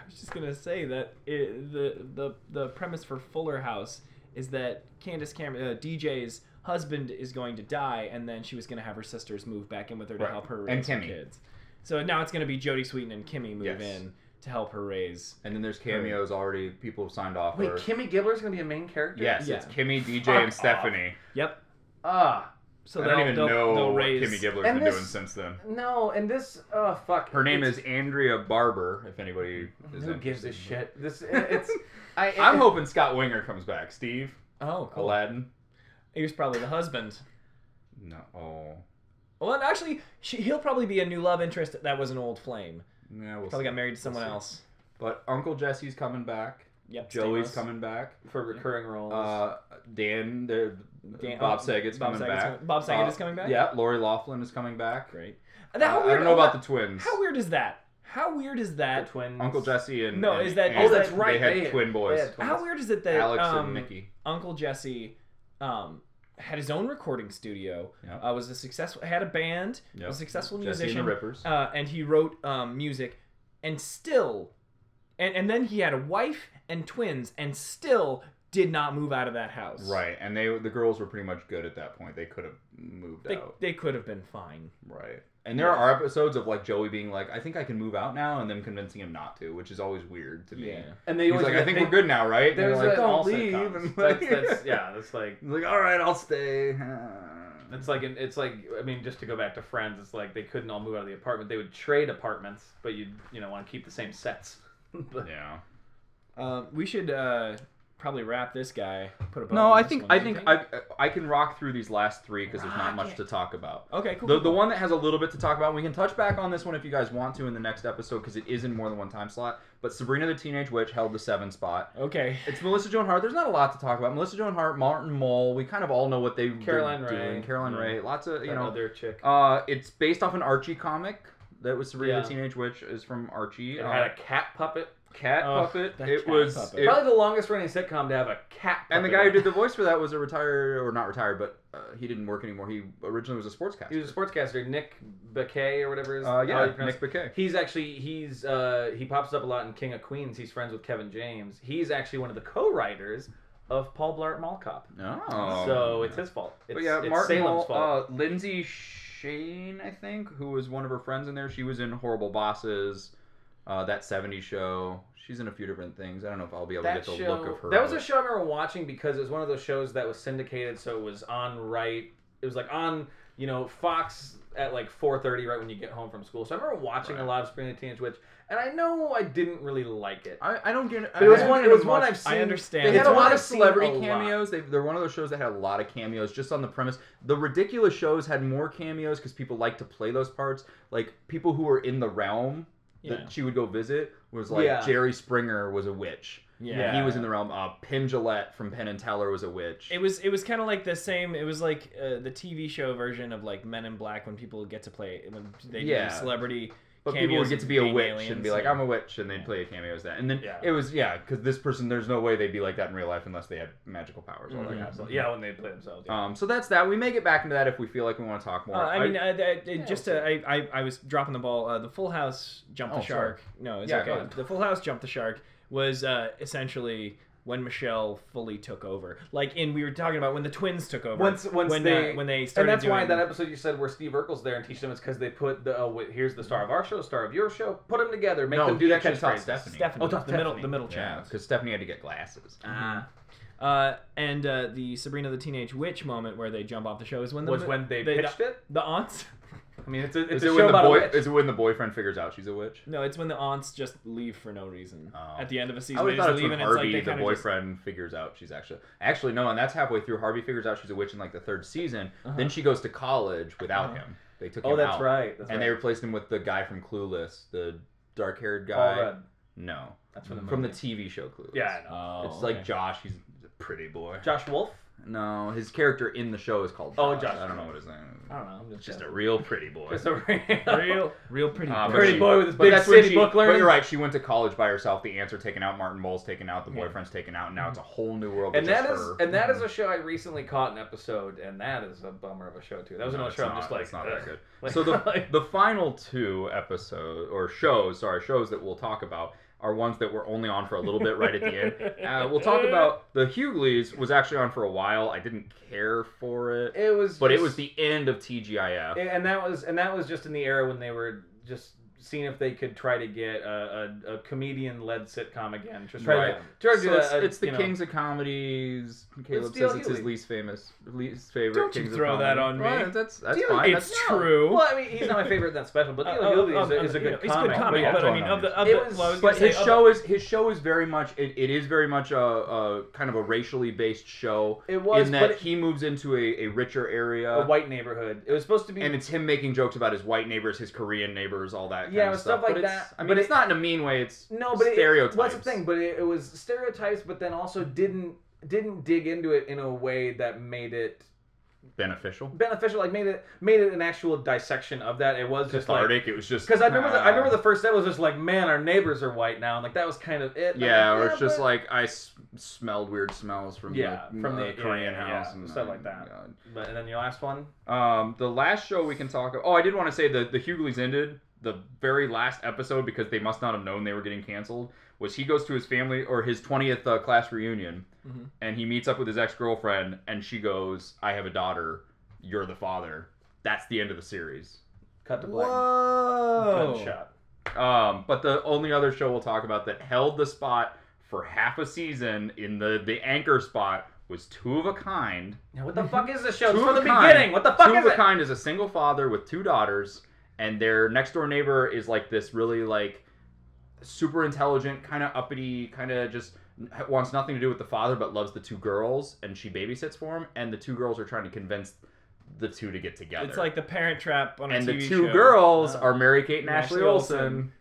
Speaker 3: was just gonna say that it, the the the premise for Fuller House is that Candace Cameron, uh, DJ's husband, is going to die, and then she was gonna have her sisters move back in with her to
Speaker 2: Right.
Speaker 3: help her
Speaker 2: And
Speaker 3: raise her
Speaker 2: Kimmy.
Speaker 3: kids. So now it's gonna be Jodie Sweetin and Kimmy move
Speaker 2: Yes.
Speaker 3: in to help her raise.
Speaker 2: And then there's cameos already. People have signed off.
Speaker 1: Wait,
Speaker 2: for-
Speaker 1: Kimmy Gibbler's gonna be a main character?
Speaker 2: Yes,
Speaker 3: Yeah.
Speaker 2: it's Kimmy, DJ,
Speaker 1: Fuck
Speaker 2: and Stephanie.
Speaker 3: Yep.
Speaker 1: Ah,
Speaker 3: So
Speaker 2: I don't
Speaker 3: they'll-
Speaker 2: even
Speaker 3: they'll-
Speaker 2: know
Speaker 3: they'll
Speaker 2: what
Speaker 3: raise.
Speaker 2: Kimmy Gibbler's
Speaker 1: And
Speaker 2: been
Speaker 1: this-
Speaker 2: doing since then.
Speaker 1: no, and this oh fuck.
Speaker 2: Her name
Speaker 1: It's-
Speaker 2: is Andrea Barber. If anybody is
Speaker 1: Who gives a
Speaker 2: interested.
Speaker 1: shit? This it's I
Speaker 2: I'm hoping Scott Winger comes back. Steve
Speaker 3: Oh, cool.
Speaker 2: Aladdin.
Speaker 3: He was probably the husband.
Speaker 2: No. Oh.
Speaker 3: Well, and actually, she, he'll probably be a new love interest that was an old flame.
Speaker 2: Yeah, we'll
Speaker 3: Probably
Speaker 2: see.
Speaker 3: got married to someone else.
Speaker 2: But Uncle Jesse's coming back.
Speaker 3: Yep.
Speaker 2: Joey's
Speaker 3: Stamos.
Speaker 2: coming back.
Speaker 1: for recurring roles.
Speaker 2: Uh, Dan, there.
Speaker 3: Dan- oh,
Speaker 2: Bob Saget's
Speaker 3: Bob
Speaker 2: coming
Speaker 3: Saget's
Speaker 2: back.
Speaker 3: coming- Bob Saget
Speaker 2: Uh,
Speaker 3: is coming back?
Speaker 2: Yeah, Lori Laughlin is coming back.
Speaker 3: Great.
Speaker 2: Uh,
Speaker 3: That- how
Speaker 2: I
Speaker 3: weird-
Speaker 2: don't know
Speaker 3: oh,
Speaker 2: about
Speaker 3: that-
Speaker 2: the twins.
Speaker 3: How weird is that? How weird is
Speaker 1: the
Speaker 3: that?
Speaker 1: twins.
Speaker 2: Uncle Jesse and
Speaker 3: No,
Speaker 2: and-
Speaker 3: is that-
Speaker 2: and-
Speaker 3: is that-
Speaker 1: Oh, that's right,
Speaker 2: They had
Speaker 1: they had-
Speaker 2: twin boys.
Speaker 1: they had twins.
Speaker 3: How weird is it that
Speaker 2: Alex
Speaker 3: um,
Speaker 2: and Nikki.
Speaker 3: Uncle Jesse um, had his own recording studio?
Speaker 2: Yep.
Speaker 3: Uh, was a successful had a band,
Speaker 2: Yep.
Speaker 3: was a successful
Speaker 2: Jesse and the
Speaker 3: musician,
Speaker 2: Rippers.
Speaker 3: uh, and he wrote um, music, and still, and, and then he had a wife and twins, and still did not move out of that house.
Speaker 2: Right, and they the girls were pretty much good at that point. They could have moved
Speaker 3: They,
Speaker 2: out.
Speaker 3: they could have been fine.
Speaker 2: Right. And there are episodes of like Joey being like, "I think I can move out now," and them convincing him not to, which is always weird to me.
Speaker 3: Yeah.
Speaker 1: and they
Speaker 2: He's
Speaker 1: always
Speaker 2: like, "I think
Speaker 1: they-
Speaker 2: we're good now, right?" And they're
Speaker 1: There's
Speaker 2: like,
Speaker 1: like,
Speaker 2: "Don't leave."
Speaker 1: leave.
Speaker 2: And like,
Speaker 1: that's, that's yeah. That's like
Speaker 2: He's like, "All right, I'll stay."
Speaker 1: It's like an, it's like I mean just to go back to Friends, it's like they couldn't all move out of the apartment. They would trade apartments, but you you know want to keep the same sets. But-
Speaker 2: yeah.
Speaker 3: Um, we should uh, probably wrap this guy. Put a bow
Speaker 2: No,
Speaker 3: on
Speaker 2: I
Speaker 3: this
Speaker 2: think
Speaker 3: one,
Speaker 2: I
Speaker 3: don't you
Speaker 2: think I I can rock through these last three because there's not
Speaker 1: Rock
Speaker 2: much
Speaker 1: it.
Speaker 2: to talk about.
Speaker 3: Okay, cool.
Speaker 2: The,
Speaker 3: cool,
Speaker 2: the
Speaker 3: cool.
Speaker 2: one that has a little bit to talk about, we can touch back on this one if you guys want to in the next episode because it is in more than one time slot. But Sabrina the Teenage Witch held the seven spot.
Speaker 3: Okay.
Speaker 2: It's Melissa Joan Hart. There's not a lot to talk about. Melissa Joan Hart, Martin Mull. We kind of all know what they
Speaker 1: Caroline
Speaker 2: they're
Speaker 1: Ray.
Speaker 2: doing. Caroline
Speaker 1: Yeah.
Speaker 2: Ray. Lots of you
Speaker 1: that
Speaker 2: know.
Speaker 1: other chick.
Speaker 2: Uh, it's based off an Archie comic. that was Sabrina
Speaker 1: Yeah.
Speaker 2: the Teenage Witch is from Archie.
Speaker 1: It
Speaker 2: Uh,
Speaker 1: had a cat puppet.
Speaker 2: cat
Speaker 3: Oh,
Speaker 2: puppet.
Speaker 3: that
Speaker 2: It
Speaker 3: cat
Speaker 2: was
Speaker 3: puppet.
Speaker 2: it-
Speaker 1: Probably the longest running sitcom to have a cat.
Speaker 2: and the
Speaker 1: puppet
Speaker 2: guy
Speaker 1: in
Speaker 2: who
Speaker 1: it.
Speaker 2: did the voice for that was a retired or not retired, but uh, he didn't work anymore. He originally was a sportscaster.
Speaker 1: He was a sportscaster, Nick Bakay or whatever his
Speaker 2: uh,
Speaker 1: how you
Speaker 2: yeah,
Speaker 1: pronounce
Speaker 2: Nick Bakay.
Speaker 1: it. He's actually he's uh, he pops up a lot in King of Queens. He's friends with Kevin James. He's actually one of the co-writers of Paul Blart Mall Cop.
Speaker 2: Oh,
Speaker 1: so it's his fault. It's,
Speaker 2: but yeah,
Speaker 1: it's
Speaker 2: Martin
Speaker 1: Salem's
Speaker 2: Mull-
Speaker 1: fault.
Speaker 2: Uh, Lindsay Shane, I think, who was one of her friends in there. She was in Horrible Bosses, uh, that '70s show. She's in a few different things. I don't know if I'll be able
Speaker 1: that
Speaker 2: to uh, get the
Speaker 1: show,
Speaker 2: look of her.
Speaker 1: that was
Speaker 2: but-
Speaker 1: a show I remember watching because it was one of those shows that was syndicated, so it was on right. It was like on you know Fox at like 4:30 right when you get home from school. So I remember watching a
Speaker 2: Right.
Speaker 1: lot of Sabrina the Teenage Witch, and I know I didn't really like it.
Speaker 2: I, I don't get.
Speaker 1: But it was
Speaker 2: I
Speaker 1: one. It
Speaker 2: haven't
Speaker 1: was one
Speaker 2: watched-
Speaker 1: I've seen.
Speaker 3: I understand.
Speaker 1: They
Speaker 2: They
Speaker 1: had
Speaker 2: it's
Speaker 1: a
Speaker 2: one
Speaker 1: lot
Speaker 2: of
Speaker 1: of
Speaker 2: celebrity
Speaker 1: seen a lot.
Speaker 2: cameos. They, they're one of those shows that had a lot of cameos just on the premise. The ridiculous shows had more cameos because people like to play those parts. Like people who were in the realm
Speaker 5: Yeah.
Speaker 2: that she would go visit was like
Speaker 1: Yeah.
Speaker 2: Jerry Springer was a witch.
Speaker 5: Yeah.
Speaker 2: he was in the realm. Uh, Penn Jillette from Penn and Teller was a witch.
Speaker 5: It was it was kind of like the same. It was like uh, the TV show version of like Men in Black when people get to play when they
Speaker 2: Yeah.
Speaker 5: do celebrity.
Speaker 2: but people would
Speaker 5: cameos
Speaker 2: get to
Speaker 5: of
Speaker 2: be a
Speaker 5: being
Speaker 2: witch
Speaker 5: aliens,
Speaker 2: and be like,
Speaker 5: yeah.
Speaker 2: "I'm a witch," and they'd play a cameo as that. And then
Speaker 1: Yeah.
Speaker 2: it was yeah, because this person, there's no way they'd be like that in real life unless they had magical powers.
Speaker 5: Mm-hmm.
Speaker 2: All that kind of stuff.
Speaker 1: Absolutely. Yeah, when they play themselves. Yeah.
Speaker 2: Um, so that's that. We may get back into that if we feel like we want to talk more.
Speaker 5: Uh, I mean, I, I, I- just
Speaker 2: we'll
Speaker 5: uh, I, I I was dropping the ball. Uh, the Full House jumped
Speaker 2: Oh,
Speaker 5: the shark. No, it's
Speaker 2: Yeah, go
Speaker 5: okay.
Speaker 2: ahead.
Speaker 5: The Full House jumped the shark was uh, essentially when Michelle fully took over. Like in we were talking about when the twins took over.
Speaker 1: Once- once
Speaker 5: when
Speaker 1: they-
Speaker 5: uh, when they
Speaker 1: and
Speaker 5: started
Speaker 1: that's
Speaker 5: doing-
Speaker 1: why in that episode you said where Steve Urkel's there and teach them it's because they put the oh, wait, here's the star of our show, star of your show, put them together, make
Speaker 2: No,
Speaker 1: them do
Speaker 2: he
Speaker 1: that kind
Speaker 2: actually
Speaker 1: of
Speaker 2: taught
Speaker 1: phrase.
Speaker 2: Stephanie.
Speaker 5: Stephanie,
Speaker 1: Oh,
Speaker 5: the
Speaker 1: talk
Speaker 5: middle
Speaker 1: Stephanie.
Speaker 5: the middle
Speaker 2: yeah,
Speaker 5: child.
Speaker 2: because Stephanie had to get glasses.
Speaker 1: Ah.
Speaker 5: Uh, and uh, the Sabrina the Teenage Witch moment where they jump off the show is
Speaker 2: Uh,
Speaker 5: when the,
Speaker 1: was when they, pitched it.
Speaker 5: the aunts.
Speaker 1: I mean, it's a, it's
Speaker 2: Is it
Speaker 1: a
Speaker 2: when
Speaker 1: show
Speaker 2: the
Speaker 1: about
Speaker 2: boy?
Speaker 1: a witch.
Speaker 2: Is it when the boyfriend figures out she's a witch?
Speaker 5: No, it's when the aunts just leave for no reason
Speaker 2: Oh.
Speaker 5: at the end of a
Speaker 2: I
Speaker 5: season.
Speaker 2: would
Speaker 5: They
Speaker 2: have thought
Speaker 5: just
Speaker 2: it's
Speaker 5: leave
Speaker 2: when
Speaker 5: and it's like
Speaker 2: Harvey,
Speaker 5: they
Speaker 2: the
Speaker 5: kind of just.
Speaker 2: boyfriend, figures out she's actually actually no, and that's halfway through. Harvey figures out she's a witch in like the third season. Then she goes to college without him. They took him
Speaker 1: Uh-huh. Oh, that's
Speaker 2: out.
Speaker 1: right. That's
Speaker 2: And
Speaker 1: right.
Speaker 2: they replaced him with the guy from Clueless, the dark-haired
Speaker 1: Paul
Speaker 2: guy.
Speaker 1: Rudd.
Speaker 2: No,
Speaker 1: That's from the
Speaker 2: from the
Speaker 1: movie.
Speaker 2: TV show Clueless.
Speaker 1: Yeah, I know.
Speaker 5: Oh,
Speaker 2: it's like
Speaker 5: okay.
Speaker 2: Josh. He's a pretty boy.
Speaker 1: Josh Wolf.
Speaker 2: No, his character in the show is called.
Speaker 1: Oh,
Speaker 2: Josh.
Speaker 1: Josh.
Speaker 2: I don't know what his name. is.
Speaker 1: I don't know. I'm just,
Speaker 2: Just a real pretty boy.
Speaker 1: Just a real.
Speaker 5: real, real pretty.
Speaker 2: Uh, but
Speaker 5: boy.
Speaker 1: Ah, Pretty
Speaker 2: she-
Speaker 1: boy with his
Speaker 2: But
Speaker 1: big
Speaker 2: that's when
Speaker 1: city
Speaker 2: she,
Speaker 1: book
Speaker 2: But
Speaker 1: learning.
Speaker 2: you're right. She went to college by herself. The ants are taken out. Martin Mull's taken out. The boyfriend's taken out. Now it's a whole new world.
Speaker 1: Mm-hmm. And
Speaker 2: with
Speaker 1: that is
Speaker 2: just her. Mm-hmm.
Speaker 1: and that is a show I recently caught an episode, and that is a bummer of a show too. That was
Speaker 2: No,
Speaker 1: another
Speaker 2: it's
Speaker 1: show. I'm
Speaker 2: not-
Speaker 1: just like,
Speaker 2: it's not
Speaker 1: ugh.
Speaker 2: that good.
Speaker 1: Like-
Speaker 2: so the the final two episodes or shows, sorry, shows that we'll talk about are ones that were only on for a little bit right at the end. Uh, we'll talk about the Hughleys was actually on for a while. I didn't care for it,
Speaker 1: it was.
Speaker 2: but it
Speaker 1: just-
Speaker 2: was the end of TGIF.
Speaker 1: Yeah, and that was and that was just in the era when they were just seeing if they could try to get a, a, a comedian led sitcom again. Just try
Speaker 2: Right.
Speaker 1: to try to
Speaker 2: So
Speaker 1: do
Speaker 2: it's,
Speaker 1: a- a,
Speaker 2: it's the
Speaker 1: you know-
Speaker 2: Kings of Comedies. Caleb
Speaker 1: D.L.
Speaker 2: says it's his
Speaker 1: Hughley.
Speaker 2: least famous, least favorite.
Speaker 5: Don't you
Speaker 2: Kings of
Speaker 5: throw that
Speaker 2: Comedy.
Speaker 5: on me.
Speaker 2: Well, that's that's
Speaker 1: D.L.
Speaker 2: fine.
Speaker 5: It's
Speaker 2: that's-
Speaker 5: true.
Speaker 1: Well, I mean, he's not my favorite that's special, but
Speaker 5: Uh,
Speaker 1: Theo
Speaker 5: uh,
Speaker 1: Hughley
Speaker 5: um,
Speaker 1: is, a- is a
Speaker 5: you
Speaker 1: good
Speaker 5: know, he's
Speaker 1: comic.
Speaker 5: good
Speaker 2: But
Speaker 5: comic,
Speaker 2: oh, yeah,
Speaker 5: but, I
Speaker 2: that's
Speaker 5: mean,
Speaker 2: what
Speaker 5: of the
Speaker 2: I'm
Speaker 5: of
Speaker 1: saying.
Speaker 5: the,
Speaker 1: It was-
Speaker 5: well, I was
Speaker 2: But
Speaker 5: gonna
Speaker 2: his
Speaker 5: say, of
Speaker 2: show is his show is very much it, it is very much a, a kind of a racially based show
Speaker 1: It was,
Speaker 2: in
Speaker 1: but
Speaker 2: that
Speaker 1: it-
Speaker 2: he moves into a, a richer area
Speaker 1: a white neighborhood. It was supposed to be.
Speaker 2: and it's him making jokes about his white neighbors, his Korean neighbors, all that.
Speaker 1: Yeah,
Speaker 2: kind of
Speaker 1: stuff
Speaker 2: stuff
Speaker 1: like
Speaker 2: but it's-
Speaker 1: that.
Speaker 2: I mean,
Speaker 1: But
Speaker 2: it's
Speaker 1: it-
Speaker 2: not an mean way. It's
Speaker 1: no, but
Speaker 2: stereotypes.
Speaker 1: It, what's the thing? But it, it was stereotypes, but then also didn't didn't dig into it in a way that made it
Speaker 2: Beneficial,
Speaker 1: beneficial. Like made it made it an actual dissection of that. It was just like
Speaker 2: cathartic. it was just
Speaker 1: Because I remember, the, I remember
Speaker 2: Ah.
Speaker 1: the first set was just like, man, our neighbors are white now, and like that was kind of it. And
Speaker 2: Yeah,
Speaker 1: I'm
Speaker 2: or it's just
Speaker 1: but-
Speaker 2: like I s- smelled weird smells from
Speaker 1: Yeah,
Speaker 2: the,
Speaker 1: from
Speaker 2: uh,
Speaker 1: the-
Speaker 2: Korean
Speaker 1: yeah, yeah,
Speaker 2: house
Speaker 1: yeah,
Speaker 2: and
Speaker 1: stuff
Speaker 2: oh
Speaker 1: like
Speaker 2: my
Speaker 1: that.
Speaker 2: God.
Speaker 1: But and then your last one,
Speaker 2: Um, the last show we can talk. Oh, I did want to say that the Hughleys ended the very last episode because they must not have known they were getting canceled. Was he goes to his family or his twentieth uh, class reunion,
Speaker 5: Mhm.
Speaker 2: and he meets up with his ex girlfriend, and she goes, "I have a daughter. You're the father." That's the end of the series.
Speaker 1: cut to black,
Speaker 5: Whoa!
Speaker 1: gunshot.
Speaker 2: Um, but the only other show we'll talk about that held the spot for half a season in the the anchor spot was Two of a Kind.
Speaker 1: Now, what the fuck is this show?
Speaker 2: Two
Speaker 1: It's
Speaker 2: of
Speaker 1: from the
Speaker 2: a kind.
Speaker 1: beginning. What the fuck
Speaker 2: two
Speaker 1: is
Speaker 2: of a
Speaker 1: it?
Speaker 2: kind is a single father with two daughters, and their next door neighbor is like this really like super intelligent, kind of uppity, kind of just wants nothing to do with the father, but loves the two girls, and she babysits for him. And the two girls are trying to convince the two to get together.
Speaker 5: It's like the Parent Trap on a
Speaker 2: and the
Speaker 5: TV
Speaker 2: two
Speaker 5: show.
Speaker 2: girls
Speaker 5: Oh.
Speaker 2: are Mary Kate and
Speaker 5: Ashley
Speaker 2: Ashley Olsen
Speaker 5: Olsen.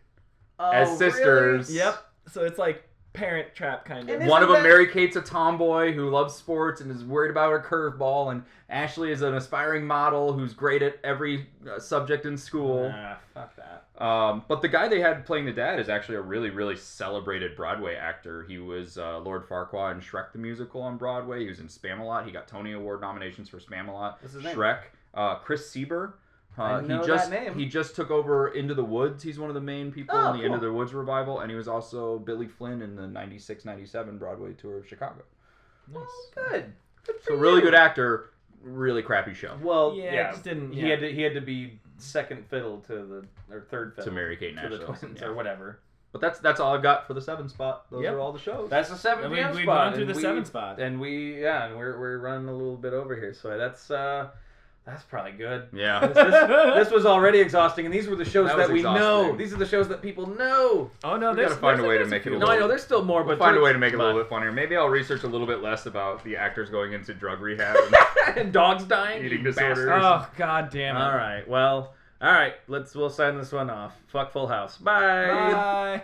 Speaker 1: Oh,
Speaker 2: as
Speaker 1: really?
Speaker 2: sisters.
Speaker 5: Yep. So it's like Parent Trap kind of.
Speaker 1: And
Speaker 2: One of
Speaker 1: Isn't
Speaker 2: them,
Speaker 1: that-
Speaker 2: Mary Kate's a tomboy who loves sports and is worried about her curveball, and Ashley is an aspiring model who's great at every uh, subject in school.
Speaker 1: Ah, fuck that.
Speaker 2: Um, but the guy they had playing the dad is actually a really, really celebrated Broadway actor. He was uh, Lord Farquaad in Shrek the Musical on Broadway. He was in Spamalot. He got Tony Award nominations for Spamalot.
Speaker 1: What's his name?
Speaker 2: Shrek. Uh, Chris Sieber. Uh,
Speaker 1: I know
Speaker 2: he
Speaker 1: that
Speaker 2: just
Speaker 1: name.
Speaker 2: he just took over Into the Woods. He's one of the main people
Speaker 1: Oh,
Speaker 2: in the
Speaker 1: cool.
Speaker 2: Into the Woods revival, and he was also Billy Flynn in the 96-97 Broadway tour of Chicago.
Speaker 1: Well, Oh, good. Good for
Speaker 2: So really
Speaker 1: you.
Speaker 2: good actor, really crappy show.
Speaker 1: Well,
Speaker 3: Yeah,
Speaker 1: yeah,
Speaker 3: it just didn't-
Speaker 1: He
Speaker 3: yeah.
Speaker 1: had to he had to be second fiddle to the or third
Speaker 2: To
Speaker 1: fiddle
Speaker 2: Mary Kate
Speaker 1: to
Speaker 2: Nash.
Speaker 1: the
Speaker 2: though.
Speaker 1: twins
Speaker 2: Yeah.
Speaker 1: or whatever.
Speaker 2: But that's that's all I've got for the seven spot. Those
Speaker 3: Yep.
Speaker 2: are all the shows.
Speaker 1: That's the seven
Speaker 3: And we-
Speaker 1: p.m.
Speaker 3: we've
Speaker 1: spot.
Speaker 3: gone through
Speaker 1: and
Speaker 3: the
Speaker 1: we-
Speaker 3: seven spot.
Speaker 1: and we yeah, and we're we're running a little bit over here, so that's uh that's probably good.
Speaker 2: yeah.
Speaker 1: this, this was already exhausting, and these were the shows
Speaker 2: That
Speaker 1: that,
Speaker 2: was
Speaker 1: we know.
Speaker 2: exhausting.
Speaker 1: These are the shows that people know.
Speaker 3: Oh no,
Speaker 2: We
Speaker 3: there's
Speaker 2: gotta find
Speaker 3: there's
Speaker 2: a way to
Speaker 3: there's
Speaker 2: make it a
Speaker 3: few.
Speaker 1: No, I know there's still more, but
Speaker 2: We'll find a way to
Speaker 1: it's-
Speaker 2: make it a little bit funnier. Maybe I'll research a little bit less about the actors going into drug rehab. And
Speaker 1: and dogs dying.
Speaker 2: Eating
Speaker 1: you
Speaker 2: disorders.
Speaker 1: bastards.
Speaker 3: Oh god damn it!
Speaker 1: All right. Well. All right. Let's. We'll sign this one off. Fuck Full House. Bye.
Speaker 3: Bye.